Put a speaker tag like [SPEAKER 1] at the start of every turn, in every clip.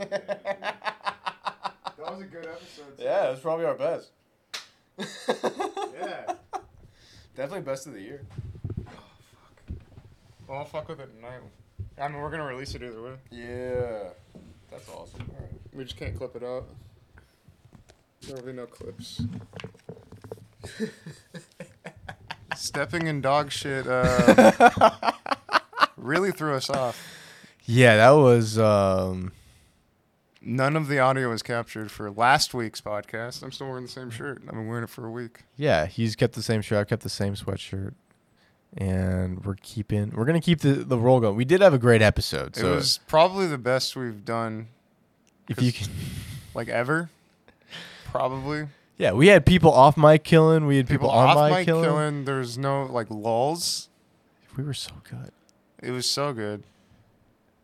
[SPEAKER 1] out there. that was a good episode. too.
[SPEAKER 2] Yeah, it was probably our best.
[SPEAKER 1] Yeah.
[SPEAKER 2] Definitely best of the year.
[SPEAKER 3] Well, I'll fuck with it tonight. I mean, we're gonna release it either way.
[SPEAKER 2] Yeah. That's awesome. All right.
[SPEAKER 3] We just can't clip it out. There will be no clips. Stepping in dog shit uh, really threw us off.
[SPEAKER 2] Yeah, that was um
[SPEAKER 3] None of the audio was captured for last week's podcast. I'm still wearing the same shirt. I've been wearing it for a week.
[SPEAKER 2] yeah, he's kept the same shirt, I've kept the same sweatshirt. And we're keeping we're gonna keep the, the roll going. We did have a great episode, so
[SPEAKER 3] it was probably the best we've done,
[SPEAKER 2] if you can
[SPEAKER 3] like ever. Probably.
[SPEAKER 2] Yeah, we had people off mic killing, we had people,
[SPEAKER 3] People
[SPEAKER 2] on
[SPEAKER 3] off
[SPEAKER 2] mic,
[SPEAKER 3] mic
[SPEAKER 2] killing.
[SPEAKER 3] killing. There's no like lulls.
[SPEAKER 2] We were so good.
[SPEAKER 3] It was so good.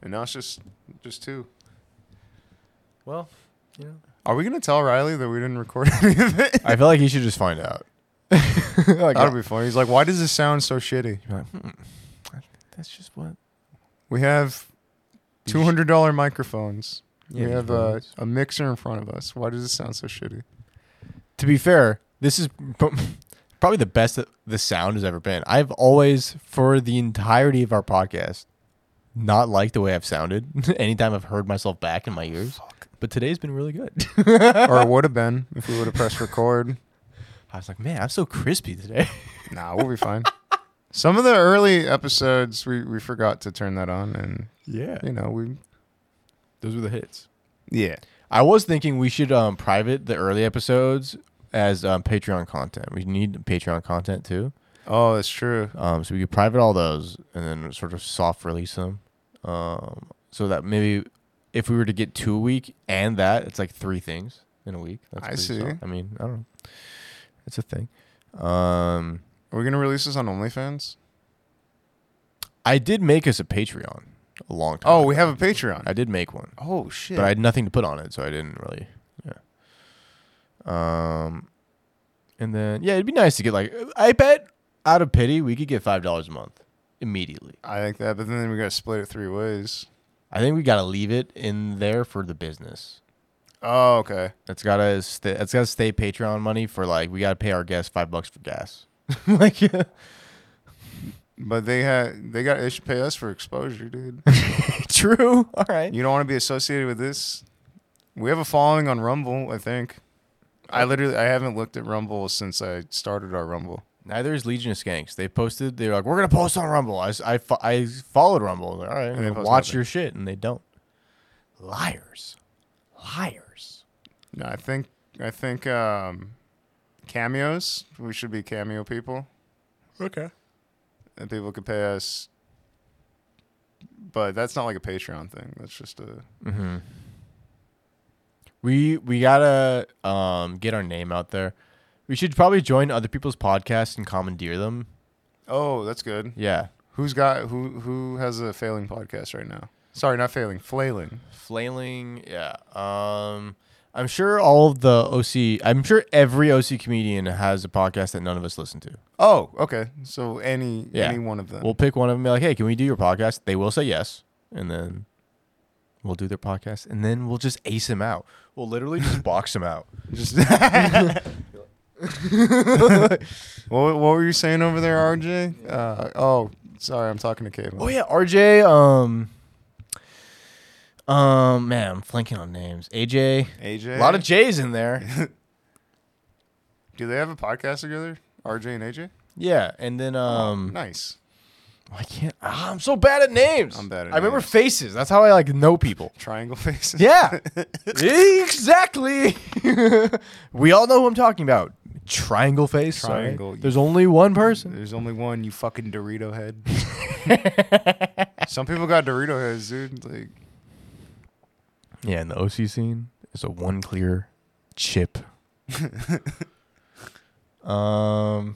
[SPEAKER 3] And now it's just just two.
[SPEAKER 2] Well, you know.
[SPEAKER 3] Are we gonna tell Riley that we didn't record any of it?
[SPEAKER 2] I feel like he should just find out. like,
[SPEAKER 3] That'd be funny. He's like, why does this sound so shitty?
[SPEAKER 2] You're like, hmm, I- that's just what.
[SPEAKER 3] We have
[SPEAKER 2] You
[SPEAKER 3] two hundred dollar microphones.
[SPEAKER 2] Yeah,
[SPEAKER 3] we
[SPEAKER 2] these
[SPEAKER 3] have uh, a,
[SPEAKER 2] buttons.
[SPEAKER 3] a mixer in front of us. Why does it sound so shitty?
[SPEAKER 2] To be fair, this is pro- probably the best that the sound has ever been. I've always, for the entirety of our podcast, not liked the way I've sounded. Anytime I've heard myself back in my ears, but today's been really good.
[SPEAKER 3] or it would have been if we would have pressed record.
[SPEAKER 2] I was like, man, I'm so crispy today.
[SPEAKER 3] Nah, we'll be fine. Some of the early episodes we, we forgot to turn that on and
[SPEAKER 2] Yeah,
[SPEAKER 3] you know, we
[SPEAKER 2] those were the hits.
[SPEAKER 3] Yeah.
[SPEAKER 2] I was thinking we should um, private the early episodes as um, Patreon content. We need Patreon content too.
[SPEAKER 3] Oh, that's true.
[SPEAKER 2] Um, so we could private all those and then sort of soft release them. Um, so that maybe if we were to get two a week and that, it's like three things in a week.
[SPEAKER 3] I
[SPEAKER 2] pretty
[SPEAKER 3] see.
[SPEAKER 2] I mean, I don't know. It's a thing. Um,
[SPEAKER 3] Are we gonna release this on OnlyFans?
[SPEAKER 2] I did make us a Patreon a long time.
[SPEAKER 3] Oh,
[SPEAKER 2] ago.
[SPEAKER 3] we have a Patreon.
[SPEAKER 2] I did make one,
[SPEAKER 3] oh shit.
[SPEAKER 2] but I had nothing to put on it, so I didn't really. Yeah. Um, and then yeah, it'd be nice to get like I bet out of pity we could get five dollars a month immediately.
[SPEAKER 3] I like that, but then we gotta split it three ways.
[SPEAKER 2] I think we gotta leave it in there for the business.
[SPEAKER 3] Oh, okay.
[SPEAKER 2] It's gotta stay. It's gotta stay Patreon money for like we gotta pay our guests five bucks for gas. like yeah.
[SPEAKER 3] But they had they got they should pay us for exposure, dude.
[SPEAKER 2] true. All right.
[SPEAKER 3] you don't want to be associated with this. We have a following on Rumble, I think. I literally I haven't looked at Rumble since I started our Rumble.
[SPEAKER 2] Neither is Legion of Skanks. They posted. They were like, we're gonna post on Rumble. I s- I, fo- I followed Rumble. I was Like, all right,
[SPEAKER 3] they
[SPEAKER 2] I'm gonna
[SPEAKER 3] post
[SPEAKER 2] watch
[SPEAKER 3] nothing.
[SPEAKER 2] your shit, and they don't. Liars, liars.
[SPEAKER 3] No, I think I think um cameos. We should be cameo people.
[SPEAKER 2] Okay.
[SPEAKER 3] and people could pay us. But that's not like a Patreon thing. That's just a
[SPEAKER 2] Mm-hmm. We we gotta um get our name out there. We should probably join other people's podcasts and commandeer them.
[SPEAKER 3] oh, that's good.
[SPEAKER 2] Yeah.
[SPEAKER 3] Who's got who who has a failing podcast right now? Sorry, not failing, flailing.
[SPEAKER 2] flailing yeah um i'm sure all of the oc i'm sure every oc comedian has a podcast that none of us listen to
[SPEAKER 3] Oh, okay. So any
[SPEAKER 2] Yeah.
[SPEAKER 3] any one of them.
[SPEAKER 2] we'll pick one of them and be like hey can we do your podcast they will say yes and then we'll do their podcast and then we'll just ace them out we'll literally just box them out
[SPEAKER 3] just what, what were you saying over there, RJ? Uh, oh, sorry, I'm talking to Cable.
[SPEAKER 2] oh yeah rj um um man i'm flanking on names aj
[SPEAKER 3] AJ.
[SPEAKER 2] a lot of j's in there
[SPEAKER 3] Do they have a podcast together? RJ and AJ?
[SPEAKER 2] yeah and then um
[SPEAKER 3] nice.
[SPEAKER 2] I can't. Ah, I'm so bad at names.
[SPEAKER 3] I'm bad at
[SPEAKER 2] I remember
[SPEAKER 3] names.
[SPEAKER 2] faces. That's how I like know people.
[SPEAKER 3] Triangle faces.
[SPEAKER 2] Yeah, exactly. we all know who I'm talking about. Triangle face. sorry.
[SPEAKER 3] Triangle, you-
[SPEAKER 2] There's only one person.
[SPEAKER 3] There's only one, you fucking Dorito head. Some people got Dorito heads, dude. Like,
[SPEAKER 2] Yeah, in the OC scene, it's a one clear chip. um.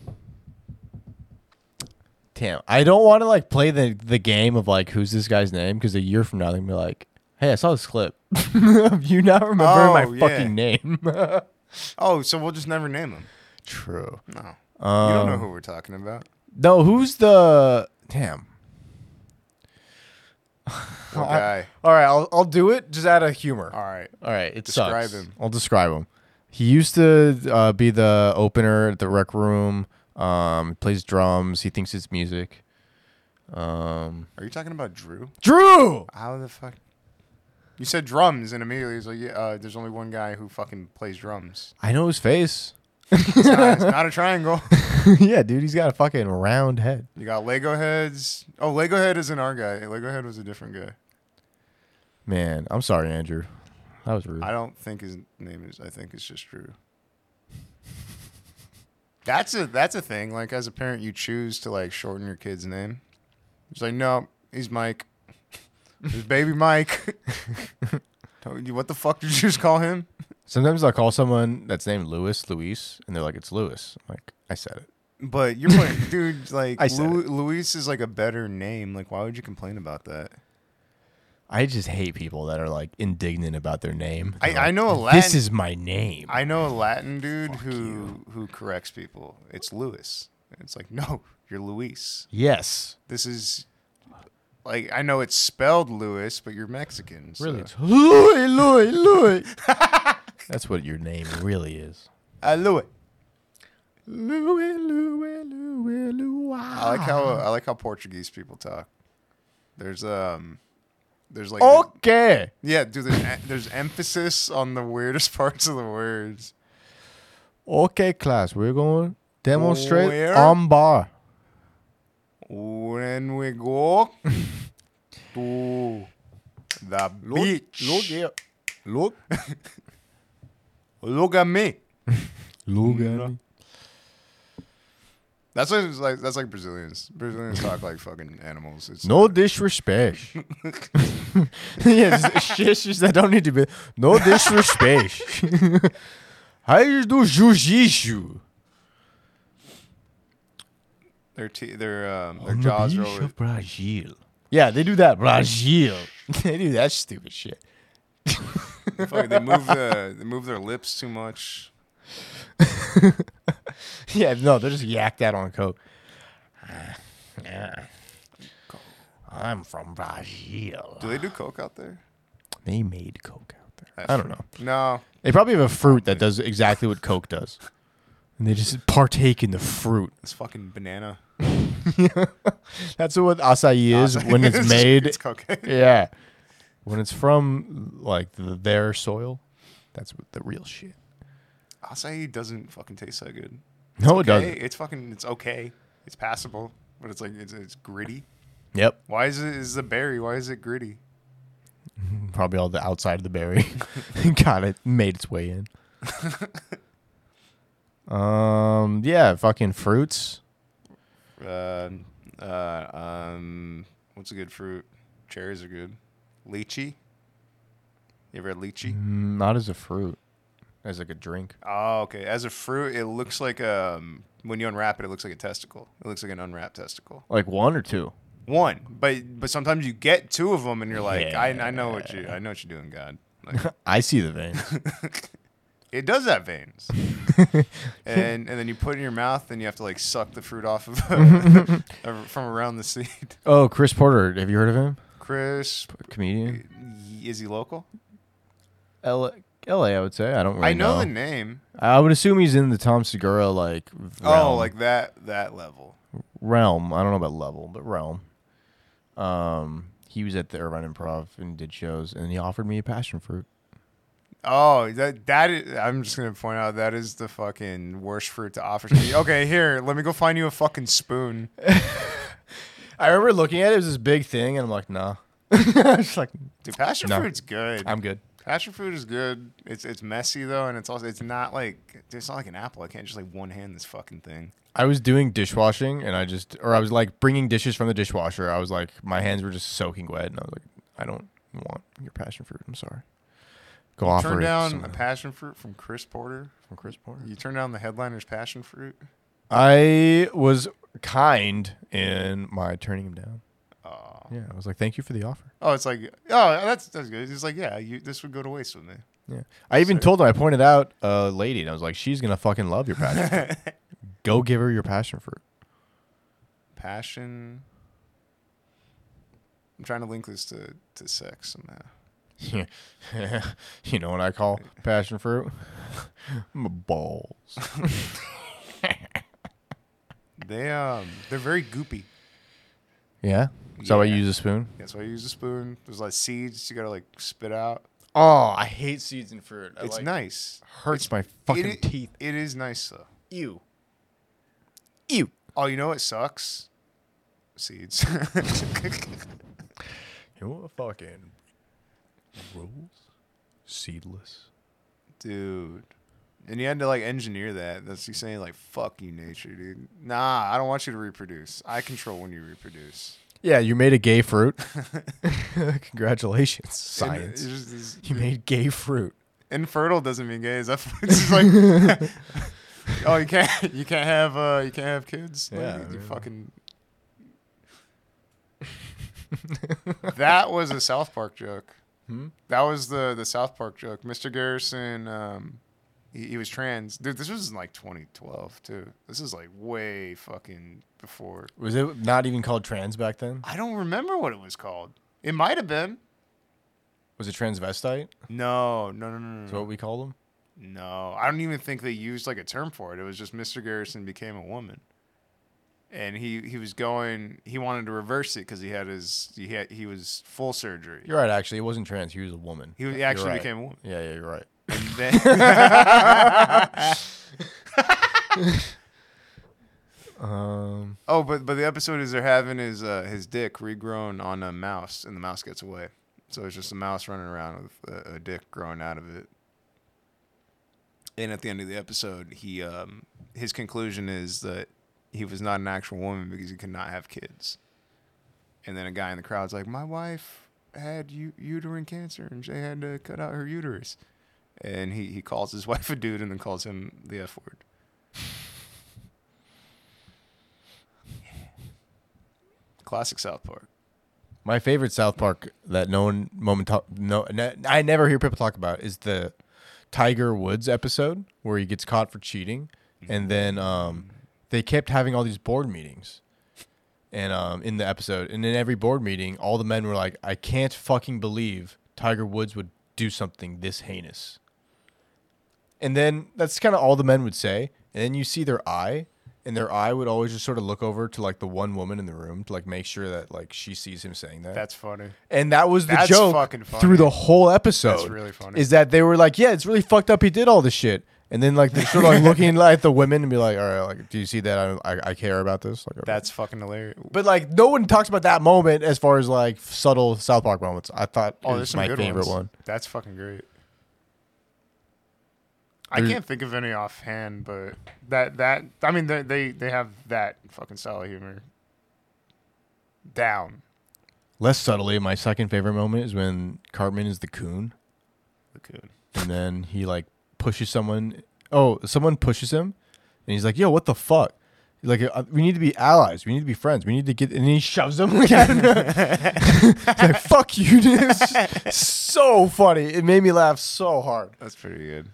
[SPEAKER 2] Damn, I don't want to like play the the game of like who's this guy's name because a year from now they're gonna be like, hey, I saw this clip. you now remember my
[SPEAKER 3] Oh, yeah.
[SPEAKER 2] fucking name.
[SPEAKER 3] oh, so we'll just never name them.
[SPEAKER 2] True.
[SPEAKER 3] No,
[SPEAKER 2] Um,
[SPEAKER 3] you don't know who we're talking about.
[SPEAKER 2] No, who's the damn?
[SPEAKER 3] Poor guy.
[SPEAKER 2] All right, I'll, I'll do it. Just add a humor.
[SPEAKER 3] All right.
[SPEAKER 2] All right, it
[SPEAKER 3] Describe
[SPEAKER 2] sucks.
[SPEAKER 3] him.
[SPEAKER 2] I'll describe him. He used to uh, be the opener at the rec room. Um, plays drums. He thinks it's music. Um,
[SPEAKER 3] Are you talking about Drew?
[SPEAKER 2] Drew.
[SPEAKER 3] How the fuck? You said drums, and immediately he's like, yeah, uh, there's only one guy who fucking plays drums.
[SPEAKER 2] I know his face.
[SPEAKER 3] It's not, it's not a triangle.
[SPEAKER 2] yeah, dude, he's got a fucking round head.
[SPEAKER 3] You got Lego heads. Oh, Lego head isn't our guy. Lego head was a different guy.
[SPEAKER 2] Man, I'm sorry, Andrew. That was rude.
[SPEAKER 3] I don't think his name is. I think it's just Drew. That's a that's a thing. Like as a parent, you choose to like shorten your kid's name. It's like no, he's Mike. There's baby Mike. Told you- what the fuck did you just call him?
[SPEAKER 2] Sometimes I call someone that's named Lewis, Luis, and they're like, "It's Lewis." I'm like, I said it.
[SPEAKER 3] But you're putting, dude. Like
[SPEAKER 2] I said
[SPEAKER 3] Lu- Luis is like a better name. Like why would you complain about that?
[SPEAKER 2] I just hate people that are like indignant about their name.
[SPEAKER 3] I-
[SPEAKER 2] They're
[SPEAKER 3] I
[SPEAKER 2] like,
[SPEAKER 3] know a
[SPEAKER 2] This
[SPEAKER 3] Latin-
[SPEAKER 2] is my name.
[SPEAKER 3] I know a Latin dude who who corrects people. It's Luis. And It's like no, you're Luis.
[SPEAKER 2] yes.
[SPEAKER 3] this is like I know it's spelled Lewis, but you're Mexican. so-
[SPEAKER 2] Really? It's Louis, Louis, Louis. That's what your name really is.
[SPEAKER 3] uh, Louis.
[SPEAKER 2] Louis, Louis, Louis, Louis.
[SPEAKER 3] I like how I like how Portuguese people talk. There's um, there's like
[SPEAKER 2] Oh. Okay.
[SPEAKER 3] yeah, dude. There's, em- there's emphasis on the weirdest parts of the words.
[SPEAKER 2] Okay, class. We're going to demonstrate
[SPEAKER 3] Where?
[SPEAKER 2] on bar.
[SPEAKER 3] When we go to the beach,
[SPEAKER 2] Look.
[SPEAKER 3] look at me.
[SPEAKER 2] Look
[SPEAKER 3] No.
[SPEAKER 2] at me.
[SPEAKER 3] That's what it's like. That's like Brazilians. Brazilians talk like fucking animals. It's
[SPEAKER 2] No disrespect. yeah, just shits that don't need to be. No disrespect. How you do jiu-jitsu?
[SPEAKER 3] their te- their um, their jaws are always,
[SPEAKER 2] Brazil. Yeah, they do that. Brazil. they do that stupid shit.
[SPEAKER 3] Fuck, they move the they move their lips too much.
[SPEAKER 2] Yeah, no, they're just yacked out on coke. I'm from Brazil.
[SPEAKER 3] Do they do coke out there?
[SPEAKER 2] They made coke out there. I don't know.
[SPEAKER 3] No.
[SPEAKER 2] They probably have a fruit that does exactly what coke does, and they just partake in the fruit.
[SPEAKER 3] It's fucking banana.
[SPEAKER 2] That's what acai is when it's made.
[SPEAKER 3] it's cocaine.
[SPEAKER 2] yeah, when it's from like the, their soil, that's what the real shit.
[SPEAKER 3] Acai doesn't fucking taste that good.
[SPEAKER 2] No,
[SPEAKER 3] Okay,
[SPEAKER 2] it doesn't.
[SPEAKER 3] it's fucking it's okay. It's passable, but it's like it's, it's gritty.
[SPEAKER 2] Yep,
[SPEAKER 3] Why is it is the berry? Why is it gritty?
[SPEAKER 2] probably all the outside of the berry got it made its way in. um, yeah, fucking fruits.
[SPEAKER 3] Uh, uh, um, what's a good fruit? Cherries are good. Lychee. You ever had lychee?
[SPEAKER 2] Mm, Not as a fruit, as like a drink.
[SPEAKER 3] Oh, okay. As a fruit, it looks like um when you unwrap it, it looks like a testicle. It looks like an unwrapped testicle.
[SPEAKER 2] Like one or two.
[SPEAKER 3] One, but but sometimes you get two of them, and you're like, I, I know what you I know what you're doing, God. Like,
[SPEAKER 2] I see the veins.
[SPEAKER 3] it does have veins, and and then you put it in your mouth, and you have to like suck the fruit off of from around the seed.
[SPEAKER 2] oh, Chris Porter. Have you heard of him?
[SPEAKER 3] Chris,
[SPEAKER 2] Comedian.
[SPEAKER 3] is he local?
[SPEAKER 2] L- LA, I would say. I don't really
[SPEAKER 3] I know the name.
[SPEAKER 2] I would assume he's in the Tom Segura like realm,
[SPEAKER 3] Oh, like that that level.
[SPEAKER 2] realm. I don't know about level, but realm. Um, he was at the Irvine Improv and did shows, and he offered me a passion fruit.
[SPEAKER 3] Oh, that that is, I'm just gonna point out that is the fucking worst fruit to offer. somebody. okay, here, let me go find you a fucking spoon.
[SPEAKER 2] I remember looking at it; it was this big thing, and I'm like, "Nah." It's like,
[SPEAKER 3] Dude, passion
[SPEAKER 2] No.
[SPEAKER 3] fruit's good.
[SPEAKER 2] I'm good.
[SPEAKER 3] Passion fruit is good. It's it's messy though, and it's also it's not like it's not like an apple. I can't just like one hand this fucking thing.
[SPEAKER 2] I was doing dishwashing, and I just, or I was like bringing dishes from the dishwasher. I was like, my hands were just soaking wet, and I was like, I don't want your passion fruit. I'm sorry. Go offer
[SPEAKER 3] Turn
[SPEAKER 2] it to
[SPEAKER 3] down a
[SPEAKER 2] someone
[SPEAKER 3] passion fruit from Chris Porter.
[SPEAKER 2] from Chris Porter.
[SPEAKER 3] You turn down the headliner's passion fruit.
[SPEAKER 2] I was kind in my turning him down.
[SPEAKER 3] Oh,
[SPEAKER 2] Yeah, I was like, "Thank you for the offer."
[SPEAKER 3] oh, it's like oh, that's that's good. He's like, yeah, you this would go to waste with me.
[SPEAKER 2] Yeah, I even
[SPEAKER 3] Sorry.
[SPEAKER 2] told him. I pointed out a lady, and I was like, "She's gonna fucking love your passion. fruit. Go give her your passion fruit."
[SPEAKER 3] passion I'm trying to link this to, to sex somehow.
[SPEAKER 2] you know what I call passion fruit? My balls.
[SPEAKER 3] They um they're very goopy.
[SPEAKER 2] Yeah. Is that why you
[SPEAKER 3] Yeah.
[SPEAKER 2] use a spoon?
[SPEAKER 3] That's why I use a spoon. There's like seeds you gotta like spit out.
[SPEAKER 2] Oh, I hate seeds and fruit. I
[SPEAKER 3] it's
[SPEAKER 2] like-
[SPEAKER 3] nice.
[SPEAKER 2] Hurts my
[SPEAKER 3] It
[SPEAKER 2] fucking
[SPEAKER 3] i-
[SPEAKER 2] teeth.
[SPEAKER 3] It is nice though.
[SPEAKER 2] Ew. Ew.
[SPEAKER 3] Oh, you know what sucks? Seeds.
[SPEAKER 2] You want fucking rolls? Seedless.
[SPEAKER 3] dude. And you had to like engineer that. That's you saying like "fuck you, nature, dude." Nah, I don't want you to reproduce. I control when you reproduce.
[SPEAKER 2] Yeah, you made a gay fruit. Congratulations,
[SPEAKER 3] And
[SPEAKER 2] science.
[SPEAKER 3] it's just- it's-
[SPEAKER 2] you made gay fruit.
[SPEAKER 3] infertile doesn't mean gay. Is that it's just like? oh, you can't. You can't have. Uh, you can't have kids. Like,
[SPEAKER 2] Yeah,
[SPEAKER 3] you
[SPEAKER 2] yeah.
[SPEAKER 3] fucking. that was a South Park joke.
[SPEAKER 2] Hmm?
[SPEAKER 3] That was the the South Park joke. Mr. Garrison, um, he, he was trans. Dude, this was in like 2012 too. This is like way fucking before.
[SPEAKER 2] Was it not even called trans back then?
[SPEAKER 3] I don't remember what it was called. It might have been.
[SPEAKER 2] Was it transvestite?
[SPEAKER 3] No, no, no, no, no.
[SPEAKER 2] Is
[SPEAKER 3] no.
[SPEAKER 2] what we called them?
[SPEAKER 3] No, I don't even think they used like a term for it. It was just Mr. Garrison became a woman, and he he was going. He wanted to reverse it because he had his he had he was full surgery.
[SPEAKER 2] You're right, actually. It wasn't trans. He was a woman.
[SPEAKER 3] he was- he
[SPEAKER 2] You're
[SPEAKER 3] actually
[SPEAKER 2] right.
[SPEAKER 3] became a woman.
[SPEAKER 2] Yeah, yeah, you're right.
[SPEAKER 3] And then-
[SPEAKER 2] Um,
[SPEAKER 3] oh, but but the episode is they're having his uh, his dick regrown on a mouse, and the mouse gets away. So it's just a mouse running around with a, a dick growing out of it. And at the end of the episode, he um, his conclusion is that he was not an actual woman because he could not have kids. And then a guy in the crowd's like, "My wife had u- uterine cancer, and Jay had to cut out her uterus." And he, he calls his wife a dude, and then calls him the f word. Classic South Park.
[SPEAKER 2] my favorite South Park that no one moment no ne- I never hear people talk about is the Tiger Woods episode where he gets caught for cheating, and then um, they kept having all these board meetings, and um, in the episode, and in every board meeting, all the men were like, "I can't fucking believe Tiger Woods would do something this heinous." And then that's kind of all the men would say. And then you see their eye, and their eye would always just sort of look over to like the one woman in the room to like make sure that like she sees him saying that.
[SPEAKER 3] That's funny.
[SPEAKER 2] and that was the
[SPEAKER 3] That's
[SPEAKER 2] joke
[SPEAKER 3] fucking funny.
[SPEAKER 2] through the whole episode.
[SPEAKER 3] That's really funny.
[SPEAKER 2] Is that they were like, yeah, it's really fucked up. He did all this shit. And then like they're sort of like looking like, at the women and be like, all right, like, do you see that? I, I, I care about this. Like,
[SPEAKER 3] That's fucking hilarious.
[SPEAKER 2] But like no one talks about that moment as far as like subtle South Park moments. I thought it
[SPEAKER 3] Oh, there's
[SPEAKER 2] was
[SPEAKER 3] some
[SPEAKER 2] my
[SPEAKER 3] good
[SPEAKER 2] favorite
[SPEAKER 3] ones.
[SPEAKER 2] one.
[SPEAKER 3] That's fucking great. I
[SPEAKER 2] There's-
[SPEAKER 3] can't think of any offhand, but that that I mean they they, they have that fucking style of humor down.
[SPEAKER 2] Less subtly, my second favorite moment is when Cartman is the coon.
[SPEAKER 3] The coon.
[SPEAKER 2] and then he like pushes someone. Oh, someone pushes him, and he's like, "Yo, what the fuck?" He's like, "Uh, "We need to be allies. We need to be friends. We need to get." And he shoves him. Like, I don't know. It's like, "Fuck you!" dude." It's so funny. It made me laugh so hard.
[SPEAKER 3] That's pretty good.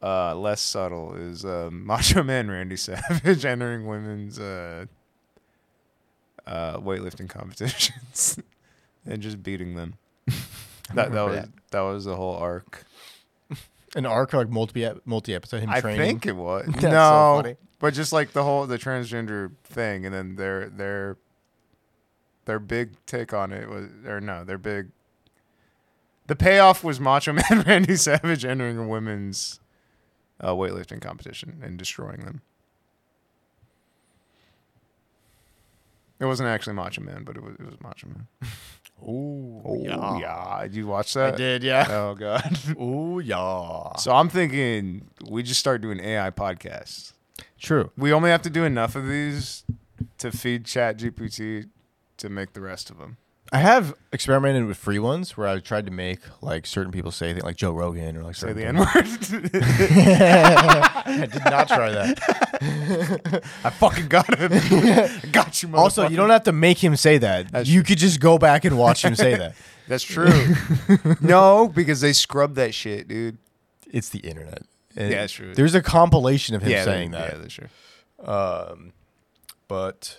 [SPEAKER 3] Uh, less subtle is uh, Macho Man Randy Savage entering women's uh, uh, weightlifting competitions and just beating them. That that
[SPEAKER 2] remember
[SPEAKER 3] was that was the whole arc.
[SPEAKER 2] An arc like multi multi episode. Him
[SPEAKER 3] I
[SPEAKER 2] training.
[SPEAKER 3] think it was
[SPEAKER 2] That's so
[SPEAKER 3] no,
[SPEAKER 2] funny.
[SPEAKER 3] but just like the whole the transgender thing, and then their their their big take on it was or no, their big the payoff was Macho Man Randy Savage entering a women's uh, weightlifting competition and destroying them. It wasn't actually Macho Man, but it was it was Macho Man.
[SPEAKER 2] Ooh,
[SPEAKER 3] Oh yeah, did you watch
[SPEAKER 2] I
[SPEAKER 3] that?
[SPEAKER 2] did. Yeah.
[SPEAKER 3] Oh god.
[SPEAKER 2] Ooh yeah.
[SPEAKER 3] so I'm thinking we just start doing AI podcasts.
[SPEAKER 2] True.
[SPEAKER 3] We only have to do enough of these to feed Chat GPT to make the rest of them.
[SPEAKER 2] I have experimented with free ones where I tried to make like certain people say things like Joe Rogan or like
[SPEAKER 3] Say
[SPEAKER 2] certain
[SPEAKER 3] the
[SPEAKER 2] things.
[SPEAKER 3] N word.
[SPEAKER 2] I did not try that.
[SPEAKER 3] I fucking got it. got you,
[SPEAKER 2] Also, you don't have to make him say that.
[SPEAKER 3] That's
[SPEAKER 2] you could just go back and watch him say that.
[SPEAKER 3] That's true. no, because they scrubbed that shit, dude.
[SPEAKER 2] It's the internet. And
[SPEAKER 3] Yeah, it's true.
[SPEAKER 2] There's a compilation of him
[SPEAKER 3] yeah,
[SPEAKER 2] saying
[SPEAKER 3] they-
[SPEAKER 2] that.
[SPEAKER 3] Yeah, that's true.
[SPEAKER 2] Um, but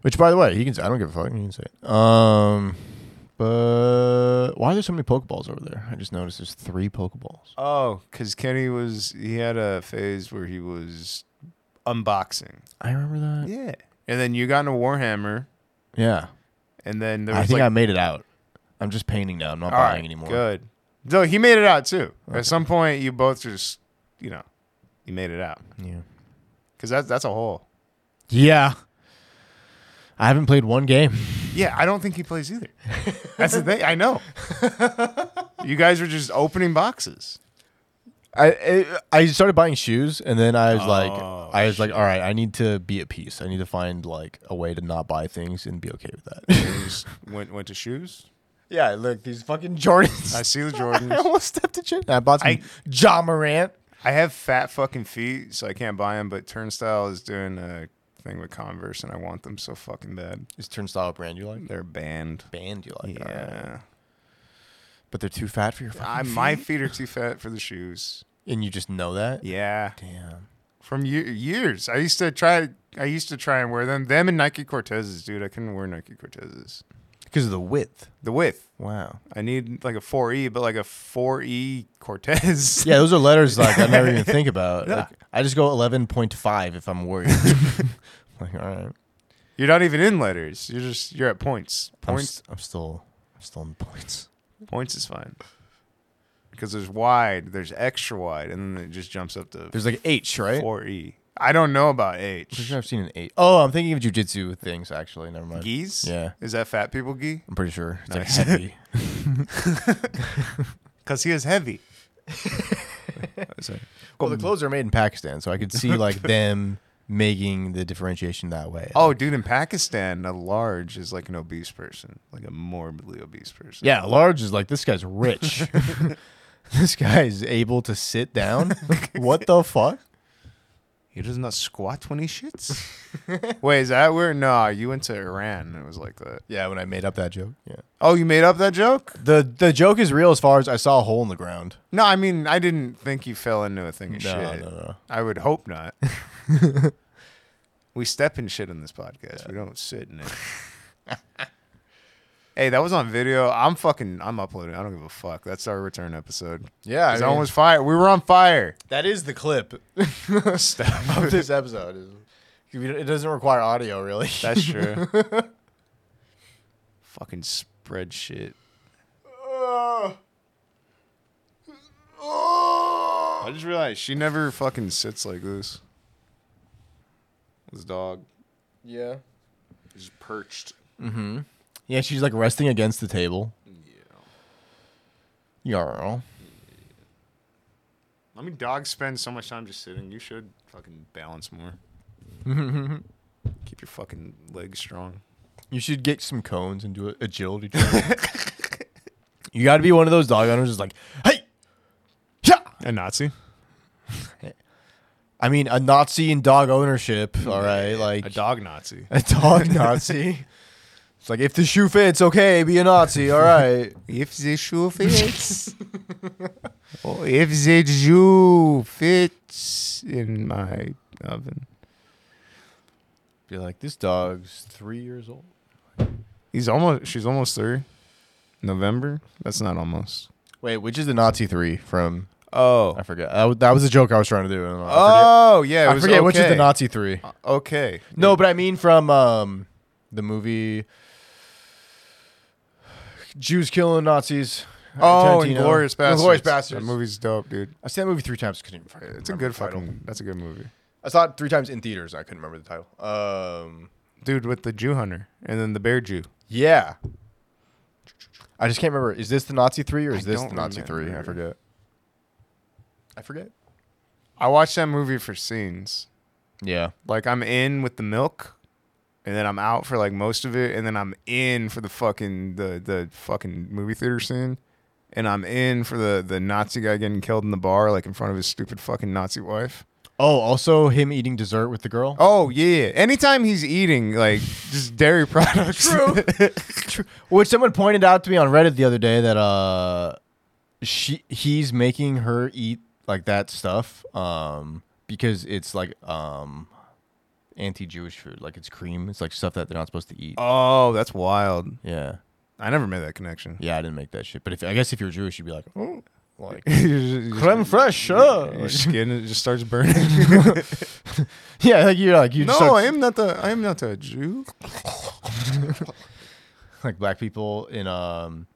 [SPEAKER 2] Which, by the way, you can say. I don't give a fuck. You can say. It. Um, but why are there so many Pokeballs over there? I just noticed there's three Pokeballs.
[SPEAKER 3] Oh, because Kenny was he had a phase where he was unboxing.
[SPEAKER 2] I remember that.
[SPEAKER 3] Yeah. And then you got into Warhammer,
[SPEAKER 2] Yeah,
[SPEAKER 3] and then there
[SPEAKER 2] I
[SPEAKER 3] was
[SPEAKER 2] think
[SPEAKER 3] like,
[SPEAKER 2] I made it out. I'm just painting now. I'm not
[SPEAKER 3] All
[SPEAKER 2] buying
[SPEAKER 3] right,
[SPEAKER 2] anymore.
[SPEAKER 3] Good. So he made it out too. At some point, you both just, you know, you made it out
[SPEAKER 2] Yeah.
[SPEAKER 3] because that's that's a hole.
[SPEAKER 2] Yeah. I haven't played one game.
[SPEAKER 3] Yeah, I don't think he plays either. that's the thing. I know. you guys were just opening boxes.
[SPEAKER 2] I I I started buying shoes, and then I was like,
[SPEAKER 3] Oh,
[SPEAKER 2] I was like, all right, I need to be at peace. I need to find like a way to not buy things and be okay with that.
[SPEAKER 3] You just went went to shoes.
[SPEAKER 2] yeah, look, these fucking Jordans.
[SPEAKER 3] I see the
[SPEAKER 2] I
[SPEAKER 3] Jordans.
[SPEAKER 2] almost stepped a chin. I bought some
[SPEAKER 3] I-
[SPEAKER 2] John Morant.
[SPEAKER 3] I have fat fucking feet, so I can't buy them. But Turnstile is doing a thing with Converse, and I want them so fucking bad.
[SPEAKER 2] Is Turnstile a brand you like?
[SPEAKER 3] They're banned.
[SPEAKER 2] Band you like? all right.
[SPEAKER 3] Yeah,
[SPEAKER 2] But they're too fat for your fucking
[SPEAKER 3] I, my feet are too fat for the shoes.
[SPEAKER 2] And you just know that?
[SPEAKER 3] Yeah.
[SPEAKER 2] Damn.
[SPEAKER 3] from ye- years. I used to try. I used to try and wear them. Them and Nike Cortezes, dude. I couldn't wear Nike Cortezes.
[SPEAKER 2] Because of the width.
[SPEAKER 3] The width.
[SPEAKER 2] Wow.
[SPEAKER 3] I need like a 4E, but like a 4E Cortez.
[SPEAKER 2] Yeah, those are letters like I never even think about.
[SPEAKER 3] Yeah.
[SPEAKER 2] Like, I just go 11.5 if I'm worried. like, all right.
[SPEAKER 3] You're not even in letters. You're just you're at points.
[SPEAKER 2] I'm,
[SPEAKER 3] Points.
[SPEAKER 2] s- I'm still I'm still in points.
[SPEAKER 3] points is fine. Because there's wide, there's extra wide, and then it just jumps up to
[SPEAKER 2] There's like an H, right?
[SPEAKER 3] 4E. I don't know about
[SPEAKER 2] Pretty
[SPEAKER 3] H.
[SPEAKER 2] sure I've seen an H. Oh, I'm thinking of jujitsu things actually. Never mind.
[SPEAKER 3] Geese?
[SPEAKER 2] Yeah.
[SPEAKER 3] Is that fat people gee?
[SPEAKER 2] I'm pretty sure. It's
[SPEAKER 3] Nice.
[SPEAKER 2] like heavy.
[SPEAKER 3] Because he is heavy.
[SPEAKER 2] well, the clothes are made in Pakistan, so I could see like them making the differentiation that way.
[SPEAKER 3] Oh, dude, in Pakistan, a large is like an obese person, like a morbidly obese person.
[SPEAKER 2] Yeah, large is like this guy's rich. this guy is able to sit down. what the fuck?
[SPEAKER 3] He does not squat when he shits. Wait, is that where? No, you went to Iran and it was like that.
[SPEAKER 2] Yeah, when I made up that joke. Yeah.
[SPEAKER 3] Oh, you made up that joke?
[SPEAKER 2] The the joke is real as far as I saw a hole in the ground.
[SPEAKER 3] No, I mean, I didn't think you fell into a thing of
[SPEAKER 2] No,
[SPEAKER 3] shit.
[SPEAKER 2] no, no.
[SPEAKER 3] I would hope not. we step in shit on this podcast. We don't sit in it. hey, that was on video. I'm fucking, I'm uploading. I don't give a fuck. That's our return episode.
[SPEAKER 2] Yeah, I
[SPEAKER 3] 'Cause
[SPEAKER 2] mean-
[SPEAKER 3] one was fire. We were on fire.
[SPEAKER 2] That is the clip of this episode. is- It doesn't require audio, really.
[SPEAKER 3] That's true. Fucking spread shit. I just realized she never fucking sits like this. This dog
[SPEAKER 2] yeah.
[SPEAKER 3] is perched.
[SPEAKER 2] Yeah, she's like resting against the table. Yarl.
[SPEAKER 3] I mean, dogs spend so much time just sitting. You should fucking balance more. Keep your fucking legs strong.
[SPEAKER 2] You should get some cones and do a agility training. you got to be one of those dog owners who's like, hey, yeah.
[SPEAKER 3] A Nazi?
[SPEAKER 2] I mean, a Nazi in dog ownership. All right, like
[SPEAKER 3] A dog Nazi.
[SPEAKER 2] a dog Nazi. it's like if the shoe fits, okay, be a Nazi. All right.
[SPEAKER 3] If the shoe fits. oh, if the shoe fits in my oven.
[SPEAKER 2] be like, this dog's three years old.
[SPEAKER 3] He's almost. She's almost three. November. That's not almost.
[SPEAKER 2] Wait, which is the Nazi three from?
[SPEAKER 3] Oh.
[SPEAKER 2] I forget. I w that was a joke I was trying to do. and I forget-
[SPEAKER 3] Oh yeah.
[SPEAKER 2] I
[SPEAKER 3] It
[SPEAKER 2] forget,
[SPEAKER 3] was
[SPEAKER 2] which is the
[SPEAKER 3] okay. Uh,
[SPEAKER 2] Nazi three.
[SPEAKER 3] Okay.
[SPEAKER 2] No, but I mean from um, the movie Jews killing Nazis.
[SPEAKER 3] Oh,
[SPEAKER 2] Tarantino.
[SPEAKER 3] Inglorious Bastards.
[SPEAKER 2] Inglorious Bastards.
[SPEAKER 3] That movie's dope, dude.
[SPEAKER 2] I've seen that movie three times. Couldn't even fucking
[SPEAKER 3] It's a
[SPEAKER 2] remember
[SPEAKER 3] good
[SPEAKER 2] the title.
[SPEAKER 3] fucking. That's a good movie,
[SPEAKER 2] I saw it three times in theaters. and I couldn't remember the title. Um,
[SPEAKER 3] dude. With the Jew hunter and then the bear Jew.
[SPEAKER 2] yeah. I just can't remember. Is this the Nazi three or is
[SPEAKER 3] I
[SPEAKER 2] this
[SPEAKER 3] don't
[SPEAKER 2] the Nazi three? I
[SPEAKER 3] remember.
[SPEAKER 2] forget. I forget.
[SPEAKER 3] I watched that movie for scenes.
[SPEAKER 2] Yeah.
[SPEAKER 3] Like I'm in with the milk, and then I'm out for like most of it, and then I'm in for the fucking the the fucking movie theater scene, and I'm in for the the Nazi guy getting killed in the bar, like in front of his stupid fucking Nazi wife.
[SPEAKER 2] Oh, also him eating dessert with the girl.
[SPEAKER 3] Oh yeah, anytime he's eating like just dairy products.
[SPEAKER 2] True. Which someone pointed out to me on Reddit the other day that uh, she he's making her eat like that stuff um because it's like um anti-Jewish food. Like it's cream. It's like stuff that they're not supposed to eat.
[SPEAKER 3] Oh, that's wild.
[SPEAKER 2] Yeah,
[SPEAKER 3] I never made that connection.
[SPEAKER 2] yeah. I didn't make that shit. But if I guess if you're Jewish, you'd be like, oh, like creme
[SPEAKER 3] Creme
[SPEAKER 2] fraiche. sure."
[SPEAKER 3] Your skin it just starts burning.
[SPEAKER 2] yeah, like you're like you.
[SPEAKER 3] no,
[SPEAKER 2] just start-
[SPEAKER 3] I am not the. I am not a Jew.
[SPEAKER 2] like black people in um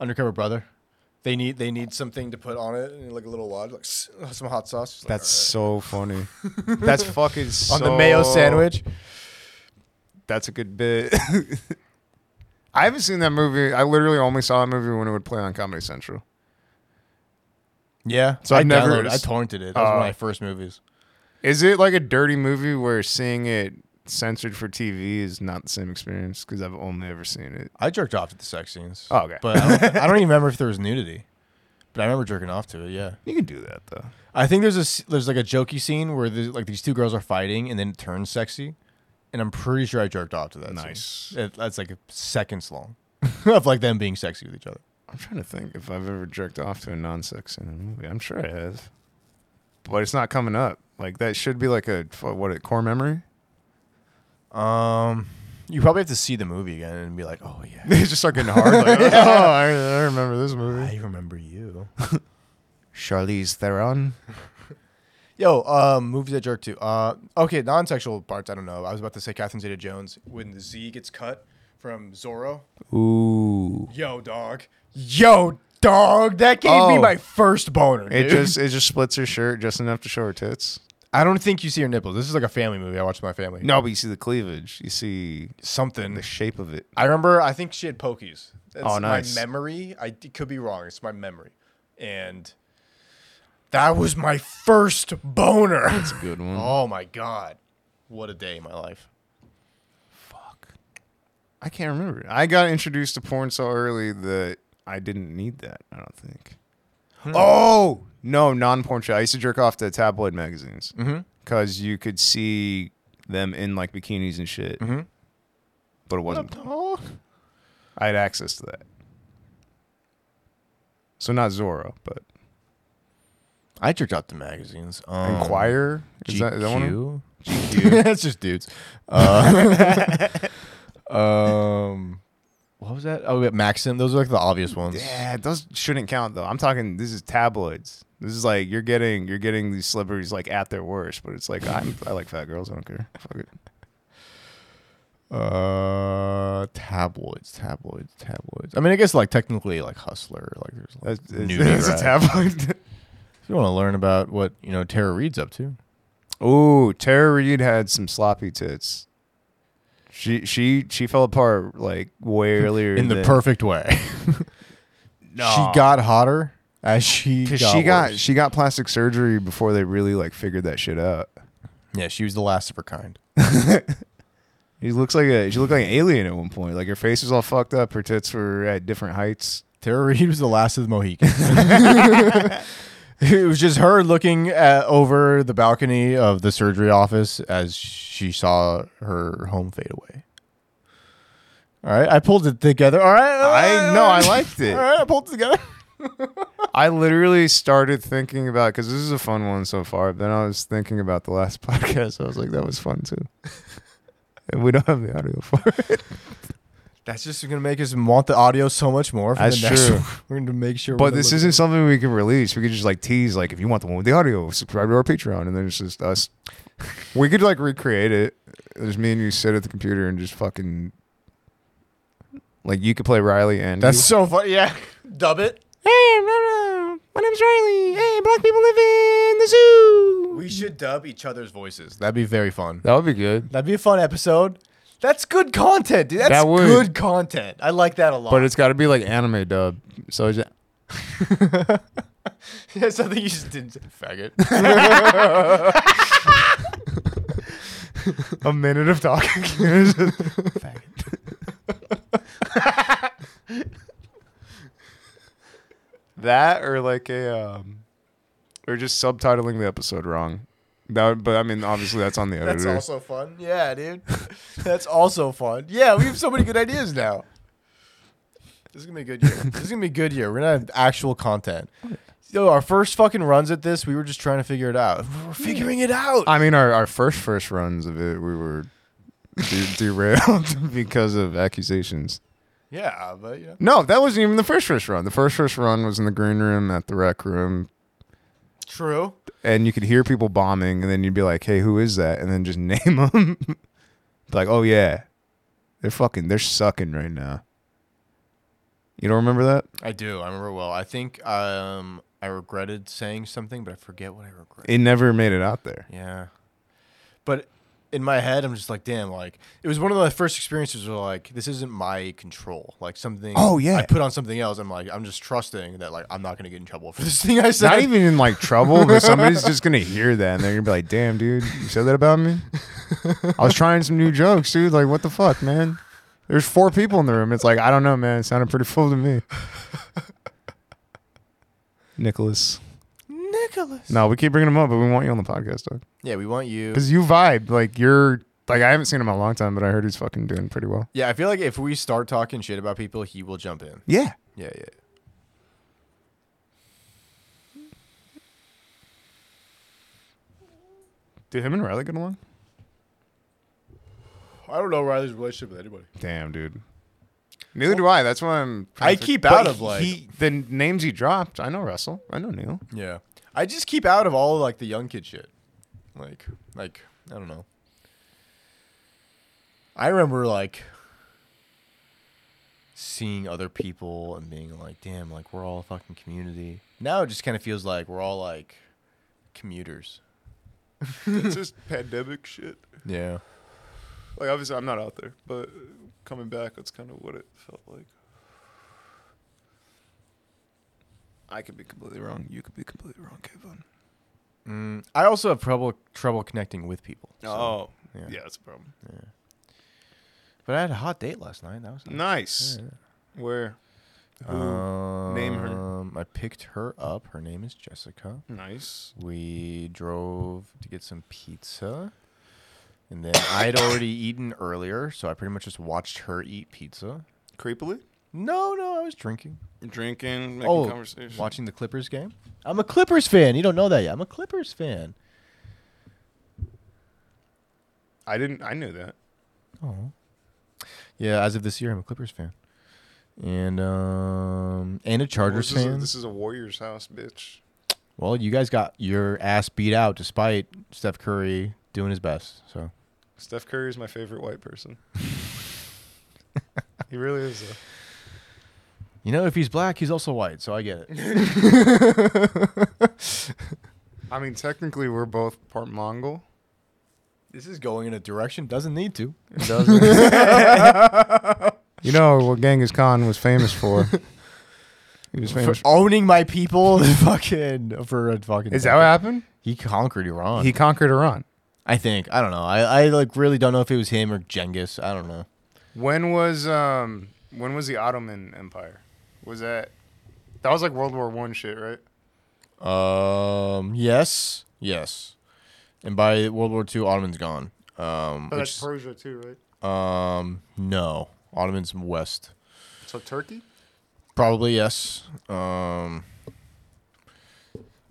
[SPEAKER 2] undercover brother they need they need something to put on it and like a little lodge like s- some hot sauce It's like,
[SPEAKER 3] That's so funny. That's fucking.
[SPEAKER 2] all right. on the mayo
[SPEAKER 3] so-
[SPEAKER 2] sandwich
[SPEAKER 3] That's a good bit. I haven't seen that movie. I literally only saw that movie when it would play on Comedy Central.
[SPEAKER 2] yeah
[SPEAKER 3] So
[SPEAKER 2] i
[SPEAKER 3] I've never-
[SPEAKER 2] downloaded- i torrented it that was one
[SPEAKER 3] Oh.
[SPEAKER 2] of my first movies
[SPEAKER 3] Is it like a dirty movie where seeing it censored for TV is not the same experience? Because I've only ever seen it.
[SPEAKER 2] i jerked off to the sex scenes
[SPEAKER 3] Oh, okay.
[SPEAKER 2] but I don't, I don't even remember if there was nudity but i remember jerking off to it yeah
[SPEAKER 3] You can do that though.
[SPEAKER 2] i think there's a s- there's like a jokey scene where there's, like these two girls are fighting and then it turns sexy and i'm pretty sure i jerked off to that scene.
[SPEAKER 3] Nice.
[SPEAKER 2] It- that's like seconds long of like them being sexy with each other
[SPEAKER 3] I'm trying to think if I've ever jerked off to a non-sex in a movie. I'm sure I have, but it's not coming up. Like that should be like a fu- what a core memory.
[SPEAKER 2] Um, you probably have to see the movie again and be like, "Oh yeah,
[SPEAKER 3] They just start getting hard. Like, oh, I, I remember this movie.
[SPEAKER 2] I remember you."
[SPEAKER 3] Charlize Theron.
[SPEAKER 2] Yo, um, movies that jerk to. Uh, okay, non-sexual parts. I don't know. I was about to say Catherine Zeta-Jones when the Z gets cut from Zorro.
[SPEAKER 3] Ooh.
[SPEAKER 2] Yo, dog. Yo, dog. That gave me
[SPEAKER 3] Oh.
[SPEAKER 2] my first boner.
[SPEAKER 3] It
[SPEAKER 2] dude.
[SPEAKER 3] just it just splits her shirt just enough to show her tits.
[SPEAKER 2] I don't think you see her nipples. This is like a family movie. I watched with my family.
[SPEAKER 3] No, but you see the cleavage. You see
[SPEAKER 2] something.
[SPEAKER 3] the shape of it.
[SPEAKER 2] I remember. I think she had pokies. That's
[SPEAKER 3] Oh, nice.
[SPEAKER 2] My memory. I it could be wrong. It's my memory, and that was my first boner.
[SPEAKER 3] Good one.
[SPEAKER 2] Oh my god. What a day in my life.
[SPEAKER 3] I can't remember. I got introduced to porn so early that I didn't need that. I don't think.
[SPEAKER 2] Hmm.
[SPEAKER 3] Oh no, non-porn shit. I used to jerk off to tabloid magazines
[SPEAKER 2] Mm-hmm.
[SPEAKER 3] because you could see them in like bikinis and shit.
[SPEAKER 2] Mm-hmm.
[SPEAKER 3] But it wasn't.
[SPEAKER 2] Oh.
[SPEAKER 3] I had access to that. So not Zorro, but
[SPEAKER 2] I jerked out the magazines. Um,
[SPEAKER 3] Inquirer.
[SPEAKER 2] GQ.
[SPEAKER 3] Is that, is that one? of them?
[SPEAKER 2] GQ. That's just dudes. Uh, um, what was that? Oh, we got Maxim. Those are like the obvious ones.
[SPEAKER 3] Yeah, those shouldn't count though. I'm talking. This is tabloids. This is like you're getting you're getting these celebrities like at their worst, but it's like I'm, I like fat girls. I don't care. Fuck it.
[SPEAKER 2] Uh, tabloids, tabloids, tabloids. I mean, I guess like technically like Hustler. Like there's like
[SPEAKER 3] That's, it's,
[SPEAKER 2] nudity,
[SPEAKER 3] it's a
[SPEAKER 2] right?
[SPEAKER 3] tabloid.
[SPEAKER 2] If you want to learn about what you know, Tara Reid's up to.
[SPEAKER 3] Ooh, Tara Reid had some sloppy tits. She she she fell apart like way earlier
[SPEAKER 2] in the
[SPEAKER 3] than-
[SPEAKER 2] perfect way.
[SPEAKER 3] No.
[SPEAKER 2] She got hotter as she
[SPEAKER 3] 'Cause
[SPEAKER 2] got
[SPEAKER 3] she got
[SPEAKER 2] worse.
[SPEAKER 3] she got plastic surgery before they really like figured that shit out.
[SPEAKER 2] yeah, she was the last of her kind.
[SPEAKER 3] She looks like a she looked like an alien at one point. Like her face was all fucked up. Her tits were at different heights.
[SPEAKER 2] Tara Reid was the last of the Mohicans. it was just her looking at, over the balcony of the surgery office as she saw her home fade away. All right, I pulled it together. All right, all right,
[SPEAKER 3] I know
[SPEAKER 2] all
[SPEAKER 3] I
[SPEAKER 2] right.
[SPEAKER 3] liked it.
[SPEAKER 2] All right, I pulled it together.
[SPEAKER 3] I literally started thinking about because this is a fun one so far. But then I was thinking about the last podcast. I was like, that was fun too. and we don't have the audio for it.
[SPEAKER 2] That's just gonna make us want the audio so much more. For
[SPEAKER 3] That's
[SPEAKER 2] the next
[SPEAKER 3] true.
[SPEAKER 2] One. We're gonna make sure.
[SPEAKER 3] But
[SPEAKER 2] we
[SPEAKER 3] this
[SPEAKER 2] look
[SPEAKER 3] isn't
[SPEAKER 2] at-
[SPEAKER 3] something we can release. We could just like tease, like if you want the one with the audio, subscribe to our Patreon, and then it's just us. we could like recreate it. There's me and you sit at the computer and just fucking like you could play Riley and
[SPEAKER 2] That's so funny. Yeah, dub it.
[SPEAKER 3] hey, uh, my name's Riley. Hey, black people live in the zoo.
[SPEAKER 2] We should dub each other's voices. That'd be very fun.
[SPEAKER 3] That would be good,
[SPEAKER 2] That'd be a fun episode. That's good content, dude. That's
[SPEAKER 3] That would.
[SPEAKER 2] good content. I like that a lot.
[SPEAKER 3] but it's got to be like anime dub. So it's
[SPEAKER 2] yeah, something you just didn't say, faggot.
[SPEAKER 3] a minute of talking. that or like a um, or just subtitling the episode wrong. That, would- but I mean, obviously that's on the editor.
[SPEAKER 2] That's also fun. Yeah, dude. That's also fun. Yeah, we have so many good ideas now. This is gonna be a good year. This is gonna be a good year. We're gonna have actual content. Yo, our first fucking runs at this, we were just trying to figure it out. We're figuring it out.
[SPEAKER 3] I mean, our, our first first runs of it, we were de- derailed because of accusations.
[SPEAKER 2] yeah, but yeah.
[SPEAKER 3] No, that wasn't even the first first run. The first first run was in the green room at the rec room,
[SPEAKER 2] True.
[SPEAKER 3] and you could hear people bombing, and then you'd be like, "Hey, who is that?" And then just name them. like, oh yeah, they're fucking, they're sucking right now. You don't remember that?
[SPEAKER 2] I do. I remember well. I think um, I regretted saying something, but I forget what I regret.
[SPEAKER 3] It never made it out there.
[SPEAKER 2] Yeah. But in my head, I'm just like, damn, like, it was one of the first experiences where, like, this isn't my control. Like, something.
[SPEAKER 3] Oh, yeah.
[SPEAKER 2] I put on something else. I'm like, I'm just trusting that, like, I'm not going to get in trouble for this thing I said.
[SPEAKER 3] Not even in like trouble, but somebody's just gonna hear that and they're gonna be like, "Damn, dude, you said that about me." I was trying some new jokes, dude. Like, what the fuck, man? There's four people in the room. It's like I don't know, man. It sounded pretty full to me. Nicholas,
[SPEAKER 2] Nicholas.
[SPEAKER 3] no, we keep bringing him up, but we want you on the podcast, dog,
[SPEAKER 2] Yeah, we want you.
[SPEAKER 3] because you vibe like you're like I haven't seen him in a long time, but I heard he's fucking doing pretty well.
[SPEAKER 2] Yeah, I feel like if we start talking shit about people, he will jump in.
[SPEAKER 3] Yeah,
[SPEAKER 2] Yeah, yeah.
[SPEAKER 3] dude, him and Riley get along.
[SPEAKER 2] I don't know Riley's relationship with anybody.
[SPEAKER 3] Damn, dude. Neither do I. That's why I'm.
[SPEAKER 2] I keep
[SPEAKER 3] But
[SPEAKER 2] out of, like-
[SPEAKER 3] he, the names he dropped. I know Russell. I know Neil.
[SPEAKER 2] Yeah. I just keep out of all, like, the young kid shit. Like, like, I don't know. I remember, like, seeing other people and being like, damn, like, we're all a fucking community. Now it just kind of feels like we're all, like, commuters.
[SPEAKER 4] it's just pandemic shit.
[SPEAKER 2] Yeah.
[SPEAKER 4] Like obviously I'm not out there, but coming back, that's kind of what it felt like. I could be completely wrong. You could be completely wrong, Kevin.
[SPEAKER 2] Mm, I also have trouble trouble connecting with people. so-
[SPEAKER 4] oh,
[SPEAKER 2] yeah.
[SPEAKER 4] yeah. that's a problem.
[SPEAKER 2] But I had a hot date last night. That was nice.
[SPEAKER 4] Nice. Where? Who?
[SPEAKER 3] Uh,
[SPEAKER 4] name her.
[SPEAKER 2] Um, I picked her up. Her name is Jessica.
[SPEAKER 4] nice.
[SPEAKER 2] We drove to get some pizza. And then I had already eaten earlier, so I pretty much just watched her eat pizza.
[SPEAKER 4] Creepily
[SPEAKER 2] No, no, I was drinking.
[SPEAKER 4] drinking, making
[SPEAKER 2] oh,
[SPEAKER 4] conversation.
[SPEAKER 2] watching the Clippers game. I'm a Clippers fan. You don't know that yet. I'm a Clippers fan.
[SPEAKER 3] I didn't. I knew that.
[SPEAKER 2] Oh. Yeah, as of this year, I'm a Clippers fan. And um and a Chargers
[SPEAKER 3] this, is a,
[SPEAKER 2] fan.
[SPEAKER 3] this is a Warriors house, bitch.
[SPEAKER 2] Well, you guys got your ass beat out despite Steph Curry doing his best. So
[SPEAKER 3] Steph Curry is my favorite white person. he really is. Though.
[SPEAKER 2] you know, if he's black, he's also white. So I get it.
[SPEAKER 3] I mean, technically, we're both part Mongol.
[SPEAKER 2] this is going in a direction doesn't need to.
[SPEAKER 3] You know what Genghis Khan was famous for? he was
[SPEAKER 2] For
[SPEAKER 3] famous.
[SPEAKER 2] owning my people, fucking for a fucking.
[SPEAKER 3] is that what happened?
[SPEAKER 2] he conquered Iran?
[SPEAKER 3] He conquered Iran.
[SPEAKER 2] I think. I don't know. I, I like really don't know if it was him or Genghis. I don't know.
[SPEAKER 3] When was um when was the Ottoman Empire? Was that that was like World War One shit, right?
[SPEAKER 2] Um. Yes. Yes. And by World War II, Ottoman's gone. Um.
[SPEAKER 3] But that's
[SPEAKER 2] Which,
[SPEAKER 3] Persia too, right?
[SPEAKER 2] um. No. Ottoman's west.
[SPEAKER 3] So Turkey?
[SPEAKER 2] Probably yes. Um,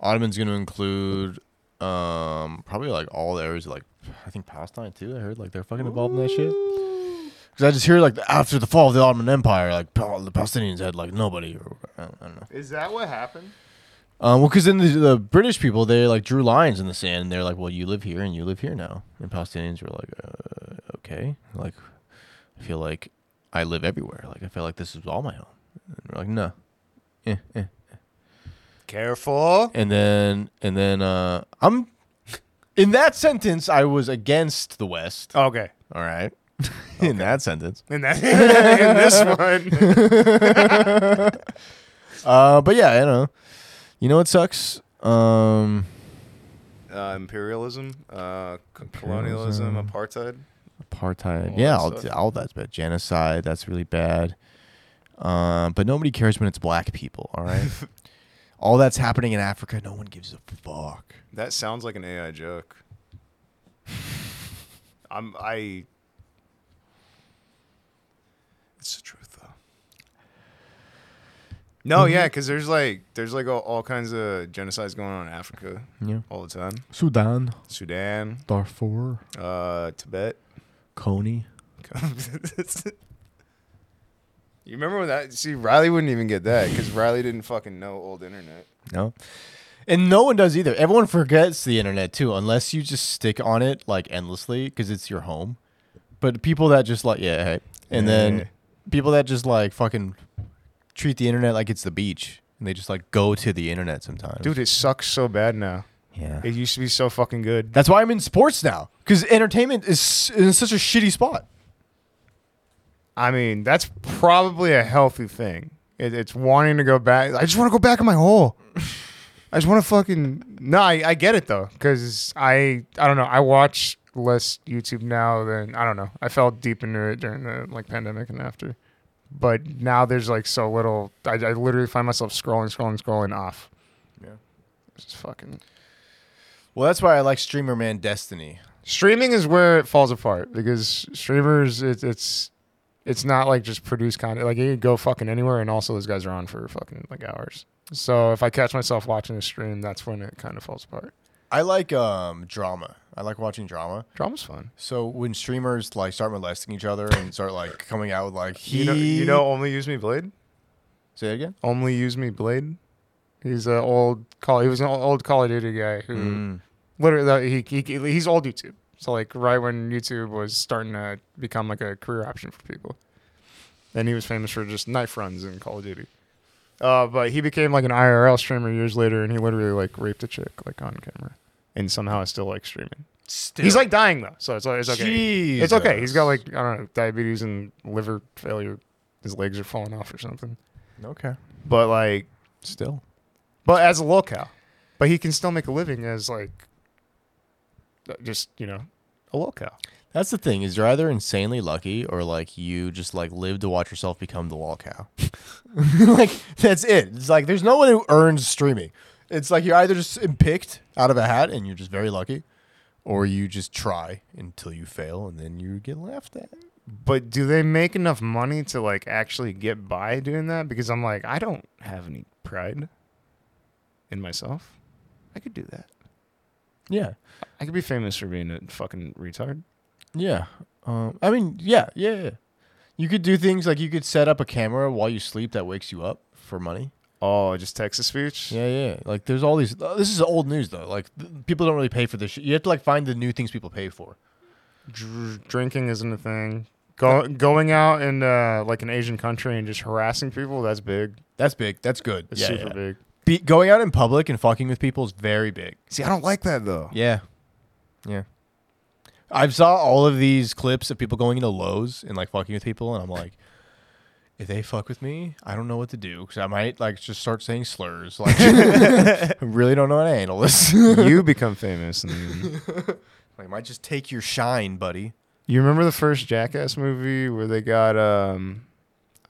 [SPEAKER 2] Ottoman's going to include um, probably like all the areas like I think Palestine too. I heard like they're fucking involved in that shit. Because I just hear like after the fall of the Ottoman Empire, like Pal- the Palestinians had like nobody. Or, I, don't, I don't know.
[SPEAKER 3] Is that what happened?
[SPEAKER 2] Um, well, because then the, the British people they like drew lines in the sand. and They're like, well, you live here and you live here now. And Palestinians were like, uh, okay, like I feel like I live everywhere. Like I feel like this is all my home. And we're like, no. Eh, eh.
[SPEAKER 3] Careful.
[SPEAKER 2] and then and then uh i'm in that sentence i was against the west
[SPEAKER 3] Okay.
[SPEAKER 2] all right in that sentence
[SPEAKER 3] And that in this one.
[SPEAKER 2] uh but yeah i know you know what sucks um
[SPEAKER 4] Uh, imperialism, uh, c-
[SPEAKER 2] Imperialism.
[SPEAKER 4] colonialism, apartheid.
[SPEAKER 3] Oh,
[SPEAKER 2] apartheid
[SPEAKER 4] All
[SPEAKER 2] yeah
[SPEAKER 4] that
[SPEAKER 2] all,
[SPEAKER 4] sucks.
[SPEAKER 2] all that's bad genocide that's really bad um but nobody cares when it's black people all right all that's happening in africa no one gives a fuck
[SPEAKER 4] That sounds like an AI joke.
[SPEAKER 3] I'm I
[SPEAKER 4] It's the truth, though.
[SPEAKER 3] No, yeah, because there's like there's like all, all kinds of genocides going on in Africa
[SPEAKER 2] Yeah.
[SPEAKER 3] all the time.
[SPEAKER 2] Sudan,
[SPEAKER 3] Sudan,
[SPEAKER 2] Darfur,
[SPEAKER 3] uh, Tibet.
[SPEAKER 2] Coney.
[SPEAKER 3] you remember when that? See, Riley wouldn't even get that because Riley didn't fucking know old internet.
[SPEAKER 2] No. And no one does either. Everyone forgets the internet too, unless you just stick on it like endlessly because it's your home. But people that just like, yeah, hey. and
[SPEAKER 3] Yeah.
[SPEAKER 2] then people that just like fucking treat the internet like it's the beach and they just like go to the internet sometimes.
[SPEAKER 3] Dude, it sucks so bad now.
[SPEAKER 2] yeah.
[SPEAKER 3] It used to be so fucking good.
[SPEAKER 2] That's why I'm in sports now because entertainment is in such a shitty spot.
[SPEAKER 3] I mean, that's probably a healthy thing. It, it's wanting to go back. I just want to go back in my hole. I just want to fucking. No, I, I get it though, because I I don't know. I watch less YouTube now than I don't know. I fell deep into it during the like pandemic and after, but now there's like so little. I, I literally find myself scrolling, scrolling, scrolling off.
[SPEAKER 2] Yeah.
[SPEAKER 3] it's just fucking.
[SPEAKER 2] Well, that's why I like Streamer Man Destiny.
[SPEAKER 3] Streaming is where it falls apart because streamers, it, it's it's not like just produce content. Like you can go fucking anywhere, and also those guys are on for fucking like hours. So if I catch myself watching a stream, that's when it kind of falls apart.
[SPEAKER 2] I like um, drama. I like watching drama.
[SPEAKER 3] Drama's fun.
[SPEAKER 2] So when streamers like start molesting each other and start like coming out with like he,
[SPEAKER 3] You know, you know, only use me blade.
[SPEAKER 2] say that again.
[SPEAKER 3] Only use me blade. He's an old call. He was an old Call of Duty guy who literally he, he he's old YouTube. So like right when YouTube was starting to become like a career option for people, and he was famous for just knife runs in Call of Duty. Uh, but he became like an IRL streamer years later, and he literally like raped a chick like on camera, and somehow is still like streaming.
[SPEAKER 2] Still.
[SPEAKER 3] He's like dying though, so it's it's okay. It's okay. He's got
[SPEAKER 2] Jesus.
[SPEAKER 3] like I don't know diabetes and liver failure. His legs are falling off or something.
[SPEAKER 2] okay,
[SPEAKER 3] But like
[SPEAKER 2] still.
[SPEAKER 3] but as a locale. But he can still make a living as like uh, just, you know, a locale.
[SPEAKER 2] That's the thing is you're either insanely lucky or like you just like live to watch yourself become the wall cow. like that's it. It's like there's no one who earns streaming. It's like you're either just picked out of a hat and you're just very lucky, or you just try until you fail and then you get laughed at.
[SPEAKER 3] But do they make enough money to like actually get by doing that? Because I'm like, I don't have any pride in myself. I could do that.
[SPEAKER 2] Yeah,
[SPEAKER 3] I could be famous for being a fucking retard.
[SPEAKER 2] yeah. Um, I mean, yeah, yeah, yeah. You could do things like you could set up a camera while you sleep that wakes you up for money.
[SPEAKER 3] Oh, just text a speech?
[SPEAKER 2] Yeah, yeah. Like there's all these. uh, This is old news though. Like th- people don't really pay for this. Shit. You have to like find the new things people pay for.
[SPEAKER 3] Dr- drinking isn't a thing. Go- going out in uh, like an Asian country and just harassing people, that's big.
[SPEAKER 2] That's big. That's good.
[SPEAKER 3] It's
[SPEAKER 2] yeah,
[SPEAKER 3] super
[SPEAKER 2] yeah.
[SPEAKER 3] big.
[SPEAKER 2] Be- going out in public and fucking with people is very big.
[SPEAKER 3] See, I don't like that though.
[SPEAKER 2] Yeah, yeah. I've saw all of these clips of people going into Lowe's and like fucking with people, and I'm like, if they fuck with me, I don't know what to do because I might like just start saying slurs. Like, I really don't know how to handle this.
[SPEAKER 3] you become famous and then
[SPEAKER 2] like, I might just take your shine, buddy.
[SPEAKER 3] You remember the first Jackass movie where they got um,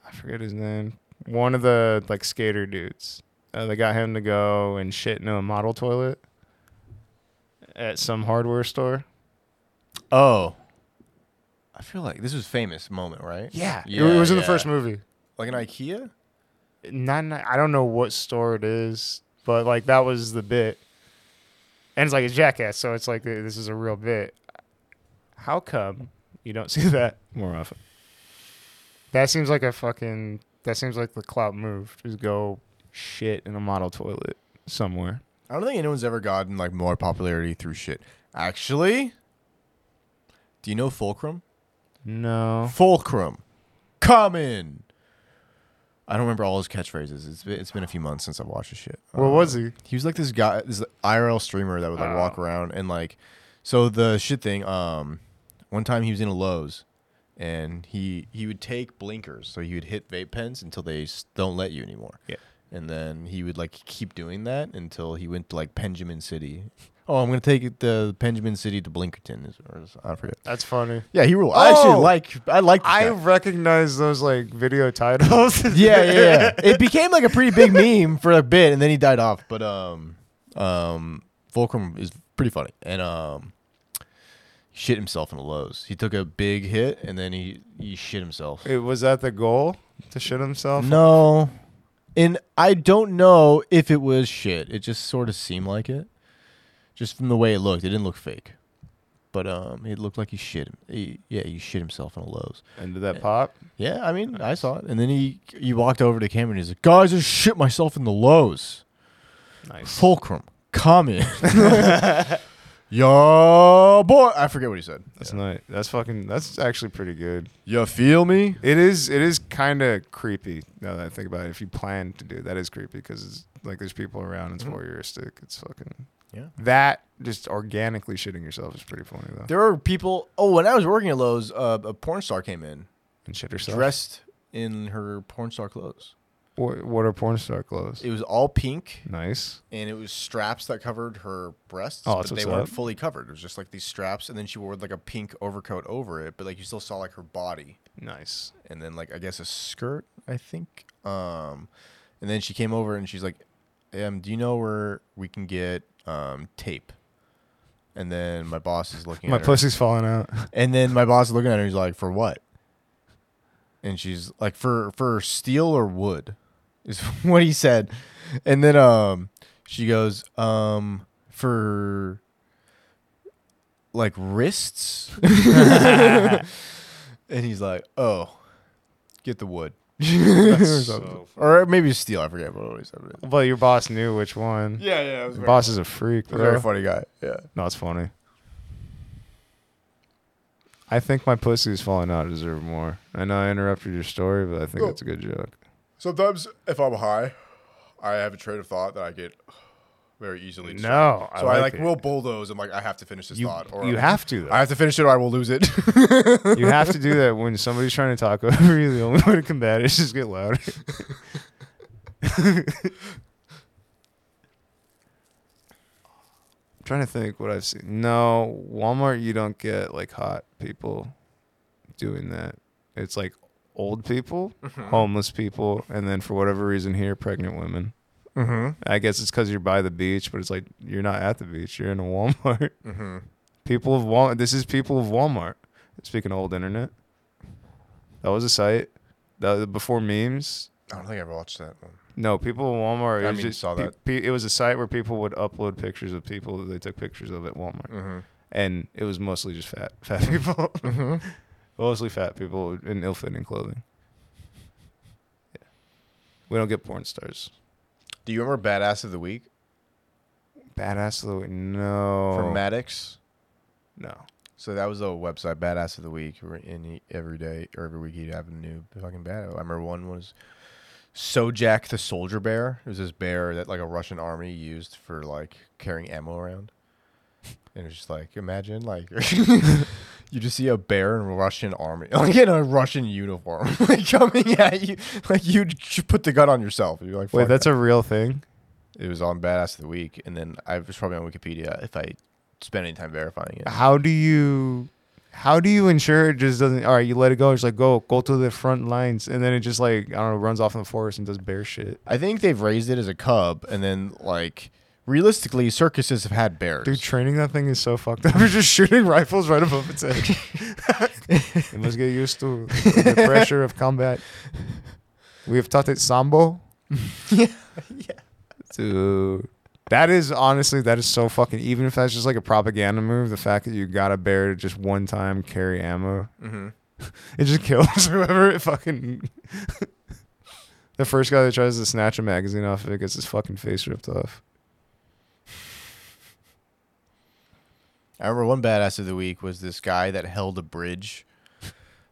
[SPEAKER 3] I forget his name, one of the like skater dudes. Uh, they got him to go and shit into a model toilet at some hardware store.
[SPEAKER 2] Oh. I feel like this was famous moment, right?
[SPEAKER 3] Yeah, it,
[SPEAKER 2] Yeah,
[SPEAKER 3] was in
[SPEAKER 2] yeah.
[SPEAKER 3] the first movie.
[SPEAKER 2] Like an IKEA?
[SPEAKER 3] Not, not- I don't know what store it is, but like that was the bit. And it's like it's Jackass, so it's like this is a real bit. How come you don't see that
[SPEAKER 4] More often.
[SPEAKER 3] That seems like a fucking. That seems like the clout move. Just go shit in a model toilet somewhere.
[SPEAKER 2] I don't think anyone's ever gotten like more popularity through shit. Actually, do you know Fulcrum?
[SPEAKER 3] No.
[SPEAKER 2] Fulcrum. Common. I don't remember all his catchphrases. It's been, it's been a few months since I've watched this shit.
[SPEAKER 3] What was he?
[SPEAKER 2] He was like this guy, this IRL streamer that would like walk around and like, so the shit thing. Um, one time he was in a Lowe's, and he he would take blinkers, so he would hit vape pens until they s- don't let you anymore.
[SPEAKER 3] Yeah.
[SPEAKER 2] And then he would like keep doing that until he went to like Benjamin City. Oh, I'm gonna take it to Benjamin City to Blinkerton, is- or is- I forget.
[SPEAKER 3] That's funny.
[SPEAKER 2] Yeah, he ruled. I actually
[SPEAKER 3] Oh!
[SPEAKER 2] like I like. this
[SPEAKER 3] I
[SPEAKER 2] guy.
[SPEAKER 3] recognize those like video titles.
[SPEAKER 2] yeah, yeah, yeah. It became like a pretty big meme for a bit, and then he died off. But um, um, Fulcrum is pretty funny, and um, he shit himself in the lows. He took a big hit, and then he he shit himself.
[SPEAKER 3] It was that the goal to shit himself.
[SPEAKER 2] No, And I don't know if it was shit. It just sort of seemed like it, just from the way it looked. It didn't look fake, but um, it looked like he shit. He, yeah, he shit himself in a Lowe's.
[SPEAKER 3] And did that pop?
[SPEAKER 2] Yeah, I mean, I saw it. And then he he walked over to Cameron. and He's like, "Guys, I shit myself in the Lowe's."
[SPEAKER 3] Nice.
[SPEAKER 2] Fulcrum comment. Yo, boy, I forget what he said.
[SPEAKER 3] That's nice. That's fucking. That's actually pretty good.
[SPEAKER 2] You feel me?
[SPEAKER 3] It is. It is kind of creepy now that I think about it. If you plan to do it, that is creepy because it's like there's people around. It's voyeuristic. It's fucking.
[SPEAKER 2] Yeah.
[SPEAKER 3] That just organically shitting yourself is pretty funny though.
[SPEAKER 2] There are people. Oh, when I was working at Lowe's, uh, a porn star came in
[SPEAKER 3] and shit yourself.
[SPEAKER 2] dressed in her porn star clothes.
[SPEAKER 3] What, what are porn star clothes?
[SPEAKER 2] It was all pink,
[SPEAKER 3] nice.
[SPEAKER 2] and it was straps that covered her breasts,
[SPEAKER 3] Oh, that's
[SPEAKER 2] but they
[SPEAKER 3] what's
[SPEAKER 2] weren't
[SPEAKER 3] up.
[SPEAKER 2] fully covered. It was just like these straps, and then she wore like a pink overcoat over it, but like you still saw like her body,
[SPEAKER 3] Nice.
[SPEAKER 2] and then like I guess a skirt, I think. Um, and then she came over and she's like, um, "Do you know where we can get um tape?" And then my boss is looking.
[SPEAKER 3] My
[SPEAKER 2] at her.
[SPEAKER 3] pussy's falling out.
[SPEAKER 2] And then my boss is looking at her. He's like, "For what?" And she's like, "For for steel or wood," is what he said. And then um, she goes, "Um, for like wrists." and he's like, "Oh, get the wood."
[SPEAKER 3] That's so
[SPEAKER 4] So,
[SPEAKER 2] Or maybe steel. I forget what he said. but-
[SPEAKER 3] Well, your boss knew which one.
[SPEAKER 1] Yeah, yeah. It was
[SPEAKER 3] Your
[SPEAKER 1] very-
[SPEAKER 3] boss is a freak,
[SPEAKER 2] Very
[SPEAKER 3] bro.
[SPEAKER 2] funny guy. Yeah.
[SPEAKER 3] No, it's funny. I think my pussy's falling out. I deserve more. I know I interrupted your story, but I think
[SPEAKER 2] Oh.
[SPEAKER 3] that's a good joke.
[SPEAKER 2] Sometimes if I'm high, I have a train of thought that I get very easily.
[SPEAKER 3] No,
[SPEAKER 2] So I, like
[SPEAKER 3] it.
[SPEAKER 2] will bulldoze. I'm like, I have to finish this
[SPEAKER 3] you,
[SPEAKER 2] thought, or
[SPEAKER 3] you have to
[SPEAKER 2] I
[SPEAKER 3] though.
[SPEAKER 2] have to finish it, or I will lose it.
[SPEAKER 3] you have to do that when somebody's trying to talk over you. The only way to combat it is just get louder. I'm trying to think what I've seen. No, Walmart, you don't get like hot people doing that. It's like old people,
[SPEAKER 2] Mm-hmm.
[SPEAKER 3] homeless people, and then for whatever reason here, pregnant women.
[SPEAKER 2] mm-hmm.
[SPEAKER 3] I guess it's because you're by the beach, but it's like you're not at the beach. You're in a Walmart.
[SPEAKER 2] Mm-hmm.
[SPEAKER 3] People of Walmart. This is people of Walmart. Speaking of old internet, that was a site that before memes.
[SPEAKER 2] I don't think I ever watched that one.
[SPEAKER 3] No, people of Walmart. It
[SPEAKER 2] I
[SPEAKER 3] was
[SPEAKER 2] mean,
[SPEAKER 3] just
[SPEAKER 2] saw
[SPEAKER 3] pe-
[SPEAKER 2] that.
[SPEAKER 3] pe- it was a site where people would upload pictures of people that they took pictures of at Walmart,
[SPEAKER 2] Mm-hmm.
[SPEAKER 3] and it was mostly just fat, fat people, mostly fat people in ill-fitting clothing. Yeah, we don't get porn stars.
[SPEAKER 2] Do you remember Badass of the Week
[SPEAKER 3] Badass of the week. No.
[SPEAKER 2] from Maddox?
[SPEAKER 3] no.
[SPEAKER 2] So that was a website, Badass of the Week, where- and he, every day or every week he'd have a new fucking bad. I remember one was Sojak the Soldier Bear. It was this bear that like a Russian army used for like carrying ammo around. And it's just like imagine like you just see a bear in a Russian army, like in a Russian uniform, like coming at you, like you put the gun on yourself. You're like,
[SPEAKER 3] Wait,
[SPEAKER 2] "Fuck
[SPEAKER 3] that's a real thing.
[SPEAKER 2] it was on Badass of the Week, and then I was probably on Wikipedia if I spent any time verifying it.
[SPEAKER 3] how do you how do you ensure it just doesn't all right you let it go it's like go go to the front lines and then it just like i don't know runs off in the forest and does bear shit
[SPEAKER 2] I think they've raised it as a cub, and then like realistically, circuses have had bears.
[SPEAKER 3] dude training that thing is so fucked up we're just shooting rifles right above its head it must get used to the pressure of combat we have taught it sambo yeah yeah dude that is honestly that is so fucking even if that's just like a propaganda move the fact that you got a bear to just one time carry ammo
[SPEAKER 2] mm-hmm.
[SPEAKER 3] It just kills whoever it fucking. the first guy that tries to snatch a magazine off of it gets his fucking face ripped off.
[SPEAKER 2] I remember one Badass of the Week was this guy that held a bridge.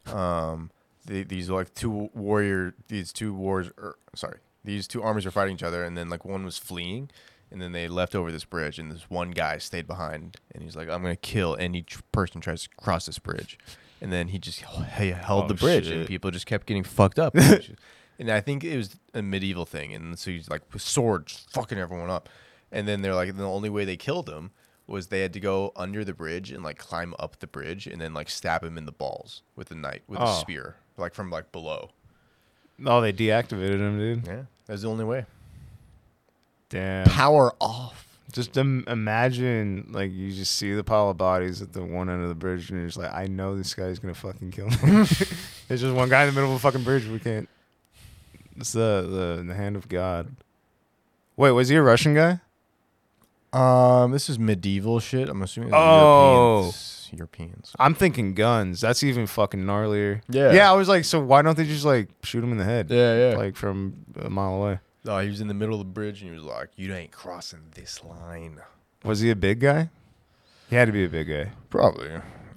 [SPEAKER 2] Um, the, these like two warrior, these two wars, er, sorry, these two armies were fighting each other, and then like one was fleeing, and then they left over this bridge, and this one guy stayed behind, and he's like, "I'm gonna kill any tr- person who tries to cross this bridge," and then he just h- he held
[SPEAKER 4] Oh,
[SPEAKER 2] the bridge, and
[SPEAKER 4] shit.
[SPEAKER 2] people just kept getting fucked up. It was just- and I think it was a medieval thing, and so he's like with sword, just fucking everyone up, and then they're like, the only way they killed him was they had to go under the bridge and like climb up the bridge and then like stab him in the balls with a knife with a
[SPEAKER 3] Oh.
[SPEAKER 2] spear like from like below
[SPEAKER 3] Oh, they deactivated him, dude.
[SPEAKER 2] yeah that's the only way
[SPEAKER 3] Damn.
[SPEAKER 2] power off
[SPEAKER 3] Just Im- imagine, like, you just see the pile of bodies at the one end of the bridge, and you're just like, I know this guy's gonna fucking kill me. There's just one guy in the middle of a fucking bridge. We can't. It's the, the the hand of God. Wait, was he a Russian guy?
[SPEAKER 2] Um, this is medieval shit. I'm assuming. it's
[SPEAKER 3] Oh.
[SPEAKER 2] Europeans. Europeans.
[SPEAKER 3] I'm thinking guns. That's even fucking gnarlier.
[SPEAKER 2] Yeah.
[SPEAKER 3] Yeah, I was like, so why don't they just like shoot him in the head?
[SPEAKER 2] Yeah, yeah.
[SPEAKER 3] Like from a mile away.
[SPEAKER 2] No, he was in the middle of the bridge and he was like, "You ain't crossing this line."
[SPEAKER 3] Was he a big guy? He had to be a big guy.
[SPEAKER 2] Probably.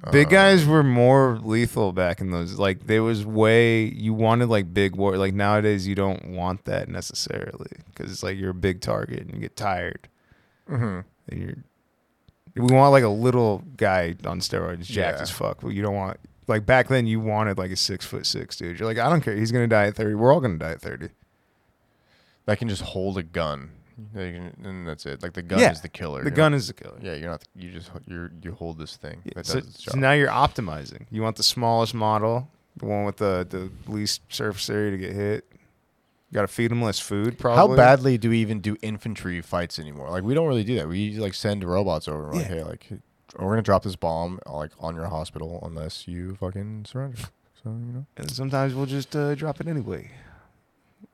[SPEAKER 2] Uh,
[SPEAKER 3] Big guys were more lethal back in those. Like there was way you wanted like big war. Like nowadays you don't want that necessarily because it's like you're a big target and you get tired.
[SPEAKER 2] Mm-hmm.
[SPEAKER 3] And you're we want like a little guy on steroids, jacked
[SPEAKER 2] Yeah.
[SPEAKER 3] as fuck. Well, you don't want like back then you wanted like a six foot six dude. You're like I don't care. He's gonna die at thirty. We're all gonna die at thirty.
[SPEAKER 2] That can just hold a gun. They can- and that's it. Like the gun
[SPEAKER 3] Yeah.
[SPEAKER 2] is the killer.
[SPEAKER 3] The
[SPEAKER 2] You're
[SPEAKER 3] gun
[SPEAKER 2] not-
[SPEAKER 3] is the killer.
[SPEAKER 2] yeah, you're not. You just you you hold this thing.
[SPEAKER 3] Yeah,
[SPEAKER 2] that
[SPEAKER 3] so,
[SPEAKER 2] does its
[SPEAKER 3] so
[SPEAKER 2] job.
[SPEAKER 3] now you're optimizing. You want the smallest model, the one with the, the least surface area to get hit. You got to feed them less food, probably.
[SPEAKER 2] How badly do we even do infantry fights anymore? Like we don't really do that. We like send robots over. and we're Like,
[SPEAKER 3] Yeah.
[SPEAKER 2] hey, like we're gonna drop this bomb like on your hospital unless you fucking surrender. So you know.
[SPEAKER 3] And sometimes we'll just uh, drop it anyway.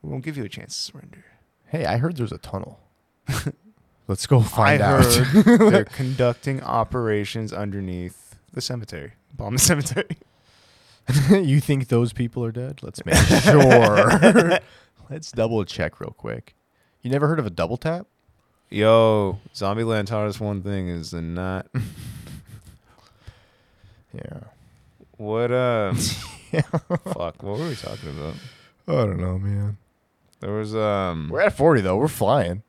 [SPEAKER 3] We won't give you a chance to surrender.
[SPEAKER 2] Hey, I heard there's a tunnel. Let's go find
[SPEAKER 3] I
[SPEAKER 2] out.
[SPEAKER 3] heard they're conducting operations underneath the cemetery. Bomb the cemetery.
[SPEAKER 2] you think those people are dead? Let's make sure. Let's double check real quick. You never heard of a double tap?
[SPEAKER 3] Yo, Zombieland taught us one thing: is to not
[SPEAKER 2] Yeah.
[SPEAKER 3] what uh. fuck. What were we talking about?
[SPEAKER 2] I don't know, man.
[SPEAKER 3] There was um.
[SPEAKER 2] We're at 40 though. We're flying.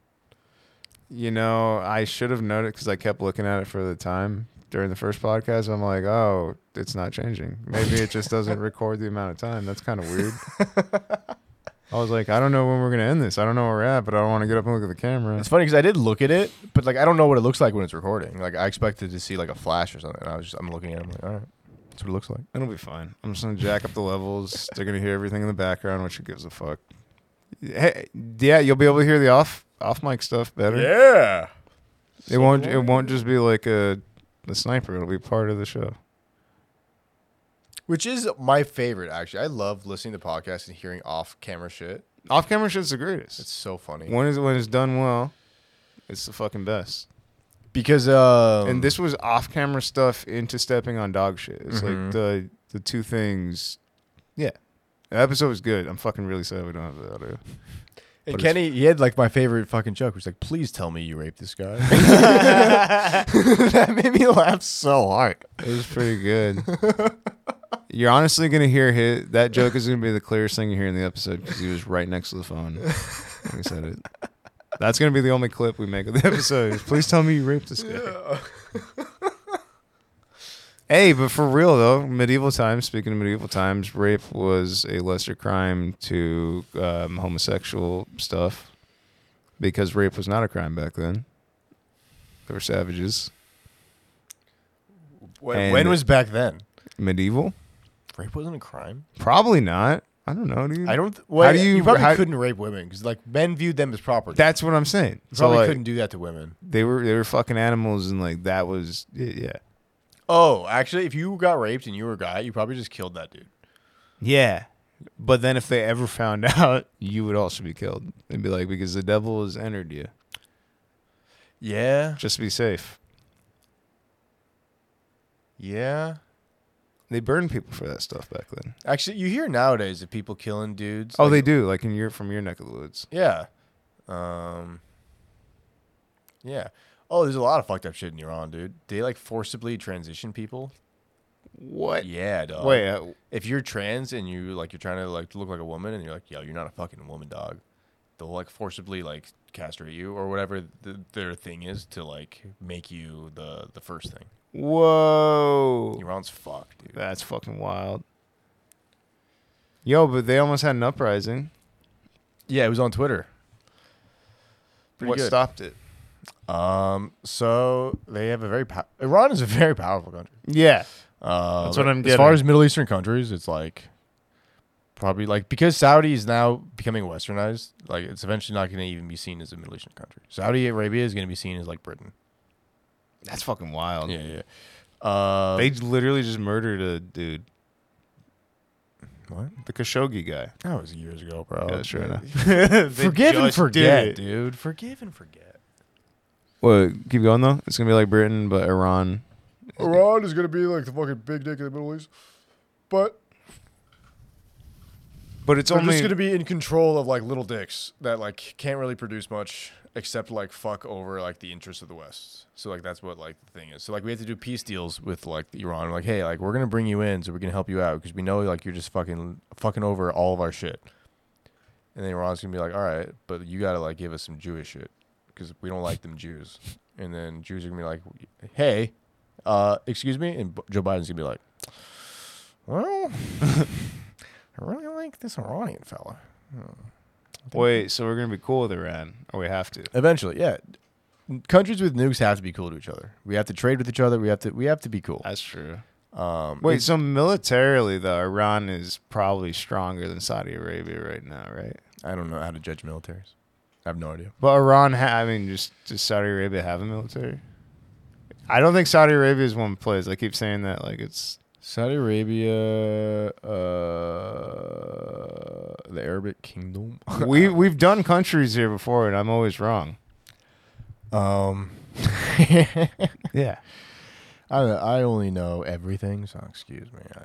[SPEAKER 3] You know, I should have noted because I kept looking at it for the time during the first podcast. I'm like, oh, it's not changing. Maybe it just doesn't record the amount of time. That's kind of weird. I was like, I don't know when we're gonna end this. I don't know where we're at, but I don't want to get up and look at the camera.
[SPEAKER 2] It's funny because I did look at it, but like I don't know what it looks like when it's recording. Like I expected to see like a flash or something. And I was just I'm looking at it. I'm like, all right, that's what it looks like.
[SPEAKER 3] It'll be fine. I'm just gonna jack up the levels. They're gonna hear everything in the background, which gives a fuck. Hey, yeah, you'll be able to hear the off off mic stuff better.
[SPEAKER 2] Yeah.
[SPEAKER 3] It won't. It won't just be like a the sniper. It'll be part of the show.
[SPEAKER 2] Which is my favorite actually. I love listening to podcasts and hearing off camera shit.
[SPEAKER 3] Off camera shit's the greatest.
[SPEAKER 2] It's so funny.
[SPEAKER 3] When is when it's done well, it's the fucking best.
[SPEAKER 2] Because um
[SPEAKER 3] and this was off camera stuff into stepping on dog shit. It's
[SPEAKER 2] Mhm.
[SPEAKER 3] like the the two things. Yeah, the episode was good. I'm fucking really sad we don't have the audio.
[SPEAKER 2] and
[SPEAKER 3] but it's-
[SPEAKER 2] Kenny he had like my favorite fucking joke. He was like, "Please tell me you raped this guy." that made me laugh so hard.
[SPEAKER 3] It was pretty good. You're honestly gonna hear his, that joke is gonna be the clearest thing you hear in the episode because he was right next to the phone. when he said it. That's gonna be the only clip we make of the episode. is, Please tell me you raped this guy. Hey, but for real though, medieval times. Speaking of medieval times, rape was a lesser crime to um, homosexual stuff because rape was not a crime back then. They were savages.
[SPEAKER 2] When,
[SPEAKER 3] And-
[SPEAKER 2] when was back then?
[SPEAKER 3] Medieval?
[SPEAKER 2] Rape wasn't a crime.
[SPEAKER 3] Probably not. I don't know, dude.
[SPEAKER 2] I don't. Th- well,
[SPEAKER 3] do
[SPEAKER 2] you,
[SPEAKER 3] you-
[SPEAKER 2] probably
[SPEAKER 3] how-
[SPEAKER 2] couldn't rape women because like men viewed them as property.
[SPEAKER 3] That's what I'm saying.
[SPEAKER 2] you
[SPEAKER 3] So
[SPEAKER 2] probably
[SPEAKER 3] like,
[SPEAKER 2] couldn't do that to women.
[SPEAKER 3] they were they were fucking animals, and like that was yeah.
[SPEAKER 2] Oh, actually, if you got raped and you were a guy, you probably just killed that dude.
[SPEAKER 3] Yeah. But then if they ever found out, you would also be killed. They'd be like, because the devil has entered you.
[SPEAKER 2] Yeah.
[SPEAKER 3] Just be safe.
[SPEAKER 2] Yeah.
[SPEAKER 3] They burned people for that stuff back then.
[SPEAKER 2] Actually, you hear nowadays of people killing dudes.
[SPEAKER 3] oh,
[SPEAKER 2] like-
[SPEAKER 3] they do. Like in your from your neck of the woods.
[SPEAKER 2] Yeah. Um. Yeah. Oh, there's a lot of fucked up shit in Iran, dude. They like forcibly transition people.
[SPEAKER 3] What?
[SPEAKER 2] Yeah, dog.
[SPEAKER 3] Wait, uh,
[SPEAKER 2] if you're trans and you like you're trying to like look like a woman and you're like yo you're not a fucking woman dog they'll like forcibly like castrate you or whatever th their thing is to like make you the the first thing
[SPEAKER 3] whoa.
[SPEAKER 2] iran's fucked dude
[SPEAKER 3] That's fucking wild. Yo, but they almost had an uprising.
[SPEAKER 2] yeah it was on twitter Pretty
[SPEAKER 3] what
[SPEAKER 2] good.
[SPEAKER 3] stopped it?
[SPEAKER 2] um so they have a very pow- iran is a very powerful country
[SPEAKER 3] Yeah.
[SPEAKER 2] Uh,
[SPEAKER 3] That's what I'm
[SPEAKER 2] As far
[SPEAKER 3] getting.
[SPEAKER 2] as Middle Eastern countries, it's like probably like because Saudi is now becoming westernized, like it's eventually not going to even be seen as a Middle Eastern country. Saudi Arabia is going to be seen as like Britain.
[SPEAKER 3] That's fucking wild.
[SPEAKER 2] Yeah, yeah. Uh,
[SPEAKER 3] They literally just murdered a dude.
[SPEAKER 2] What?
[SPEAKER 3] The Khashoggi guy.
[SPEAKER 2] That was years ago, bro.
[SPEAKER 3] yeah, sure enough.
[SPEAKER 2] Forgive and forget,
[SPEAKER 3] dude.
[SPEAKER 2] dude. Forgive and forget.
[SPEAKER 3] Well, keep going though. It's gonna be like Britain, but Iran.
[SPEAKER 4] Iran is gonna be like the fucking big dick in the Middle East, but
[SPEAKER 3] But it's
[SPEAKER 4] they're
[SPEAKER 3] only
[SPEAKER 4] just gonna be in control of like little dicks that like can't really produce much except like fuck over like the interests of the West.
[SPEAKER 2] So like that's what like the thing is. So like we have to do peace deals with like Iran. Like hey, like we're gonna bring you in, so we can help you out because we know like you're just fucking fucking over all of our shit. And then Iran's gonna be like, all right, but you gotta like give us some Jewish shit because we don't like them Jews. And then Jews are gonna be like, hey, uh, excuse me, and B- Joe Biden's gonna be like, well, I really like this Iranian fella.
[SPEAKER 3] Wait, so we're gonna be cool with Iran, or we have to?
[SPEAKER 2] Eventually, yeah. Countries with nukes have to be cool to each other. We have to trade with each other. We have to. We have to be cool.
[SPEAKER 3] That's true.
[SPEAKER 2] Um,
[SPEAKER 3] Wait, so militarily though, Iran is probably stronger than Saudi Arabia right now, right?
[SPEAKER 2] I don't know how to judge militaries. I have no idea.
[SPEAKER 3] But Iran, ha- I mean, just does Saudi Arabia have a military? I don't think Saudi Arabia is one that plays. I keep saying that like it's
[SPEAKER 2] Saudi Arabia, uh, the Arabic Kingdom.
[SPEAKER 3] we we've done countries here before, and I'm always wrong.
[SPEAKER 2] um, I
[SPEAKER 3] Yeah.
[SPEAKER 2] don't know, I only know everything, so excuse me. I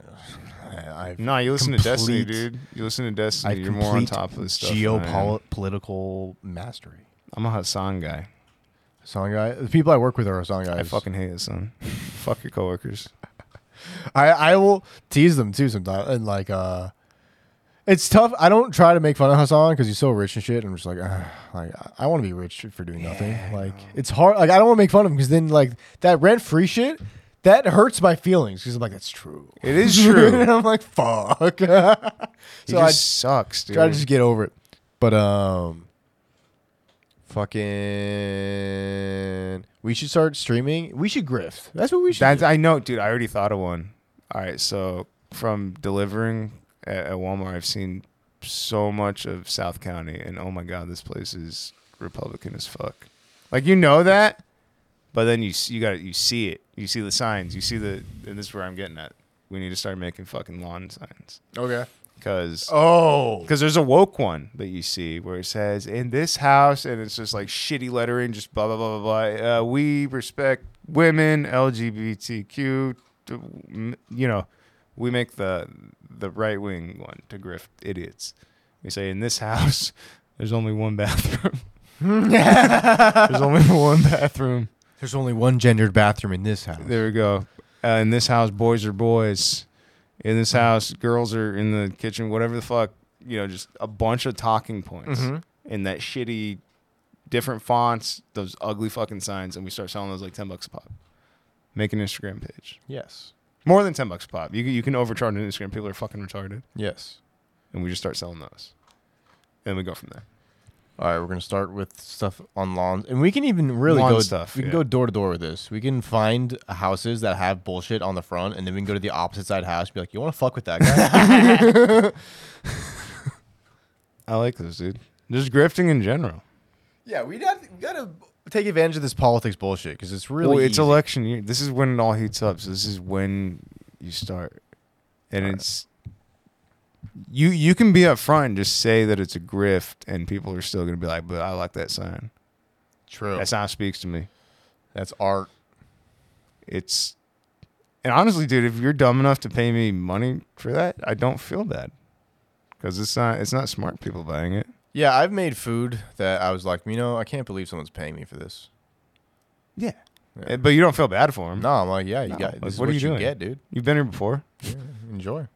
[SPEAKER 2] just, I, I've
[SPEAKER 3] No, you listen to Destiny,
[SPEAKER 2] complete-
[SPEAKER 3] dude. You listen to Destiny.
[SPEAKER 2] I've
[SPEAKER 3] You're more on
[SPEAKER 2] complete
[SPEAKER 3] top of this stuff. than I am.
[SPEAKER 2] geopolitical mastery.
[SPEAKER 3] I'm a Hassan guy.
[SPEAKER 2] Song guy, the people I work with are song guys.
[SPEAKER 3] I fucking hate Hassan. Fuck your coworkers.
[SPEAKER 2] I, I will tease them too sometimes, and like uh, it's tough. I don't try to make fun of Hassan because he's so rich and shit. And I'm just like, "Ugh," like I- I want to be rich for doing nothing. Like it's hard. Like I don't want to make fun of him because then like that rent free shit that hurts my feelings because I'm like that's true.
[SPEAKER 3] It is true.
[SPEAKER 2] and I'm like fuck. so
[SPEAKER 3] He
[SPEAKER 2] I
[SPEAKER 3] just sucks, dude.
[SPEAKER 2] try to just get over it. But um, fucking, we should start streaming. We should grift. That's what we should.
[SPEAKER 3] That's,
[SPEAKER 2] do.
[SPEAKER 3] I know, dude. I already thought of one. All right, so from delivering at, at Walmart, I've seen so much of South County, and oh my god, this place is Republican as fuck. Like you know that, but then you s- you got you see it. You see the signs. You see the. And this is where I'm getting at. We need to start making fucking lawn signs
[SPEAKER 4] Okay.
[SPEAKER 3] because
[SPEAKER 4] Oh,
[SPEAKER 3] because there's a woke one that you see where it says in this house and it's just like shitty lettering, just blah blah blah blah blah. Uh, we respect women, LGBTQ. t- m- You know, we make the the right wing one to grift idiots. We say in this house, there's only one bathroom. there's only one bathroom.
[SPEAKER 2] There's only one gendered bathroom in this house.
[SPEAKER 3] There we go. Uh, in this house, boys are boys. In this house, girls are in the kitchen. Whatever the fuck, you know, just a bunch of talking points
[SPEAKER 2] Mhm.
[SPEAKER 3] in that shitty, different fonts, those ugly fucking signs, and we start selling those like ten bucks a pop. Make an Instagram page.
[SPEAKER 2] Yes.
[SPEAKER 3] More than ten bucks a pop. You can- you can overcharge on Instagram. People are fucking retarded,
[SPEAKER 2] Yes.
[SPEAKER 3] and we just start selling those, and we go from there.
[SPEAKER 2] All right, we're gonna start with stuff on lawns, and we can even really
[SPEAKER 3] Lawn
[SPEAKER 2] go.
[SPEAKER 3] stuff,
[SPEAKER 2] we can
[SPEAKER 3] yeah.
[SPEAKER 2] go door to door with this. We can find houses that have bullshit on the front, and then we can go to the opposite side house. And be like, you want to fuck with that guy?
[SPEAKER 3] I like those, dude. Just grifting in general.
[SPEAKER 2] yeah, we got we gotta take advantage of this politics bullshit because it's really.
[SPEAKER 3] well, it's
[SPEAKER 2] easy.
[SPEAKER 3] election year. This is when it all heats up. So this is when you start, and it's you. You can be up front and just say that it's a grift, and people are still gonna be like, "But I like that sign.
[SPEAKER 2] true.
[SPEAKER 3] That
[SPEAKER 2] That's,
[SPEAKER 3] sign speaks to me."
[SPEAKER 2] art.
[SPEAKER 3] It's and honestly, dude, if you're dumb enough to pay me money for that, I don't feel bad because it's not it's not smart people buying it.
[SPEAKER 2] Yeah, I've made food that I was like, you know, I can't believe someone's paying me for this.
[SPEAKER 3] Yeah,
[SPEAKER 2] Yeah.
[SPEAKER 3] Eh, but you don't feel bad for them.
[SPEAKER 2] No, I'm like, yeah, you
[SPEAKER 3] No, Mm-hmm.
[SPEAKER 2] got.
[SPEAKER 3] like,
[SPEAKER 2] this is
[SPEAKER 3] what
[SPEAKER 2] what,
[SPEAKER 3] are you
[SPEAKER 2] you,
[SPEAKER 3] doing?
[SPEAKER 2] get, dude.
[SPEAKER 3] You've been here before.
[SPEAKER 2] Enjoy.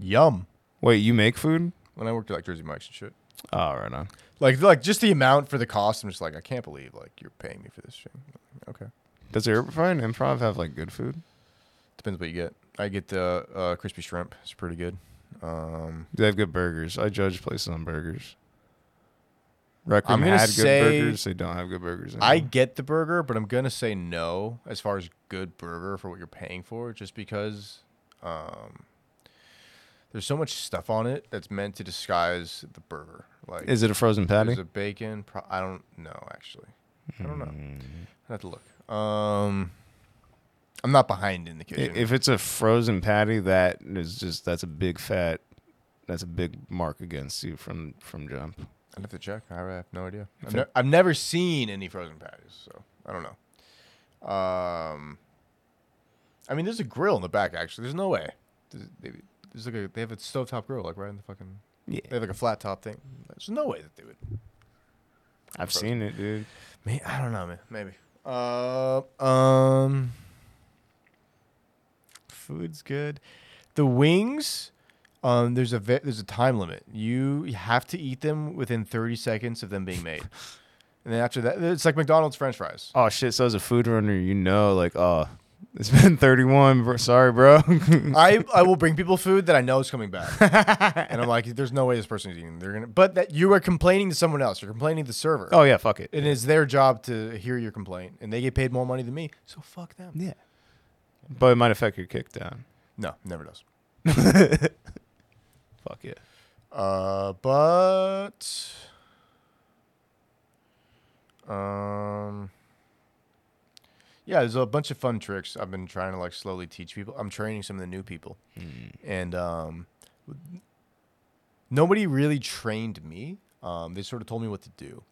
[SPEAKER 2] Yum.
[SPEAKER 3] Wait, you make food?
[SPEAKER 2] When I worked at like Jersey Mike's and shit.
[SPEAKER 3] Oh, right on.
[SPEAKER 2] Like like just the amount for the cost. I'm just like I can't believe like you're paying me for this shit. Okay,
[SPEAKER 3] Does Irvine Improv have like good food?
[SPEAKER 2] depends what you get. I get the uh, crispy shrimp. It's pretty good. Um,
[SPEAKER 3] They have good burgers. I judge places on burgers. Requiem
[SPEAKER 2] I'm gonna
[SPEAKER 3] had good
[SPEAKER 2] say-
[SPEAKER 3] burgers. They don't have good burgers.
[SPEAKER 2] I
[SPEAKER 3] anymore.
[SPEAKER 2] get the burger, but I'm gonna say no as far as good burger for what you're paying for, just because um, there's so much stuff on it that's meant to disguise the burger. Like
[SPEAKER 3] Is it a frozen
[SPEAKER 2] there's
[SPEAKER 3] patty?
[SPEAKER 2] a bacon. Pro- I
[SPEAKER 3] Hmm.
[SPEAKER 2] don't know actually. I don't know. I have to look. Um, I'm not behind in the
[SPEAKER 3] I-
[SPEAKER 2] kitchen.
[SPEAKER 3] If it's a frozen patty, that is just that's a big fat, that's a big mark against you from from jump.
[SPEAKER 2] I'd have to check. I have no idea. I've,
[SPEAKER 3] it-
[SPEAKER 2] ne- I've never seen any frozen patties, so I don't know. Um, I mean, there's a grill in the back. Actually, there's no way. There's, maybe- there's like a they have a stovetop grill, like right in the fucking.
[SPEAKER 3] Yeah,
[SPEAKER 2] They have like a flat top thing. There's no way that they would.
[SPEAKER 3] I've seen it, dude.
[SPEAKER 2] May I don't know, man. Maybe. Uh, um, food's good. The wings. Um, there's a ve- there's a time limit. You have to eat them within 30 seconds of them being made, and then after that, it's like McDonald's French fries.
[SPEAKER 3] Oh shit! So as a food runner, you know, like, oh, it's been 31. Bro. Sorry, bro.
[SPEAKER 2] I, I will bring people food that I know is coming back, and I'm like, there's no way this person's eating. They're gonna, but that you are complaining to someone else. You're complaining to the server.
[SPEAKER 3] oh yeah, fuck it.
[SPEAKER 2] and it's their job to hear your complaint, and they get paid more money than me, so fuck them.
[SPEAKER 3] Yeah, but it might affect your kick down.
[SPEAKER 2] No, never does.
[SPEAKER 3] Fuck yeah.
[SPEAKER 2] Uh, but um, yeah, there's a bunch of fun tricks I've been trying to like slowly teach people. I'm training some of the new people, and um, nobody really trained me. Um, they sort of told me what to do,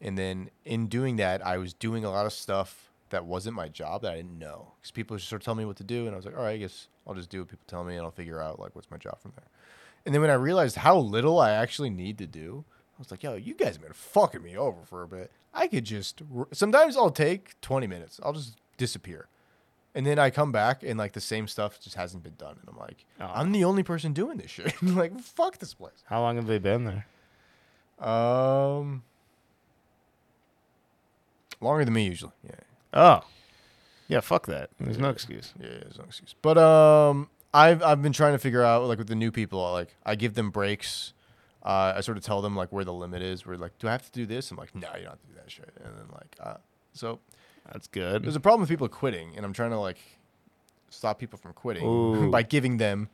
[SPEAKER 2] and then in doing that, I was doing a lot of stuff that wasn't my job that I didn't know because people just sort of tell me what to do, and I was like, all right, I guess I'll just do what people tell me, and I'll figure out like what's my job from there. And then when I realized how little I actually need to do, I was like, yo, you guys have been fucking me over for a bit. I could just, r- sometimes I'll take 20 minutes, I'll just disappear. And then I come back and like the same stuff just hasn't been done. And I'm like,
[SPEAKER 3] Aw.
[SPEAKER 2] I'm the only person doing this shit. like, fuck this place.
[SPEAKER 3] How long have they been there?
[SPEAKER 2] Um, longer than me usually. Yeah.
[SPEAKER 3] Oh, yeah. Fuck that. There's no excuse.
[SPEAKER 2] Yeah, yeah, there's no excuse. But um, I've I've been trying to figure out like with the new people, like I give them breaks. Uh, I sort of tell them like where the limit is. Where like, do I have to do this? I'm like, no, you don't have to do that shit. And then like, uh, so
[SPEAKER 3] That's good.
[SPEAKER 2] there's a problem with people quitting, and I'm trying to like stop people from quitting
[SPEAKER 3] Ooh.
[SPEAKER 2] by giving them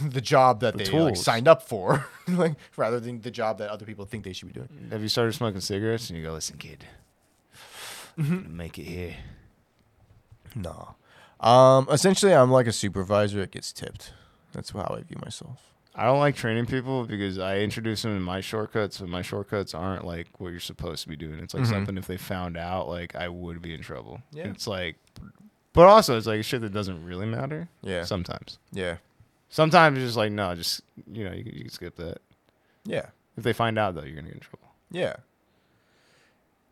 [SPEAKER 2] the job that
[SPEAKER 3] The
[SPEAKER 2] they like,
[SPEAKER 3] tools.
[SPEAKER 2] signed up for, like rather than the job that other people think they should be doing.
[SPEAKER 3] Have you started smoking cigarettes? And you go, listen, kid, I'm gonna make it here.
[SPEAKER 2] No, um, essentially, I'm like a supervisor that gets tipped. That's how I view myself.
[SPEAKER 3] I don't like training people because I introduce them to my shortcuts, but my shortcuts aren't like what you're supposed to be doing. It's like something if they found out, like I would be in trouble.
[SPEAKER 2] Yeah.
[SPEAKER 3] It's like, but also it's like shit that doesn't really matter.
[SPEAKER 2] Yeah.
[SPEAKER 3] Sometimes,
[SPEAKER 2] Yeah,
[SPEAKER 3] sometimes it's just like no, just you know, you, can- you can skip that.
[SPEAKER 2] yeah.
[SPEAKER 3] If they find out though, you're gonna get in trouble.
[SPEAKER 2] Yeah.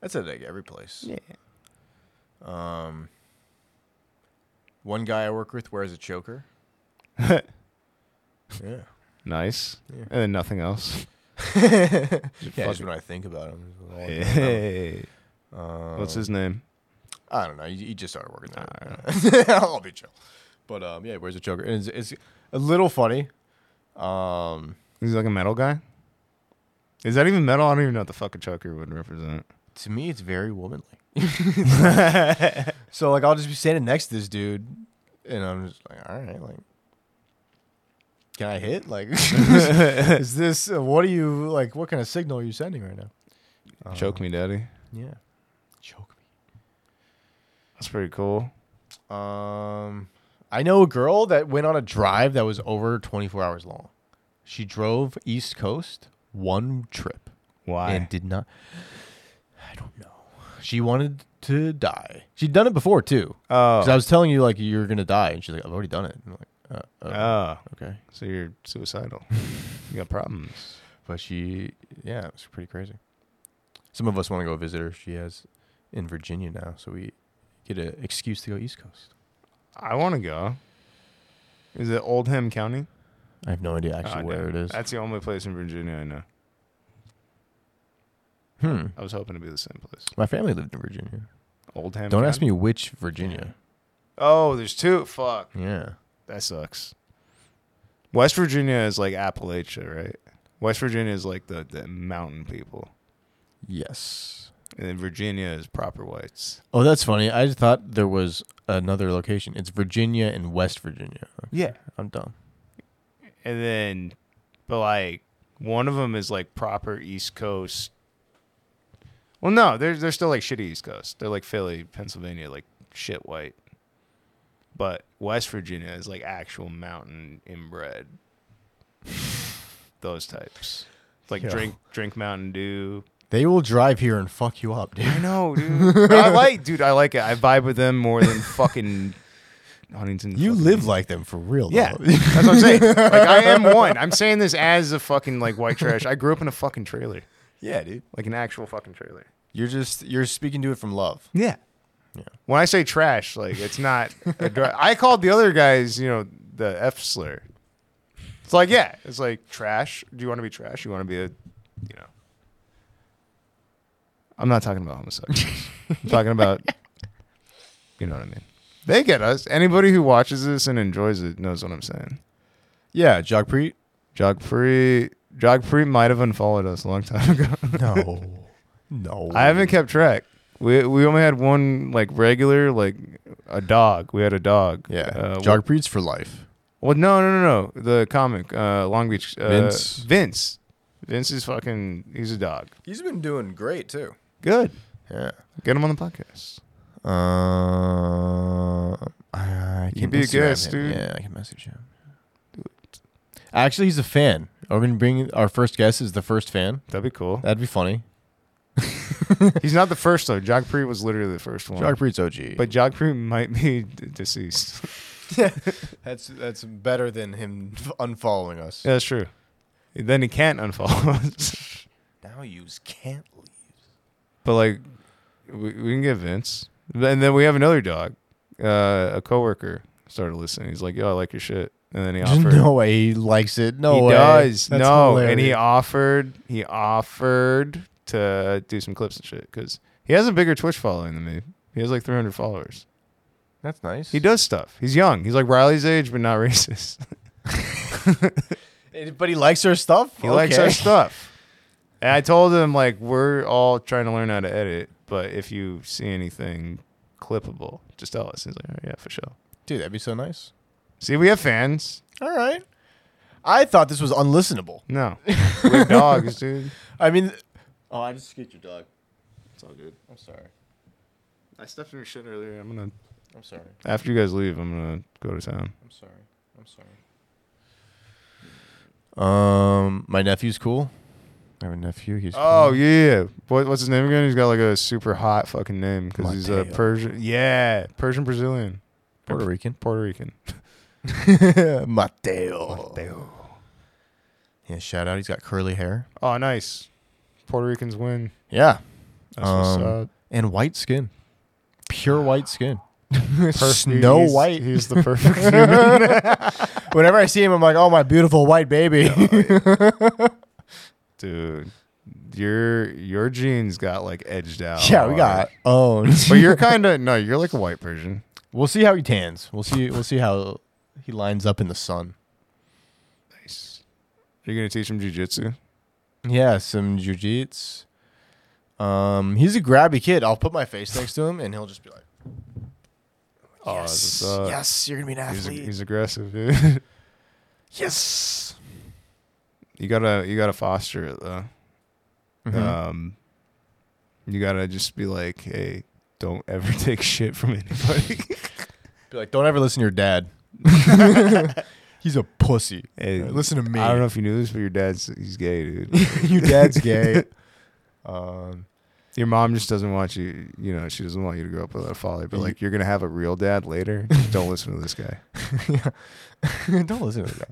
[SPEAKER 2] That's at like every place. Um one guy I work with wears a choker. yeah.
[SPEAKER 3] Nice.
[SPEAKER 2] Yeah.
[SPEAKER 3] And then nothing else. Just
[SPEAKER 2] Yeah, just
[SPEAKER 3] fucking-
[SPEAKER 2] when I think about him. it's all I think about.
[SPEAKER 3] Hey. What's
[SPEAKER 2] Uh,
[SPEAKER 3] his name?
[SPEAKER 2] Um, I don't know. You, you just started working there. I'll be chill. But um, yeah, he wears a choker. And it's, it's a little funny. Um,
[SPEAKER 3] He's like a metal guy. Is that even metal? I don't even know what the fuck a choker would represent.
[SPEAKER 2] to me, it's very womanly. so like, I'll just be standing next to this dude, and I'm just like, all right, like, can I hit? Like, is this uh, what are you like? What kind of signal are you sending right now? Um,
[SPEAKER 3] Choke me, daddy.
[SPEAKER 2] Yeah, choke me.
[SPEAKER 3] That's pretty cool.
[SPEAKER 2] Um, I know a girl that went on a drive that was over 24 hours long. She drove East Coast one trip.
[SPEAKER 3] Why?
[SPEAKER 2] and did not. I don't know. She wanted to die. She'd done it before too.
[SPEAKER 3] Oh.
[SPEAKER 2] 'Cause I was telling you like you're gonna die, and she's like, "I've already done it." And I'm like, uh, uh,
[SPEAKER 3] oh,
[SPEAKER 2] "Okay."
[SPEAKER 3] so you're suicidal. you got problems.
[SPEAKER 2] But she, yeah, it was pretty crazy. Some of us want to go visit her. She has in Virginia now, so we get an excuse to go East Coast.
[SPEAKER 3] I want to go. Is it Oldham County?
[SPEAKER 2] I have no idea actually
[SPEAKER 3] Ah,
[SPEAKER 2] where
[SPEAKER 3] damn.
[SPEAKER 2] it is.
[SPEAKER 3] That's the only place in Virginia I know.
[SPEAKER 2] Hmm.
[SPEAKER 3] I was hoping to be the same place.
[SPEAKER 2] My family lived in Virginia.
[SPEAKER 3] Oldham.
[SPEAKER 2] Don't ask
[SPEAKER 3] County?
[SPEAKER 2] me which Virginia.
[SPEAKER 3] Oh, there's two. Fuck.
[SPEAKER 2] Yeah.
[SPEAKER 3] That sucks. West Virginia is like Appalachia, right? West Virginia is like the, the mountain people.
[SPEAKER 2] Yes.
[SPEAKER 3] And then Virginia is proper whites.
[SPEAKER 2] Oh, that's funny. I just thought there was another location. It's Virginia and West Virginia.
[SPEAKER 3] Yeah.
[SPEAKER 2] I'm dumb.
[SPEAKER 3] And then, but like one of them is like proper East Coast. Well, no, they're they're still like shitty East Coast. They're like Philly, Pennsylvania, like shit white. But West Virginia is like actual mountain inbred. Those types. Like
[SPEAKER 2] Yeah.
[SPEAKER 3] drink drink Mountain Dew.
[SPEAKER 2] They will drive here and fuck you up, dude.
[SPEAKER 3] I know, dude. But I like dude, I like it. I vibe with them more than fucking Huntington.
[SPEAKER 2] You
[SPEAKER 3] fucking-
[SPEAKER 2] live like them for real,
[SPEAKER 3] Yeah.
[SPEAKER 2] though.
[SPEAKER 3] That's what I'm saying. Like I am one. I'm saying this as a fucking like white trash. I grew up in a fucking trailer.
[SPEAKER 2] yeah, dude.
[SPEAKER 3] Like an actual fucking trailer.
[SPEAKER 2] You're just you're speaking to it from love.
[SPEAKER 3] Yeah.
[SPEAKER 2] Yeah.
[SPEAKER 3] When I say trash, like it's not. A dri- I called the other guys, you know, the F slur. It's like, yeah, it's like trash. Do you want to be trash? You want to be a, you know. I'm not talking about homosexuals. I'm talking about, you know what I mean. They get us. Anybody who watches this and enjoys it knows what I'm saying.
[SPEAKER 2] Yeah, Jagpreet.
[SPEAKER 3] Jogpreet, Jogpreet might have unfollowed us a long time ago.
[SPEAKER 2] No, no.
[SPEAKER 3] I haven't kept track. We we only had one like regular like a dog. We had a dog.
[SPEAKER 2] Yeah,
[SPEAKER 3] Uh,
[SPEAKER 2] Jagpreet's for life.
[SPEAKER 3] Well, no, no, no, no. The comic, uh, Long Beach. Uh,
[SPEAKER 2] Vince.
[SPEAKER 3] Vince. Vince is fucking. He's a dog.
[SPEAKER 4] He's been doing great too.
[SPEAKER 3] Good.
[SPEAKER 2] Yeah.
[SPEAKER 3] Get him on the podcast.
[SPEAKER 2] Uh, I
[SPEAKER 3] You
[SPEAKER 2] can
[SPEAKER 3] be a
[SPEAKER 2] Instagram
[SPEAKER 3] guest,
[SPEAKER 2] him.
[SPEAKER 3] dude.
[SPEAKER 2] Yeah, I can message him. Actually, he's a fan. Are we gonna bring our first guest is the first fan?
[SPEAKER 3] That'd be cool.
[SPEAKER 2] That'd be funny.
[SPEAKER 3] he's not the first though. Jogpreet was literally the first one.
[SPEAKER 2] Jagpreet's OG,
[SPEAKER 3] But Jogpreet might be d- deceased.
[SPEAKER 2] that's that's better than him unfollowing us.
[SPEAKER 3] yeah, that's true. Then he can't unfollow us.
[SPEAKER 2] Now you can't leave.
[SPEAKER 3] But like, we, we can get Vince, and then we have another dog. Uh, a coworker started listening. He's like, "Yo, I like your shit," and then he offered.
[SPEAKER 2] no way he likes it. No
[SPEAKER 3] he
[SPEAKER 2] way.
[SPEAKER 3] does.
[SPEAKER 2] That's
[SPEAKER 3] no, and he
[SPEAKER 2] hilarious.
[SPEAKER 3] offered. He offered to do some clips and shit because he has a bigger Twitch following than me. He has like 300 followers.
[SPEAKER 2] that's nice.
[SPEAKER 3] He does stuff. He's young. He's like Riley's age, but not racist.
[SPEAKER 2] does, but he likes our stuff.
[SPEAKER 3] He likes our stuff. And I told him like we're all trying to learn how to edit, but if you see anything clippable, just tell us. He's like, oh, yeah, for sure.
[SPEAKER 2] dude. That'd be so nice.
[SPEAKER 3] See, we have fans.
[SPEAKER 2] All right. I thought this was unlistenable.
[SPEAKER 3] No, we're dogs, dude.
[SPEAKER 2] I mean, oh, I just skipped your dog.
[SPEAKER 3] It's all good.
[SPEAKER 2] I'm sorry.
[SPEAKER 3] I stepped in your shit earlier. I'm gonna
[SPEAKER 2] I'm sorry.
[SPEAKER 3] after you guys leave, I'm gonna go to town.
[SPEAKER 2] I'm sorry. I'm sorry. Um, my nephew's cool. I have a nephew. He's
[SPEAKER 3] Oh
[SPEAKER 2] cool.
[SPEAKER 3] yeah, what, what's his name again? He's got like a super hot fucking name because he's a
[SPEAKER 2] Mateo.
[SPEAKER 3] Persian. Yeah, Persian Brazilian,
[SPEAKER 2] Puerto Rican.
[SPEAKER 3] Puerto Rican.
[SPEAKER 2] Mateo. Mateo. Yeah, shout out. He's got curly hair.
[SPEAKER 3] Oh, nice. Puerto Ricans win.
[SPEAKER 2] Yeah,
[SPEAKER 3] That's what's
[SPEAKER 2] Um,
[SPEAKER 3] up.
[SPEAKER 2] and white skin, pure white skin.
[SPEAKER 3] Perfect.
[SPEAKER 2] Snow
[SPEAKER 3] He's-
[SPEAKER 2] White.
[SPEAKER 3] He's the perfect human.
[SPEAKER 2] Whenever I see him, I'm like, oh my beautiful white baby.
[SPEAKER 3] Dude, your your genes got like edged out.
[SPEAKER 2] yeah, we got owned.
[SPEAKER 3] But you're kind of no, you're like a white Persian.
[SPEAKER 2] We'll see how he tans. We'll see. We'll see how he lines up in the sun.
[SPEAKER 3] Nice. You're gonna teach him jujitsu.
[SPEAKER 2] Yeah, some jujits. Um, he's a grabby kid. I'll put my face next to him, and he'll just be like,
[SPEAKER 3] Oh, that's what's up.
[SPEAKER 2] "Yes, you're gonna be an
[SPEAKER 3] He's,
[SPEAKER 2] athlete.
[SPEAKER 3] he's aggressive, dude.
[SPEAKER 2] yes."
[SPEAKER 3] you gotta you gotta foster it though.
[SPEAKER 2] Mhm.
[SPEAKER 3] Um, you gotta just be like, hey, don't ever take shit from anybody.
[SPEAKER 2] Be like, don't ever listen to your dad. he's a pussy.
[SPEAKER 3] Hey,
[SPEAKER 2] listen to me.
[SPEAKER 3] I don't know if you knew this, but your dad's he's gay, dude.
[SPEAKER 2] your dad's gay. um,
[SPEAKER 3] Your mom just doesn't want you, you know, she doesn't want you to grow up without a father, but like you're going to have a real dad later. Don't listen to this guy.
[SPEAKER 2] don't listen to that.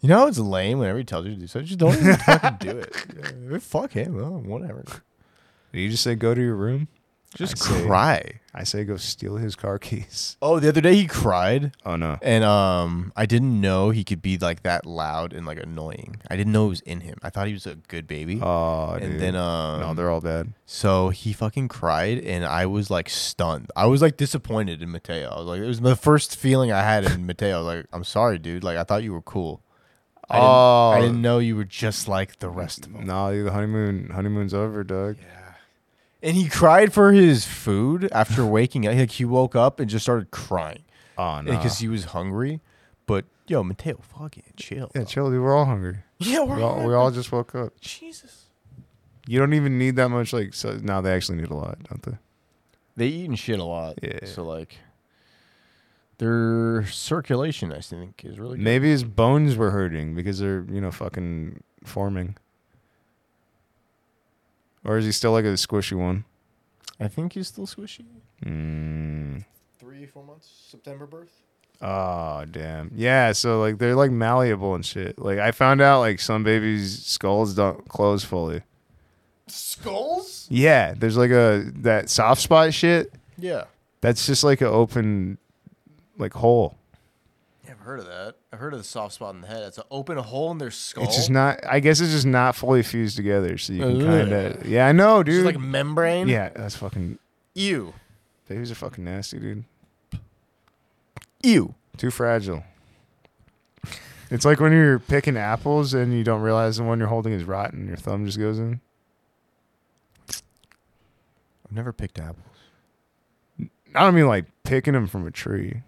[SPEAKER 2] You know how it's lame whenever he tells you to do so. Just don't even fucking do it. Yeah, fuck him. Oh, whatever.
[SPEAKER 3] You just say go to your room.
[SPEAKER 2] Just
[SPEAKER 3] I say-
[SPEAKER 2] cry.
[SPEAKER 3] I say go steal his car keys.
[SPEAKER 2] Oh, the other day he cried.
[SPEAKER 3] Oh no.
[SPEAKER 2] And um, I didn't know he could be like that loud and like annoying. I didn't know it was in him. I thought he was a good baby.
[SPEAKER 3] Oh,
[SPEAKER 2] and
[SPEAKER 3] dude.
[SPEAKER 2] then um,
[SPEAKER 3] no, they're all bad.
[SPEAKER 2] so he fucking cried, and I was like stunned. I was like disappointed in Mateo. I was like, it was the first feeling I had in Mateo. Like, I'm sorry, dude. Like, I thought you were cool. I didn't, I
[SPEAKER 3] Oh.
[SPEAKER 2] didn't know you were just like the rest of them.
[SPEAKER 3] No, the honeymoon honeymoon's over, Doug.
[SPEAKER 2] And he cried for his food after waking up. Like, he woke up and just started crying
[SPEAKER 3] Oh no.
[SPEAKER 2] because he was hungry. But yo, Mateo, fucking chill.
[SPEAKER 3] yeah, chill, dude. We're all hungry.
[SPEAKER 2] Yeah,
[SPEAKER 3] We all, we all just woke up.
[SPEAKER 2] Jesus.
[SPEAKER 3] You don't even need that much. Like, so, no, they actually need a lot, don't they?
[SPEAKER 2] They eat and shit a lot.
[SPEAKER 3] Yeah.
[SPEAKER 2] So like, Their circulation, I think, is really good.
[SPEAKER 3] Maybe his bones were hurting because they're, you know, fucking forming. Or is he still like a squishy one?
[SPEAKER 2] I think he's still squishy.
[SPEAKER 3] Mm.
[SPEAKER 4] Three, four months, September birth.
[SPEAKER 3] Oh, damn. Yeah, so like they're like malleable and shit. Like I found out like some babies' skulls don't close fully.
[SPEAKER 4] Skulls?
[SPEAKER 3] Yeah, there's like a that soft spot shit.
[SPEAKER 4] Yeah.
[SPEAKER 3] That's just like an open like hole.
[SPEAKER 2] Yeah, I've heard of that. I've heard of the soft spot in the head. It's an open hole in their skull.
[SPEAKER 3] It's just not I guess it's just not fully fused together, so you can
[SPEAKER 2] Ugh.
[SPEAKER 3] kind of Yeah, I know,
[SPEAKER 2] It's just
[SPEAKER 3] dude.
[SPEAKER 2] like a membrane.
[SPEAKER 3] yeah, that's fucking
[SPEAKER 2] Ew.
[SPEAKER 3] babies are fucking nasty, dude.
[SPEAKER 2] Ew.
[SPEAKER 3] Too fragile. It's like when you're picking apples and you don't realize the one you're holding is rotten. Your thumb just goes in.
[SPEAKER 2] I've never picked apples.
[SPEAKER 3] I don't mean like picking them from a tree.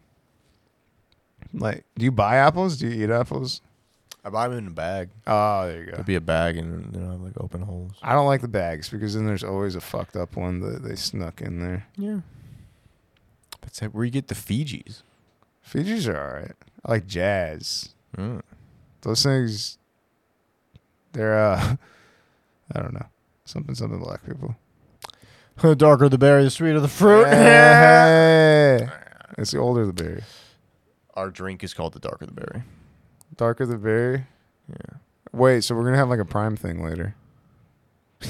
[SPEAKER 3] Like, do you buy apples? Do you eat apples?
[SPEAKER 2] I buy them in a bag.
[SPEAKER 3] Oh, there you go.
[SPEAKER 2] It'd be a bag and they don't have like open holes.
[SPEAKER 3] I don't like the bags because then there's always a fucked up one that they snuck in there.
[SPEAKER 2] Yeah. That's it, where you get the Fijis.
[SPEAKER 3] Fijis are all right. I like jazz.
[SPEAKER 2] Mm.
[SPEAKER 3] Those things, they're, uh, I don't know. Something, something black people.
[SPEAKER 2] The darker the berry, the sweeter the fruit.
[SPEAKER 3] Hey. It's the older the berry.
[SPEAKER 2] Our drink is called the darker the berry.
[SPEAKER 3] Darker the berry.
[SPEAKER 2] Yeah.
[SPEAKER 3] Wait, so we're gonna have like a prime thing later.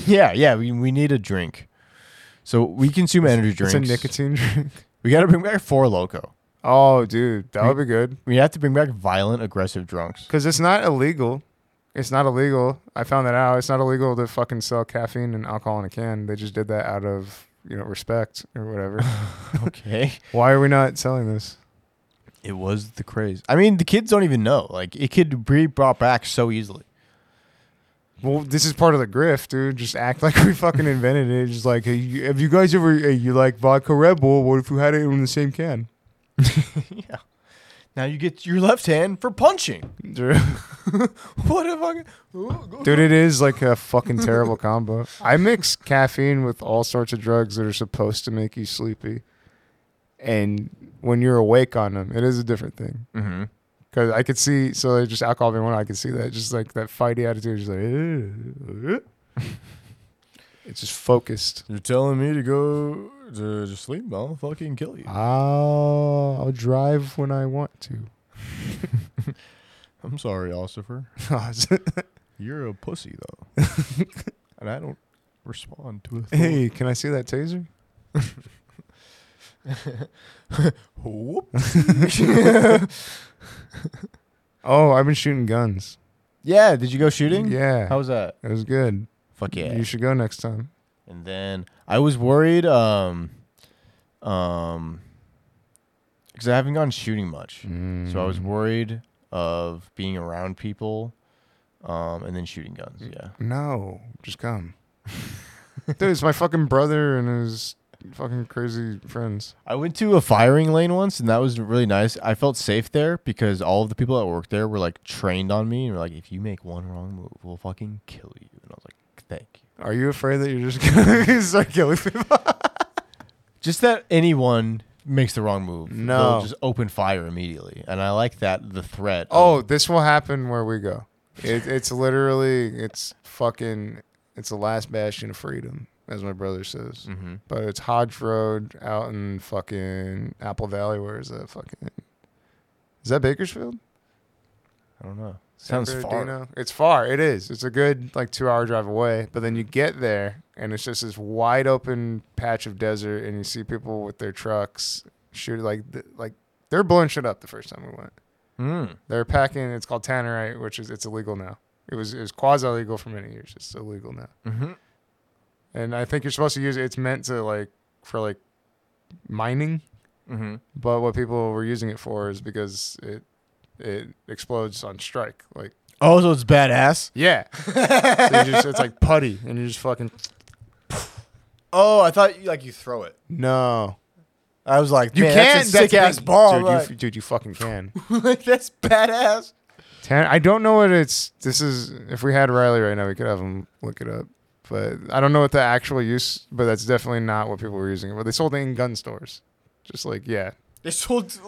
[SPEAKER 2] Yeah, yeah. We, we need a drink. So we consume energy drinks.
[SPEAKER 3] It's a nicotine drink.
[SPEAKER 2] We got to bring back Four Loco.
[SPEAKER 3] Oh, dude, that would be good.
[SPEAKER 2] We have to bring back violent, aggressive drunks.
[SPEAKER 3] Cause it's not illegal. It's not illegal. I found that out. It's not illegal to fucking sell caffeine and alcohol in a can. They just did that out of you know respect or whatever.
[SPEAKER 2] Okay.
[SPEAKER 3] Why are we not selling this?
[SPEAKER 2] it was the craze. I mean, the kids don't even know. Like, it could be brought back so easily.
[SPEAKER 3] Well, this is part of the grift, dude. Just act like we fucking invented it. Just like, hey, you- have you guys ever? Hey, you like vodka Red Bull? What if you had it in the same can?
[SPEAKER 2] yeah. Now you get your left hand for punching.
[SPEAKER 3] Dude,
[SPEAKER 2] What a fucking. Ooh, go-
[SPEAKER 3] Dude, it is like a fucking terrible combo. I mix caffeine with all sorts of drugs that are supposed to make you sleepy. And when you're awake on them, it is a different thing.
[SPEAKER 2] Mhm.
[SPEAKER 3] Because I could see, so like, just alcohol being one, I could see that. Just like that fighty attitude. Just like, it's just focused.
[SPEAKER 2] You're telling me to go to, to sleep? I'll fucking kill you.
[SPEAKER 3] I'll, I'll drive when I want to.
[SPEAKER 2] I'm sorry, Ossifer. You're a pussy, though. and I don't respond to it.
[SPEAKER 3] hey, can I see that taser?
[SPEAKER 2] Whoop.
[SPEAKER 3] Oh, I've been shooting guns.
[SPEAKER 2] Yeah, did you go shooting?
[SPEAKER 3] Yeah.
[SPEAKER 2] How was that?
[SPEAKER 3] it was good.
[SPEAKER 2] Fuck yeah.
[SPEAKER 3] You should go next time.
[SPEAKER 2] And then I was worried, um, um, because I haven't gone shooting much, Mm. so I was worried of being around people, um, and then shooting guns. Yeah,
[SPEAKER 3] No, just come. Dude, it's my fucking brother and his fucking crazy friends.
[SPEAKER 2] I went to a firing lane once, and that was really nice. I felt safe there because all of the people that worked there were like trained on me, and were like, "If you make one wrong move, we'll fucking kill you." And I was like, "Thank you."
[SPEAKER 3] Are you afraid that you're just gonna start killing people?
[SPEAKER 2] Just that anyone makes the wrong move, they'll
[SPEAKER 3] No.
[SPEAKER 2] just open fire immediately, and I like that the threat.
[SPEAKER 3] Oh, this will happen where we go. It, it's literally, it's fucking, it's the last bastion of freedom, as my brother says.
[SPEAKER 2] hmm
[SPEAKER 3] But it's Hodge Road out in fucking Apple Valley. Where is that fucking? Is that Bakersfield?
[SPEAKER 2] I don't know. Sounds
[SPEAKER 3] San
[SPEAKER 2] far.
[SPEAKER 3] Bernardino? It's far. It is. It's a good like two hour drive away. But then you get there and it's just this wide open patch of desert, and you see people with their trucks shoot like th- like they're blowing shit up. The first time we went,
[SPEAKER 2] Mm.
[SPEAKER 3] they're packing. It's called tannerite, which is it's illegal now. It was it was quasi legal for many years. It's illegal now,
[SPEAKER 2] Mm-hmm.
[SPEAKER 3] and I think you're supposed to use it. It's meant to like for like mining,
[SPEAKER 2] Mm-hmm.
[SPEAKER 3] but what people were using it for is because it it explodes on strike like.
[SPEAKER 2] Oh, so it's badass.
[SPEAKER 3] Yeah. so you just, it's like putty, and you just fucking
[SPEAKER 2] Oh, I thought you, like you throw it.
[SPEAKER 3] no.
[SPEAKER 2] I was like,
[SPEAKER 3] You
[SPEAKER 2] man,
[SPEAKER 3] can
[SPEAKER 2] that's a sick ass bomb.
[SPEAKER 3] dude.
[SPEAKER 2] Like,
[SPEAKER 3] You, dude, you fucking can.
[SPEAKER 2] like, that's badass.
[SPEAKER 3] Tan- I don't know what it's. This is if we had Riley right now, we could have him look it up. But I don't know what the actual use. But that's definitely not what people were using it. for. they sold it in gun stores. Just like yeah,
[SPEAKER 2] They sold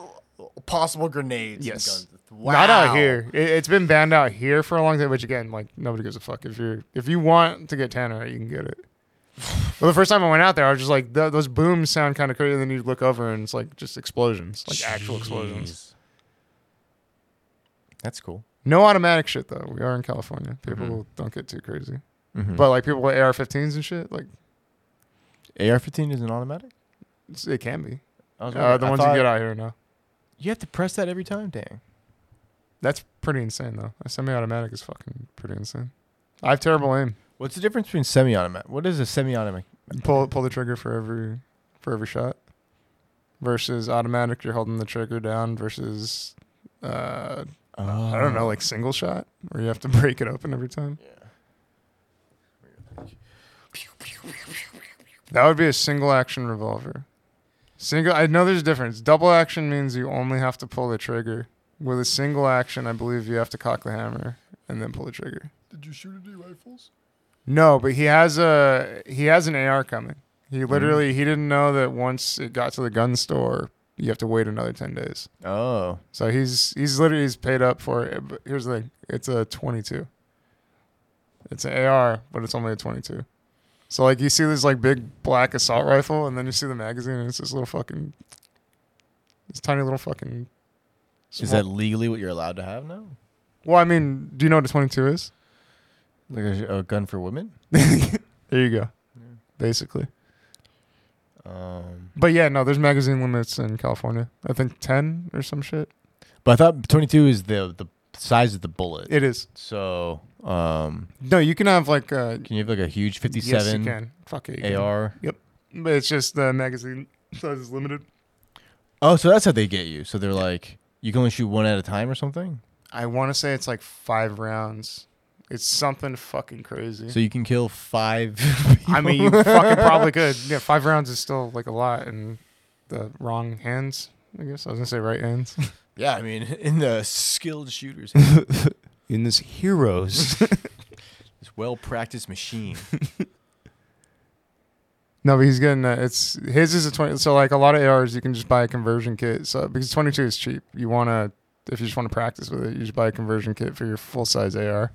[SPEAKER 4] possible grenades.
[SPEAKER 3] Yes.
[SPEAKER 4] And guns. Wow.
[SPEAKER 3] Not out here. It, it's been banned out here for a long time. Which again, like nobody gives a fuck. If you're if you want to get tannerite, you can get it. well, the first time I went out there, I was just like, "Th- those booms sound kind of crazy. And then you look over and it's like just explosions, like actual explosions.
[SPEAKER 2] Jeez. That's cool.
[SPEAKER 3] No automatic shit though. We are in California. People don't get too crazy.
[SPEAKER 2] Mm-hmm.
[SPEAKER 3] But like people with AR-15s and shit, like
[SPEAKER 2] AR-15 is an automatic.
[SPEAKER 3] it's, it can be.
[SPEAKER 2] I was
[SPEAKER 3] Uh,
[SPEAKER 2] wondering-
[SPEAKER 3] the
[SPEAKER 2] I
[SPEAKER 3] ones you
[SPEAKER 2] thought
[SPEAKER 3] get out here now.
[SPEAKER 2] You have to press that every time. Dang.
[SPEAKER 3] That's pretty insane though. A semi-automatic is fucking pretty insane. I have terrible aim.
[SPEAKER 2] What's the difference between semi-automatic? What is a semi-automatic?
[SPEAKER 3] pull pull the trigger for every for every shot versus automatic you're holding the trigger down versus uh i don't know like single shot where you have to break it open every time that would be a single action revolver single i know there's a difference double action means you only have to pull the trigger with a single action i believe you have to cock the hammer and then pull the trigger
[SPEAKER 4] Did you shoot any rifles?
[SPEAKER 3] no, but he has a he has an AR coming. He literally he didn't know that once it got to the gun store, you have to wait another ten days.
[SPEAKER 2] Oh,
[SPEAKER 3] So he's he's literally he's paid up for it. But here's the thing: it's a 22. It's an AR, but it's only a 22. So like you see this like big black assault rifle, and then you see the magazine, and it's this little fucking, this tiny little fucking.
[SPEAKER 2] is that legally what you're allowed to have now?
[SPEAKER 3] well? I mean, do you know what a 22 is?
[SPEAKER 2] Like a, a gun for women?
[SPEAKER 3] There you go, basically.
[SPEAKER 2] Um,
[SPEAKER 3] But yeah, no, there's magazine limits in California. I think ten or some shit.
[SPEAKER 2] but I thought 22 is the the size of the bullet.
[SPEAKER 3] It is.
[SPEAKER 2] so, um,
[SPEAKER 3] No, you can have like uh
[SPEAKER 2] can you have like a huge
[SPEAKER 3] Yes, you
[SPEAKER 2] 57
[SPEAKER 3] can. Fuck it. you can.
[SPEAKER 2] AR?
[SPEAKER 3] But it's just the magazine size is limited.
[SPEAKER 2] Oh, so that's how they get you. So they're like, you can only shoot one at a time or something.
[SPEAKER 3] I want to say it's like five rounds. It's something fucking crazy.
[SPEAKER 2] So you can kill five.
[SPEAKER 3] I mean, you fucking probably could. Yeah, five rounds is still like a lot in the wrong hands. I guess I was gonna say right hands.
[SPEAKER 2] yeah, I mean, in the skilled shooters,
[SPEAKER 3] In this heroes.
[SPEAKER 2] this well practiced machine.
[SPEAKER 3] No, but he's getting uh, it's his is a twenty. So like a lot of ARs, you can just buy a conversion kit. So because twenty two is cheap, you want to if you just want to practice with it, you just buy a conversion kit for your full size AR.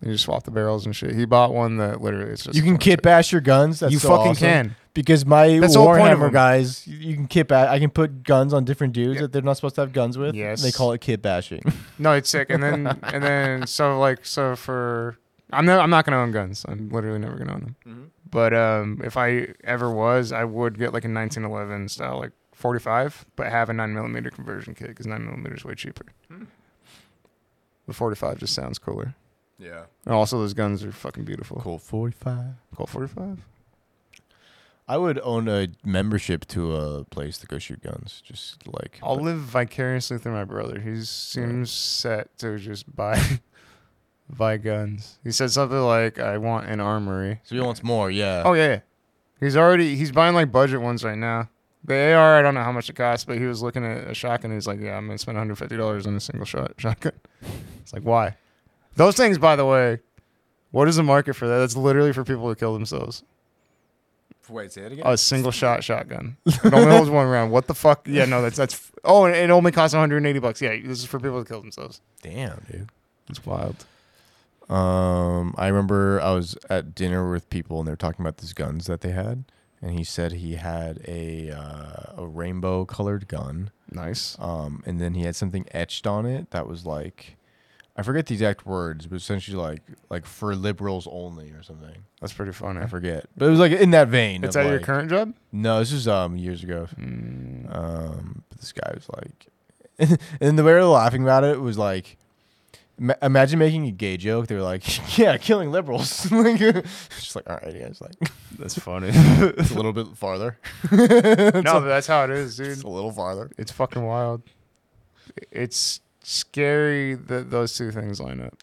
[SPEAKER 3] And you just swap the barrels and shit. He bought one that literally it's just
[SPEAKER 2] You
[SPEAKER 3] a
[SPEAKER 2] can
[SPEAKER 3] 22.
[SPEAKER 2] kit bash your guns. That's
[SPEAKER 3] you
[SPEAKER 2] so
[SPEAKER 3] fucking
[SPEAKER 2] awesome.
[SPEAKER 3] can.
[SPEAKER 2] Because my
[SPEAKER 3] That's the whole point of
[SPEAKER 2] Warhammer
[SPEAKER 3] them.
[SPEAKER 2] guys, you- you can kit bash. I can put guns on different dudes
[SPEAKER 3] Yeah.
[SPEAKER 2] that they're not supposed to have guns with. and They
[SPEAKER 3] Yes.
[SPEAKER 2] call it kit bashing.
[SPEAKER 3] No, it's sick. And then and then so like so for I'm not I'm not gonna own guns. I'm literally never gonna own them. But um, if I ever was, I would get like a 1911 style like 45, but have a nine millimeter conversion kit because nine millimeter is way cheaper. The 45 just sounds cooler.
[SPEAKER 4] Yeah.
[SPEAKER 3] And also, those guns are fucking beautiful. Cool,
[SPEAKER 2] 45.
[SPEAKER 3] Colt 45.
[SPEAKER 2] I would own a membership to a place to go shoot guns. Just like
[SPEAKER 3] I'll live vicariously through my brother. He seems set to just buy buy guns. He said something like, "I want an armory."
[SPEAKER 2] So he wants more, yeah.
[SPEAKER 3] Oh yeah, yeah. he's already he's buying like budget ones right now. The AR, I don't know how much it costs, but he was looking at a shotgun. He's like, yeah, I'm gonna spend 150 dollars on a single shot shotgun. It's like why? Those things, by the way, what is the market for that? That's literally for people who kill themselves.
[SPEAKER 4] Wait, say it again.
[SPEAKER 3] A single shot shotgun. It only holds one round. What the fuck? Yeah, no, that's that's. Oh, and it only costs 180 bucks. Yeah, this is for people who kill themselves.
[SPEAKER 2] Damn, dude.
[SPEAKER 3] It's wild.
[SPEAKER 2] Um, I remember I was at dinner with people and they were talking about these guns that they had, and he said he had a uh, a rainbow colored gun,
[SPEAKER 3] Nice.
[SPEAKER 2] um, and then he had something etched on it that was like, I forget the exact words, but essentially like like for liberals only or something.
[SPEAKER 3] That's pretty funny.
[SPEAKER 2] I forget, but it was like in that vein.
[SPEAKER 3] It's
[SPEAKER 2] of,
[SPEAKER 3] at your
[SPEAKER 2] like-
[SPEAKER 3] current job.
[SPEAKER 2] No, this was um years ago.
[SPEAKER 3] Mm.
[SPEAKER 2] Um, but this guy was like, and then the way they were laughing about it was like, ma- imagine making a gay joke. They were like, yeah, killing liberals. like, it's just like, all right, guys, like,
[SPEAKER 3] That's funny.
[SPEAKER 2] it's a little bit farther.
[SPEAKER 3] no, but that's how it is, dude.
[SPEAKER 2] It's a little farther.
[SPEAKER 3] It's fucking wild. It's scary that those two things line up.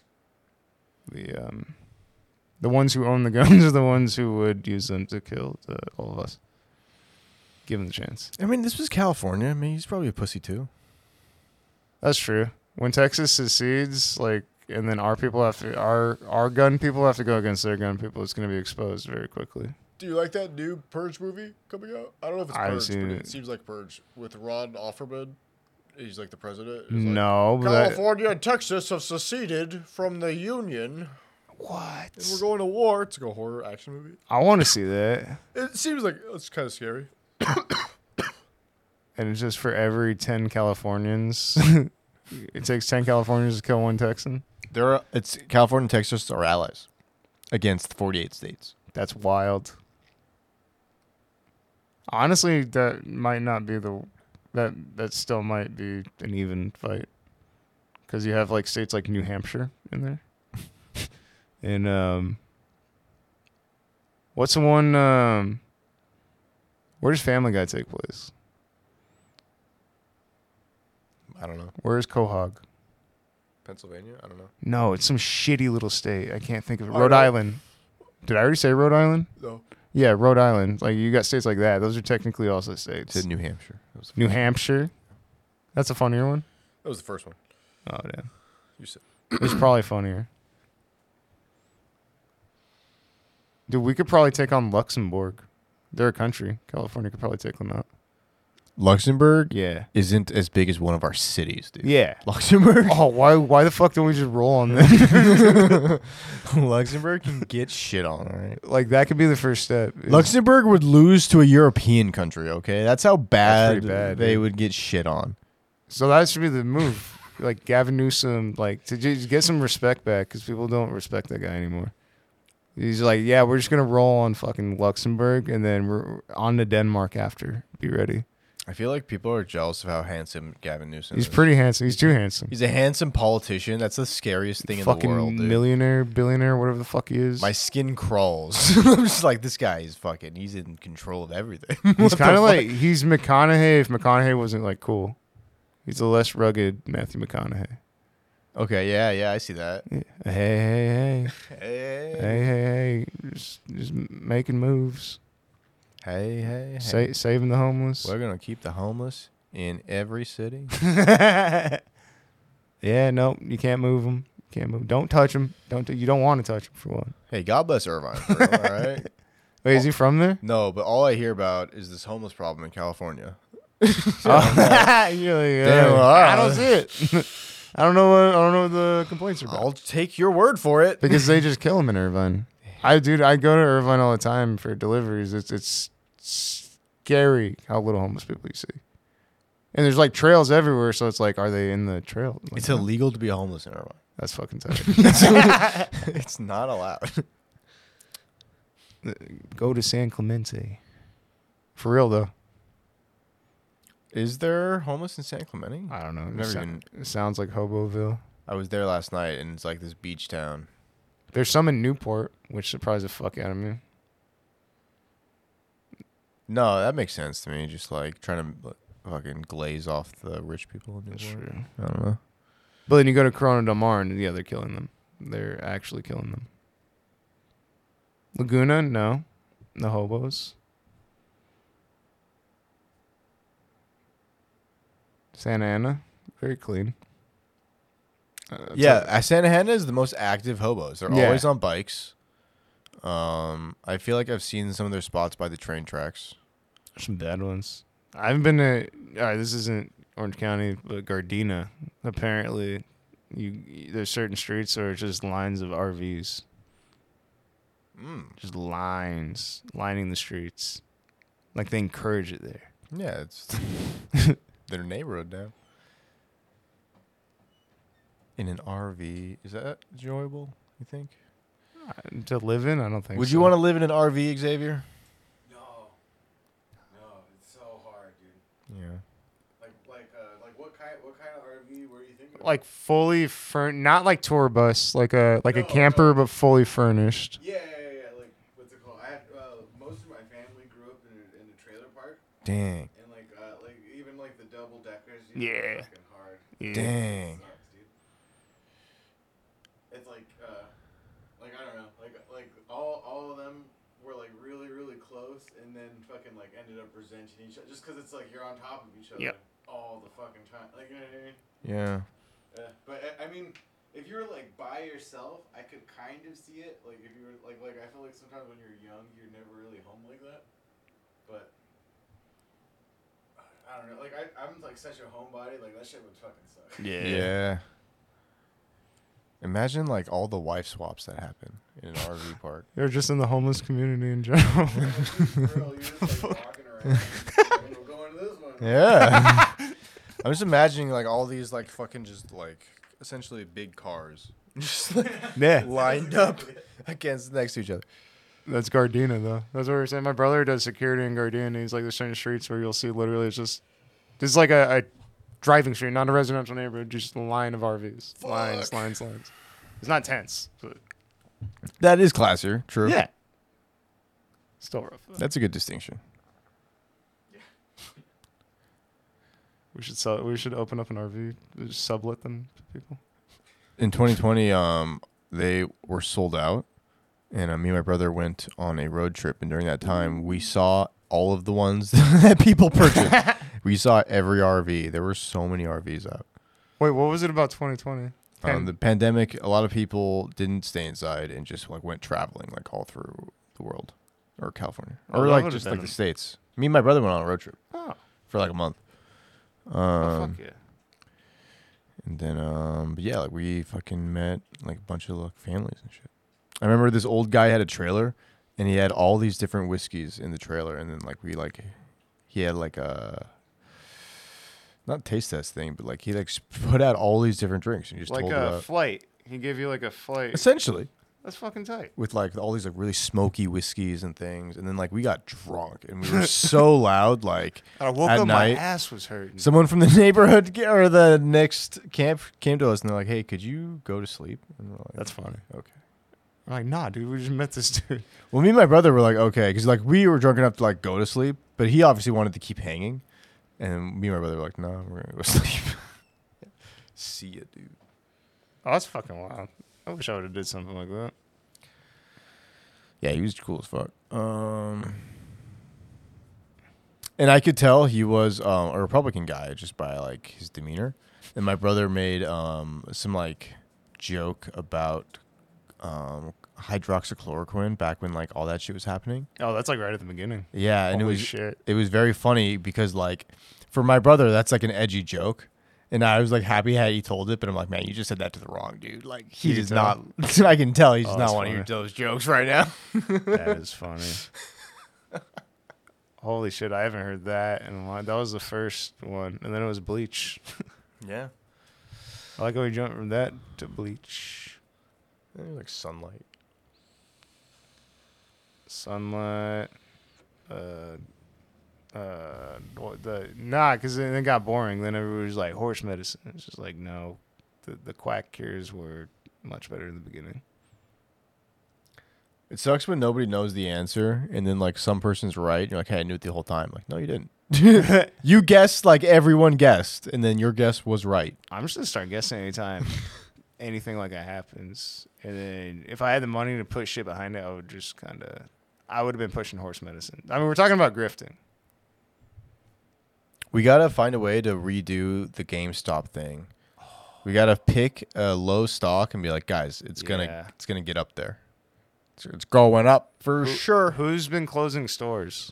[SPEAKER 3] The um, the ones who own the guns are the ones who would use them to kill the, all of us. Give them the chance.
[SPEAKER 2] I mean, this was California. I mean, he's probably a pussy too.
[SPEAKER 3] That's true. When Texas secedes, like, and then our people have to our our gun people have to go against their gun people. It's going to be exposed very quickly.
[SPEAKER 4] Do you like that new Purge movie coming out? I don't know if it's
[SPEAKER 3] I've
[SPEAKER 4] Purge,
[SPEAKER 3] seen
[SPEAKER 4] but
[SPEAKER 3] it.
[SPEAKER 4] it. seems like Purge with Ron Offerman He's like the president. He's like,
[SPEAKER 3] No, but that-
[SPEAKER 4] California and Texas have seceded from the Union. And we're
[SPEAKER 3] what?
[SPEAKER 4] going to war. It's like a horror action movie.
[SPEAKER 3] I want to see that.
[SPEAKER 4] It seems like it's kind of scary.
[SPEAKER 3] And it's just for every ten Californians, it takes ten Californians to kill one Texan.
[SPEAKER 2] There are it's California and Texas are allies against 48 states.
[SPEAKER 3] That's wild. Honestly, that might not be the that that still might be an even fight because you have like states like New Hampshire in there, and um, what's the one um, where does Family Guy take place?
[SPEAKER 2] I don't know.
[SPEAKER 3] Where is Quahog?
[SPEAKER 4] Pennsylvania? I don't know.
[SPEAKER 3] No, it's some shitty little state. I can't think of it.
[SPEAKER 4] I
[SPEAKER 3] Rhode
[SPEAKER 4] know.
[SPEAKER 3] Island. Did I already say Rhode Island?
[SPEAKER 4] No.
[SPEAKER 3] Yeah, Rhode Island. Like you got states like that. Those are technically also
[SPEAKER 2] It
[SPEAKER 3] states.
[SPEAKER 2] said New Hampshire. That was-
[SPEAKER 3] New Hampshire. That's a funnier one.
[SPEAKER 4] That was the first one.
[SPEAKER 3] Oh damn.
[SPEAKER 4] You said.
[SPEAKER 3] It's probably funnier. Dude, we could probably take on Luxembourg. They're a country. California could probably take them out.
[SPEAKER 2] Luxembourg
[SPEAKER 3] Yeah.
[SPEAKER 2] isn't as big as one of our cities, dude.
[SPEAKER 3] Yeah.
[SPEAKER 2] Luxembourg.
[SPEAKER 3] Oh, why why the fuck don't we just roll on them?
[SPEAKER 2] Luxembourg can get shit on, all right?
[SPEAKER 3] like that could be the first step. is-
[SPEAKER 2] Luxembourg would lose to a European country, okay? That's how bad,
[SPEAKER 3] pretty bad,
[SPEAKER 2] they
[SPEAKER 3] dude.
[SPEAKER 2] would get shit on.
[SPEAKER 3] So that should be the move. Like Gavin Newsom, like to just get some respect back because people don't respect that guy anymore. He's like, yeah, we're just gonna roll on fucking Luxembourg and then we're on to Denmark after. Be ready.
[SPEAKER 2] I feel like people are jealous of how handsome Gavin Newsom
[SPEAKER 3] He's pretty handsome. He's too handsome.
[SPEAKER 2] He's a handsome politician. That's the scariest thing
[SPEAKER 3] fucking
[SPEAKER 2] in the world, dude.
[SPEAKER 3] millionaire, billionaire, whatever the fuck he is.
[SPEAKER 2] My skin crawls. I'm just like, this guy is fucking, he's in control of everything. What
[SPEAKER 3] he's
[SPEAKER 2] the
[SPEAKER 3] kind of
[SPEAKER 2] fuck?
[SPEAKER 3] like he's McConaughey. If McConaughey wasn't like cool, he's a less rugged Matthew McConaughey.
[SPEAKER 2] Okay, yeah, yeah, I see that.
[SPEAKER 3] Yeah. Hey, hey,
[SPEAKER 2] Hey,
[SPEAKER 3] hey,
[SPEAKER 2] hey,
[SPEAKER 3] hey, hey, hey! Just, just making moves.
[SPEAKER 2] hey. hey.
[SPEAKER 3] Sa- saving the homeless.
[SPEAKER 2] We're going to keep the homeless in every city.
[SPEAKER 3] yeah, no, you can't move them. Can't move. Don't touch them. Don't. do- you don't want to touch them for one.
[SPEAKER 2] hey, God bless Irvine, bro, all right?
[SPEAKER 3] Wait, is he from there?
[SPEAKER 2] No, but all I hear about is this homeless problem in California.
[SPEAKER 3] Oh. You're like,
[SPEAKER 2] Damn,
[SPEAKER 3] uh,
[SPEAKER 2] well,
[SPEAKER 3] I
[SPEAKER 2] I
[SPEAKER 3] don't
[SPEAKER 2] don't
[SPEAKER 3] see it. I don't know. What, I don't know what the complaints are about.
[SPEAKER 2] I'll take your word for it.
[SPEAKER 3] because they just kill them in Irvine. I dude, I go to Irvine all the time for deliveries. It's it's scary how little homeless people you see. And there's like trails everywhere, so it's like, are they in the trail? Like,
[SPEAKER 2] It's illegal to be homeless in Irvine.
[SPEAKER 3] that's fucking tight.
[SPEAKER 2] It's not allowed.
[SPEAKER 3] go to San Clemente. For real though.
[SPEAKER 2] Is there homeless in San Clemente?
[SPEAKER 3] I don't know. It,
[SPEAKER 2] Never
[SPEAKER 3] sou-
[SPEAKER 2] even-
[SPEAKER 3] it sounds like Hoboville.
[SPEAKER 2] I was there last night, and it's like this beach town.
[SPEAKER 3] There's some in Newport, which surprised the fuck out of me.
[SPEAKER 2] No, that makes sense to me. Just like trying to like, fucking glaze off the rich people in
[SPEAKER 3] That's
[SPEAKER 2] New York.
[SPEAKER 3] true.
[SPEAKER 2] I don't know.
[SPEAKER 3] But then you go to Corona Del Mar, and yeah, they're killing them. They're actually killing them. Laguna, no, the hobos. Santa Ana, very clean. Uh, that's
[SPEAKER 2] yeah, uh, Santa Ana is the most active hobos. They're
[SPEAKER 3] Yeah.
[SPEAKER 2] always on bikes. Um, I feel like I've seen some of their spots by the train tracks.
[SPEAKER 3] There's some bad ones. I haven't been to. All right, this isn't Orange County, but Gardena. Apparently, you there's certain streets that are just lines of RVs,
[SPEAKER 2] Mm.
[SPEAKER 3] just lines lining the streets. Like they encourage it there.
[SPEAKER 2] Yeah, it's their neighborhood now. In an RV, is that enjoyable? You think?
[SPEAKER 3] I- To live in, I don't think.
[SPEAKER 2] Would you want to live in an RV, Xavier?
[SPEAKER 1] No. No, it's so hard, dude.
[SPEAKER 2] Yeah.
[SPEAKER 1] Like, like, uh, like what kind, what kind of RV were you thinking?
[SPEAKER 3] to like fully furn, not like tour bus, like a like a
[SPEAKER 1] No,
[SPEAKER 3] camper, but fully furnished?
[SPEAKER 1] Yeah, yeah, yeah, yeah. Like, what's it called? I had, uh, most of my family grew up in a, in a trailer park,
[SPEAKER 2] Dang.
[SPEAKER 1] and like, uh, like even like the double deckers.
[SPEAKER 3] Yeah.
[SPEAKER 1] Fucking hard.
[SPEAKER 2] Dang.
[SPEAKER 1] Sucks, dude. It's like, uh, like I don't know, like like all all of them were like really really close, and then fucking like ended up resenting each other just because it's like you're on top of each other
[SPEAKER 3] Yep.
[SPEAKER 1] all the fucking time. Like you know what I mean?
[SPEAKER 2] Yeah.
[SPEAKER 1] Uh, but I, I mean, if you were like by yourself, I could kind of see it. Like if you were like like I feel like sometimes when you're young, you're never really home like that. But I I don't don't know. Like I, I'm like such a homebody. Like that shit would fucking suck.
[SPEAKER 4] Yeah.
[SPEAKER 2] Yeah. Imagine like all the wife swaps that happen in an RV park.
[SPEAKER 3] You're just in the homeless community in general.
[SPEAKER 1] For real, you're just like walking around. like, we're going to this one.
[SPEAKER 2] Yeah. I'm just imagining like all these like fucking just like essentially big cars just like
[SPEAKER 3] yeah.
[SPEAKER 2] lined up against next to each other.
[SPEAKER 3] That's Gardena, though. That's what we were saying. My brother does security in Gardena. and He's like, there's certain streets where you'll see literally it's just, this is like a, a driving street, not a residential neighborhood, just a line of RVs. Lines, lines, lines. It's not tense, but
[SPEAKER 2] That is classier, true.
[SPEAKER 3] yeah. Still rough. Though.
[SPEAKER 2] That's a good distinction.
[SPEAKER 3] We should sell. We should open up an RV, just sublet them to people.
[SPEAKER 2] In 2020, um, they were sold out, and uh, me and my brother went on a road trip. And during that
[SPEAKER 3] Mm-hmm.
[SPEAKER 2] time, we saw all of the ones that people purchased. we saw every RV. There were so many RVs out.
[SPEAKER 3] Wait, what was it about 2020?
[SPEAKER 2] Um, the pandemic, a lot of people didn't stay inside and just like went traveling like all through the world or California
[SPEAKER 3] Oh,
[SPEAKER 2] or
[SPEAKER 3] that
[SPEAKER 2] like
[SPEAKER 3] would've
[SPEAKER 2] just
[SPEAKER 3] been
[SPEAKER 2] like the
[SPEAKER 3] a-
[SPEAKER 2] states. Me and my brother went on a road trip
[SPEAKER 3] oh,
[SPEAKER 2] for like a month.
[SPEAKER 3] oh,
[SPEAKER 2] Um,
[SPEAKER 3] fuck yeah.
[SPEAKER 2] and then um, but yeah, like we fucking met like a bunch of like families and shit. I remember this old guy had a trailer and he had all these different whiskeys in the trailer, and then like we like he had like a. Not taste test thing, but like he like s- put out all these different drinks and just
[SPEAKER 3] Like
[SPEAKER 2] told
[SPEAKER 3] a
[SPEAKER 2] about
[SPEAKER 3] flight. He gave you like a flight.
[SPEAKER 2] essentially.
[SPEAKER 3] That's fucking tight.
[SPEAKER 2] with like all these like really smoky whiskeys and things and then like we got drunk and we were so loud like
[SPEAKER 3] I woke
[SPEAKER 2] At
[SPEAKER 3] up,
[SPEAKER 2] night-
[SPEAKER 3] my ass was hurting.
[SPEAKER 2] someone from the neighborhood ca- or the next camp came to us and they're like hey could you go to sleep and we're like
[SPEAKER 3] That's funny.
[SPEAKER 2] okay
[SPEAKER 3] I'm like, nah, dude, we just met this dude.
[SPEAKER 2] well me and my brother were like okay because like we were drunk enough to like go to sleep but he obviously wanted to keep hanging and me and my brother were like no we're gonna go to sleep see ya dude
[SPEAKER 3] Oh, that's fucking wild. I wish I would have did something like that.
[SPEAKER 2] Yeah, he was cool as fuck. Um, and I could tell he was um, a Republican guy just by like his demeanor. And my brother made um, some like joke about um, hydroxychloroquine back when like all that shit was happening.
[SPEAKER 3] Oh, that's like right at the beginning.
[SPEAKER 2] Yeah, and
[SPEAKER 3] Holy
[SPEAKER 2] it was
[SPEAKER 3] shit.
[SPEAKER 2] it was very funny because like for my brother that's like an edgy joke. And I was like happy how he told it, but I'm like, man, you just said that to the wrong dude. Like he
[SPEAKER 3] You could
[SPEAKER 2] does not. I can tell he's
[SPEAKER 3] Oh,
[SPEAKER 2] just
[SPEAKER 3] that's
[SPEAKER 2] not wanting to hear
[SPEAKER 3] funny.
[SPEAKER 2] those jokes right now.
[SPEAKER 3] That is funny. Holy shit, I haven't heard that in a while. That was the first one. And then it was Bleach.
[SPEAKER 2] Yeah.
[SPEAKER 3] I like how we jumped from that to Bleach.
[SPEAKER 2] Maybe like sunlight.
[SPEAKER 3] Sunlight. Uh, uh, what the nah, because then it got boring. Then everybody was like horse medicine. It's just like no, the the quack cures were much better in the beginning.
[SPEAKER 2] It sucks when nobody knows the answer, and then like some person's right. And you're like, hey, I knew it the whole time. Like, no, you didn't. you guessed like everyone guessed, and then your guess was right.
[SPEAKER 3] I'm just gonna start guessing anytime anything like that happens. And then if I had the money to put shit behind it, I would just kind of, I would have been pushing horse medicine. I mean, we're talking about grifting.
[SPEAKER 2] We gotta find a way to redo the GameStop thing. We gotta pick a low stock and be like, guys, it's gonna
[SPEAKER 3] Yeah.
[SPEAKER 2] it's gonna get up there. It's, it's going up for
[SPEAKER 3] Who-
[SPEAKER 2] sure.
[SPEAKER 3] Who's been closing stores?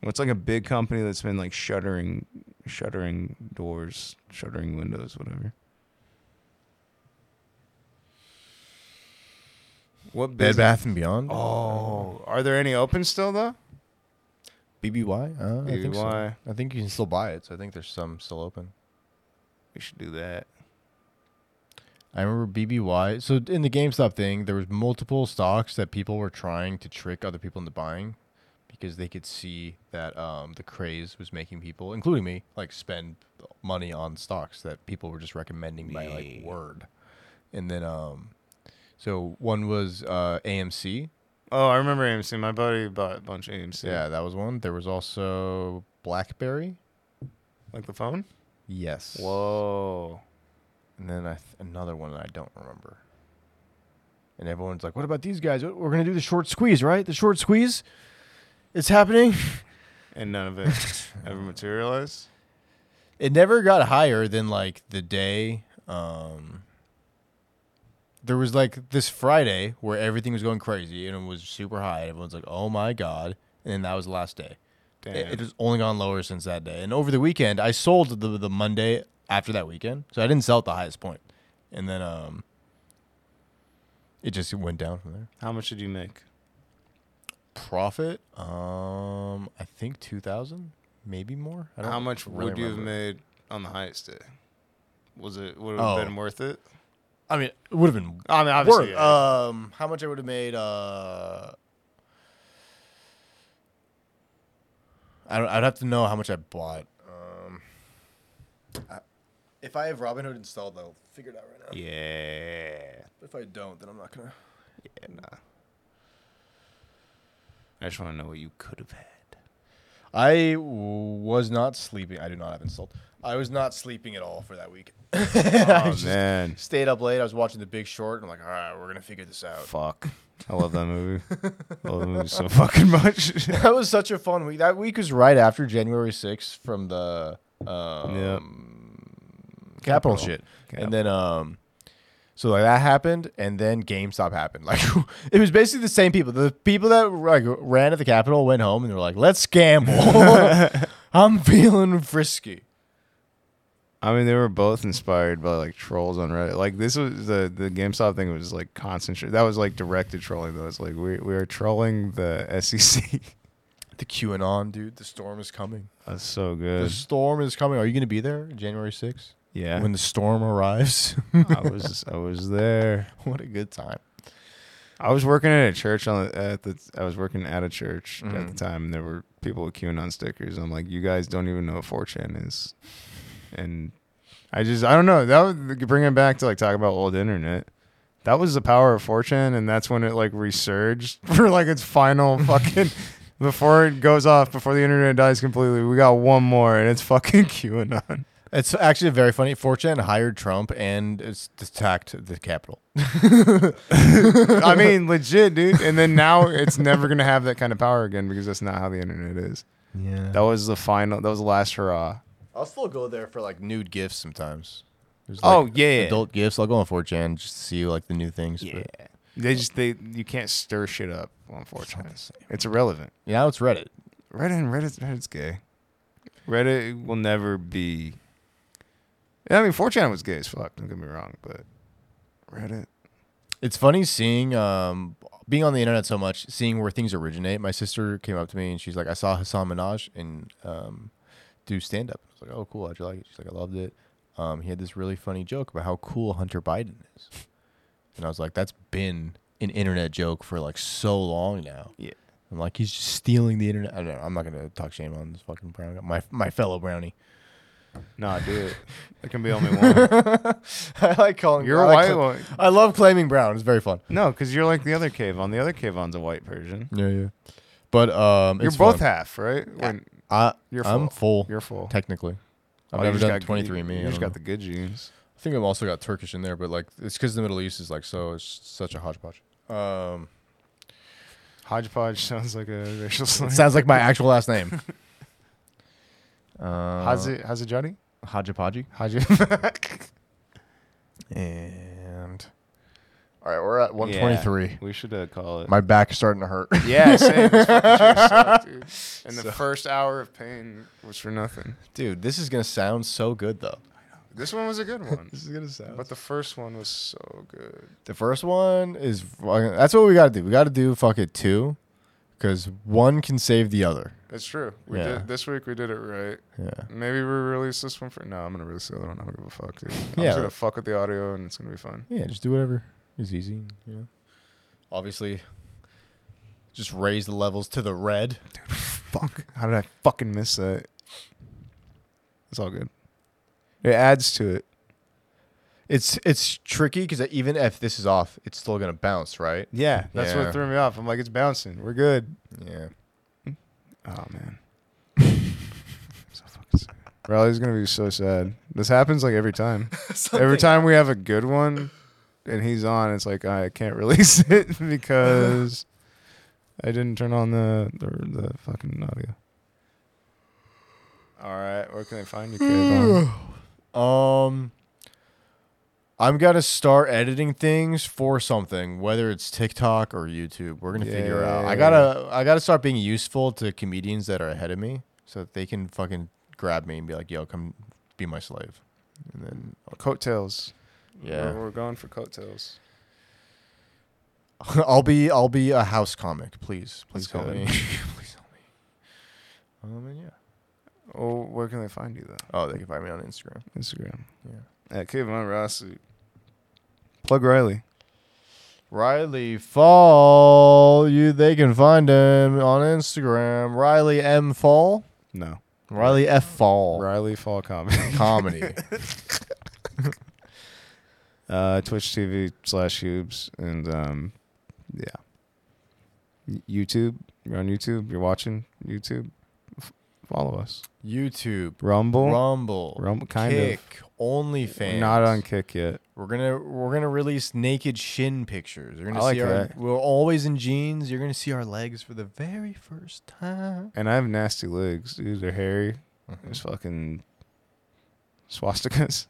[SPEAKER 3] What's like a big company that's been like shuttering, shuttering doors, shuttering windows, whatever. What
[SPEAKER 2] Bed
[SPEAKER 3] business-
[SPEAKER 2] Bath and Beyond.
[SPEAKER 3] Oh, are there any open still though?
[SPEAKER 2] BBY. Uh, I think so.
[SPEAKER 3] BBY.
[SPEAKER 2] I think you can still buy it. So I think there's some still open.
[SPEAKER 3] We should do that.
[SPEAKER 2] I remember BBY. So in the GameStop thing, there was multiple stocks that people were trying to trick other people into buying because they could see that um, the craze was making people, including me, like spend money on stocks that people were just recommending by like
[SPEAKER 3] Yeah.
[SPEAKER 2] word. And then, um, so one was uh, AMC.
[SPEAKER 3] Oh, I remember AMC. My buddy bought a bunch of AMC.
[SPEAKER 2] Yeah, that was one. There was also BlackBerry.
[SPEAKER 3] Like the phone?
[SPEAKER 2] Yes.
[SPEAKER 3] Whoa.
[SPEAKER 2] and then I th- another one that I don't remember. And everyone's like, "What about these guys? What- We're gonna do the short squeeze, right? The short squeeze, it's happening."
[SPEAKER 3] And none of it ever materialized?
[SPEAKER 2] It never got higher than like the day. Um, there was like this Friday where everything was going crazy and it was super high. Everyone's like, "Oh my god!" And then that was the last day.
[SPEAKER 3] Damn.
[SPEAKER 2] It, it has only gone lower since that day. And over the weekend, I sold the the Monday after that weekend, so I didn't sell at the highest point. And then um, it just went down from there.
[SPEAKER 3] How much did you make?
[SPEAKER 2] Profit, um, I think two thousand, maybe more. I don't
[SPEAKER 3] How much
[SPEAKER 2] really
[SPEAKER 3] would you have
[SPEAKER 2] remember.
[SPEAKER 3] made on the highest day? Was it would it have
[SPEAKER 2] Oh.
[SPEAKER 3] been worth it?
[SPEAKER 2] I mean, it would have been.
[SPEAKER 3] I mean,
[SPEAKER 2] Worth,
[SPEAKER 3] obviously. yeah.
[SPEAKER 2] um, how much I would have made? Uh, I don't, I'd have to know how much I bought. Um, I- if I have Robinhood installed, I'll figure it out right now.
[SPEAKER 3] yeah.
[SPEAKER 4] If I don't, then I'm not gonna.
[SPEAKER 3] Yeah, nah. I just want to know what you could have had.
[SPEAKER 2] I was not sleeping. I do not have installed. I was not sleeping at all for that week.
[SPEAKER 3] Oh man,
[SPEAKER 2] Stayed up late. I was watching The Big Short. And I'm like, all right, we're gonna figure this out.
[SPEAKER 3] fuck! I love that movie. I love that movie so fucking much.
[SPEAKER 2] that was such a fun week. That week was right after January 6th from the um, capital,
[SPEAKER 3] Capital.
[SPEAKER 2] shit,
[SPEAKER 3] Capital.
[SPEAKER 2] and then um, so like that happened, and then GameStop happened. Like it was basically the same people. The people that like ran at the Capitol went home and they were like, "Let's gamble." I'm feeling frisky.
[SPEAKER 3] I mean, they were both inspired by like trolls on Reddit. Like this was the the GameStop thing was like concentrated. That was like directed trolling though. It's like we we are trolling the E SEC.
[SPEAKER 2] The QAnon dude, the storm is coming.
[SPEAKER 3] That's so
[SPEAKER 2] The
[SPEAKER 3] good.
[SPEAKER 2] storm is coming. Are you gonna be there January 6th
[SPEAKER 3] Yeah,
[SPEAKER 2] when the storm arrives?
[SPEAKER 3] I was I was there.
[SPEAKER 2] what a good time.
[SPEAKER 3] I was working at a church on the, at the I was working at a church at
[SPEAKER 2] Mhm.
[SPEAKER 3] the time, and there were people with QAnon stickers. I'm like, you guys don't even know what 4chan is, and I just I don't know. That would bring it back to like talk about old internet. That was the power of 4chan, and that's when it like resurged for like its final fucking before it goes off before the internet dies completely. We got one more, and it's fucking QAnon.
[SPEAKER 2] It's actually very funny. 4chan hired Trump and it's attacked the Capitol.
[SPEAKER 3] I mean, legit, dude. And then now it's never gonna have that kind of power again because that's not how the internet is.
[SPEAKER 2] Yeah.
[SPEAKER 3] That was the final. That was the last hurrah.
[SPEAKER 2] I'll still go there for like nude gifts sometimes. There's,
[SPEAKER 3] Oh,
[SPEAKER 2] like,
[SPEAKER 3] yeah.
[SPEAKER 2] adult gifts. I'll go on 4chan just to see like the new things. but-
[SPEAKER 3] They just they you can't stir shit up. Unfortunately, it's, irrelevant.
[SPEAKER 2] Yeah, now it's Reddit.
[SPEAKER 3] Reddit and Reddit's Reddit's gay. Reddit will never be. I mean, 4chan was gay as fuck. Don't get me wrong, but Reddit.
[SPEAKER 2] It's funny seeing um being on the internet so much, seeing where things originate. My sister came up to me and she's like, "I saw Hassan Minaj and um do stand up." I was like, "Oh, cool. How'd you like it?" She's like, "I loved it." Um, he had this really funny joke about how cool Hunter Biden is, and I was like, "That's been an internet joke for like so long now."
[SPEAKER 3] Yeah.
[SPEAKER 2] I'm like, he's just stealing the internet. I don't know. I'm not gonna talk shame on this fucking brown guy, my my fellow brownie.
[SPEAKER 3] Nah, dude. There can be only one.
[SPEAKER 2] I like calling.
[SPEAKER 3] You're a
[SPEAKER 2] I like
[SPEAKER 3] white
[SPEAKER 2] cla-
[SPEAKER 3] one.
[SPEAKER 2] I love claiming brown. It's very fun.
[SPEAKER 3] No, because you're like the other cave on. The other cave on's a white Persian.
[SPEAKER 2] Yeah, yeah. But um,
[SPEAKER 3] You're
[SPEAKER 2] it's
[SPEAKER 3] both
[SPEAKER 2] fun.
[SPEAKER 3] half, right? When-
[SPEAKER 2] I,
[SPEAKER 3] You're
[SPEAKER 2] I'm full.
[SPEAKER 3] You're full.
[SPEAKER 2] technically. I've
[SPEAKER 3] Oh, you
[SPEAKER 2] never
[SPEAKER 3] just
[SPEAKER 2] done
[SPEAKER 3] got-
[SPEAKER 2] 23 me.
[SPEAKER 3] You just got the good genes.
[SPEAKER 2] I think I've also got Turkish in there, but like it's because the Middle East is like so it's such a hodgepodge. Um,
[SPEAKER 3] Hodgepodge sounds like a racial slang.
[SPEAKER 2] it sounds like my actual last name.
[SPEAKER 3] How's
[SPEAKER 2] uh,
[SPEAKER 3] it? How's it, Johnny?
[SPEAKER 2] Hodgepodge.
[SPEAKER 3] How's it?
[SPEAKER 2] And all right, we're at 123.
[SPEAKER 3] We should uh, call it.
[SPEAKER 2] My back's starting to hurt.
[SPEAKER 3] yeah, same. This fucking shit sucked, dude. And the first hour of pain was for nothing.
[SPEAKER 2] Dude, this is gonna sound so good though.
[SPEAKER 3] This one was a good one,
[SPEAKER 2] This is gonna sound.
[SPEAKER 3] but the first one was so good.
[SPEAKER 2] The first one is fucking- that's what we gotta do. We gotta do fuck it two, because one can save the other.
[SPEAKER 3] It's true. We
[SPEAKER 2] Yeah.
[SPEAKER 3] did this week. We did it right.
[SPEAKER 2] Yeah.
[SPEAKER 3] Maybe we release this one for. No, I'm gonna release the other one. I don't give a fuck, dude. I'm
[SPEAKER 2] Yeah.
[SPEAKER 3] just gonna fuck with the audio, and it's gonna be fun.
[SPEAKER 2] Yeah, just do whatever is easy. You know, obviously, just raise the levels to the red.
[SPEAKER 3] Fuck. How did I fucking miss that? It's all good. It adds to it.
[SPEAKER 2] It's it's tricky because even if this is off, it's still gonna bounce, right?
[SPEAKER 3] Yeah, that's
[SPEAKER 2] Yeah.
[SPEAKER 3] what threw me off. I'm like, it's bouncing. We're good.
[SPEAKER 2] Yeah.
[SPEAKER 3] Oh man. so fucking sad. Riley's gonna be so sad. This happens like every time. every time we have a good one and he's on, it's like I can't release it because I didn't turn on the the, the fucking audio. All right, where can they find you, Kayvon?
[SPEAKER 2] Um,
[SPEAKER 4] I'm gonna start editing things for something, whether it's TikTok or YouTube. We're gonna figure out. I
[SPEAKER 3] Yeah.
[SPEAKER 2] gotta I gotta start being useful to comedians that are ahead of me so that they can fucking grab me and be like, yo, come be my slave. And then uh,
[SPEAKER 3] Coattails.
[SPEAKER 2] Yeah.
[SPEAKER 3] We're, we're going for coattails.
[SPEAKER 2] I'll be I'll be a house comic, please. Please
[SPEAKER 3] That's
[SPEAKER 2] help
[SPEAKER 3] good.
[SPEAKER 2] me. please help me. Um and yeah.
[SPEAKER 3] Oh, where can they find you though?
[SPEAKER 2] Oh, they can find me on Instagram.
[SPEAKER 3] Instagram.
[SPEAKER 2] Yeah.
[SPEAKER 3] At Kevin Rossi. Plug Riley.
[SPEAKER 2] Riley Fall. You they can find him on Instagram. Riley M Fall.
[SPEAKER 3] No.
[SPEAKER 2] Riley F Fall.
[SPEAKER 3] Riley Fall Comedy.
[SPEAKER 2] Comedy.
[SPEAKER 3] uh, Twitch TV slash Hubes and um, yeah. Y- YouTube. You're on YouTube. You're watching YouTube. F- follow us.
[SPEAKER 2] YouTube.
[SPEAKER 3] Rumble.
[SPEAKER 2] Rumble.
[SPEAKER 3] Rumble, kind of.
[SPEAKER 2] Kick. OnlyFans.
[SPEAKER 3] We're not on Kick yet.
[SPEAKER 2] We're gonna we're gonna release naked shin pictures. You're gonna
[SPEAKER 3] I like
[SPEAKER 2] see our
[SPEAKER 3] that.
[SPEAKER 2] we're always in jeans. You're gonna see our legs for the very first time.
[SPEAKER 3] And I have nasty legs, dude. They're hairy. There's fucking swastikas.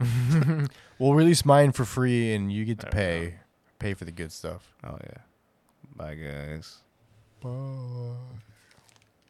[SPEAKER 2] We'll release mine for free and you get to
[SPEAKER 3] There we
[SPEAKER 2] pay. Pay for the good stuff.
[SPEAKER 3] oh yeah. Bye guys.
[SPEAKER 2] Bye.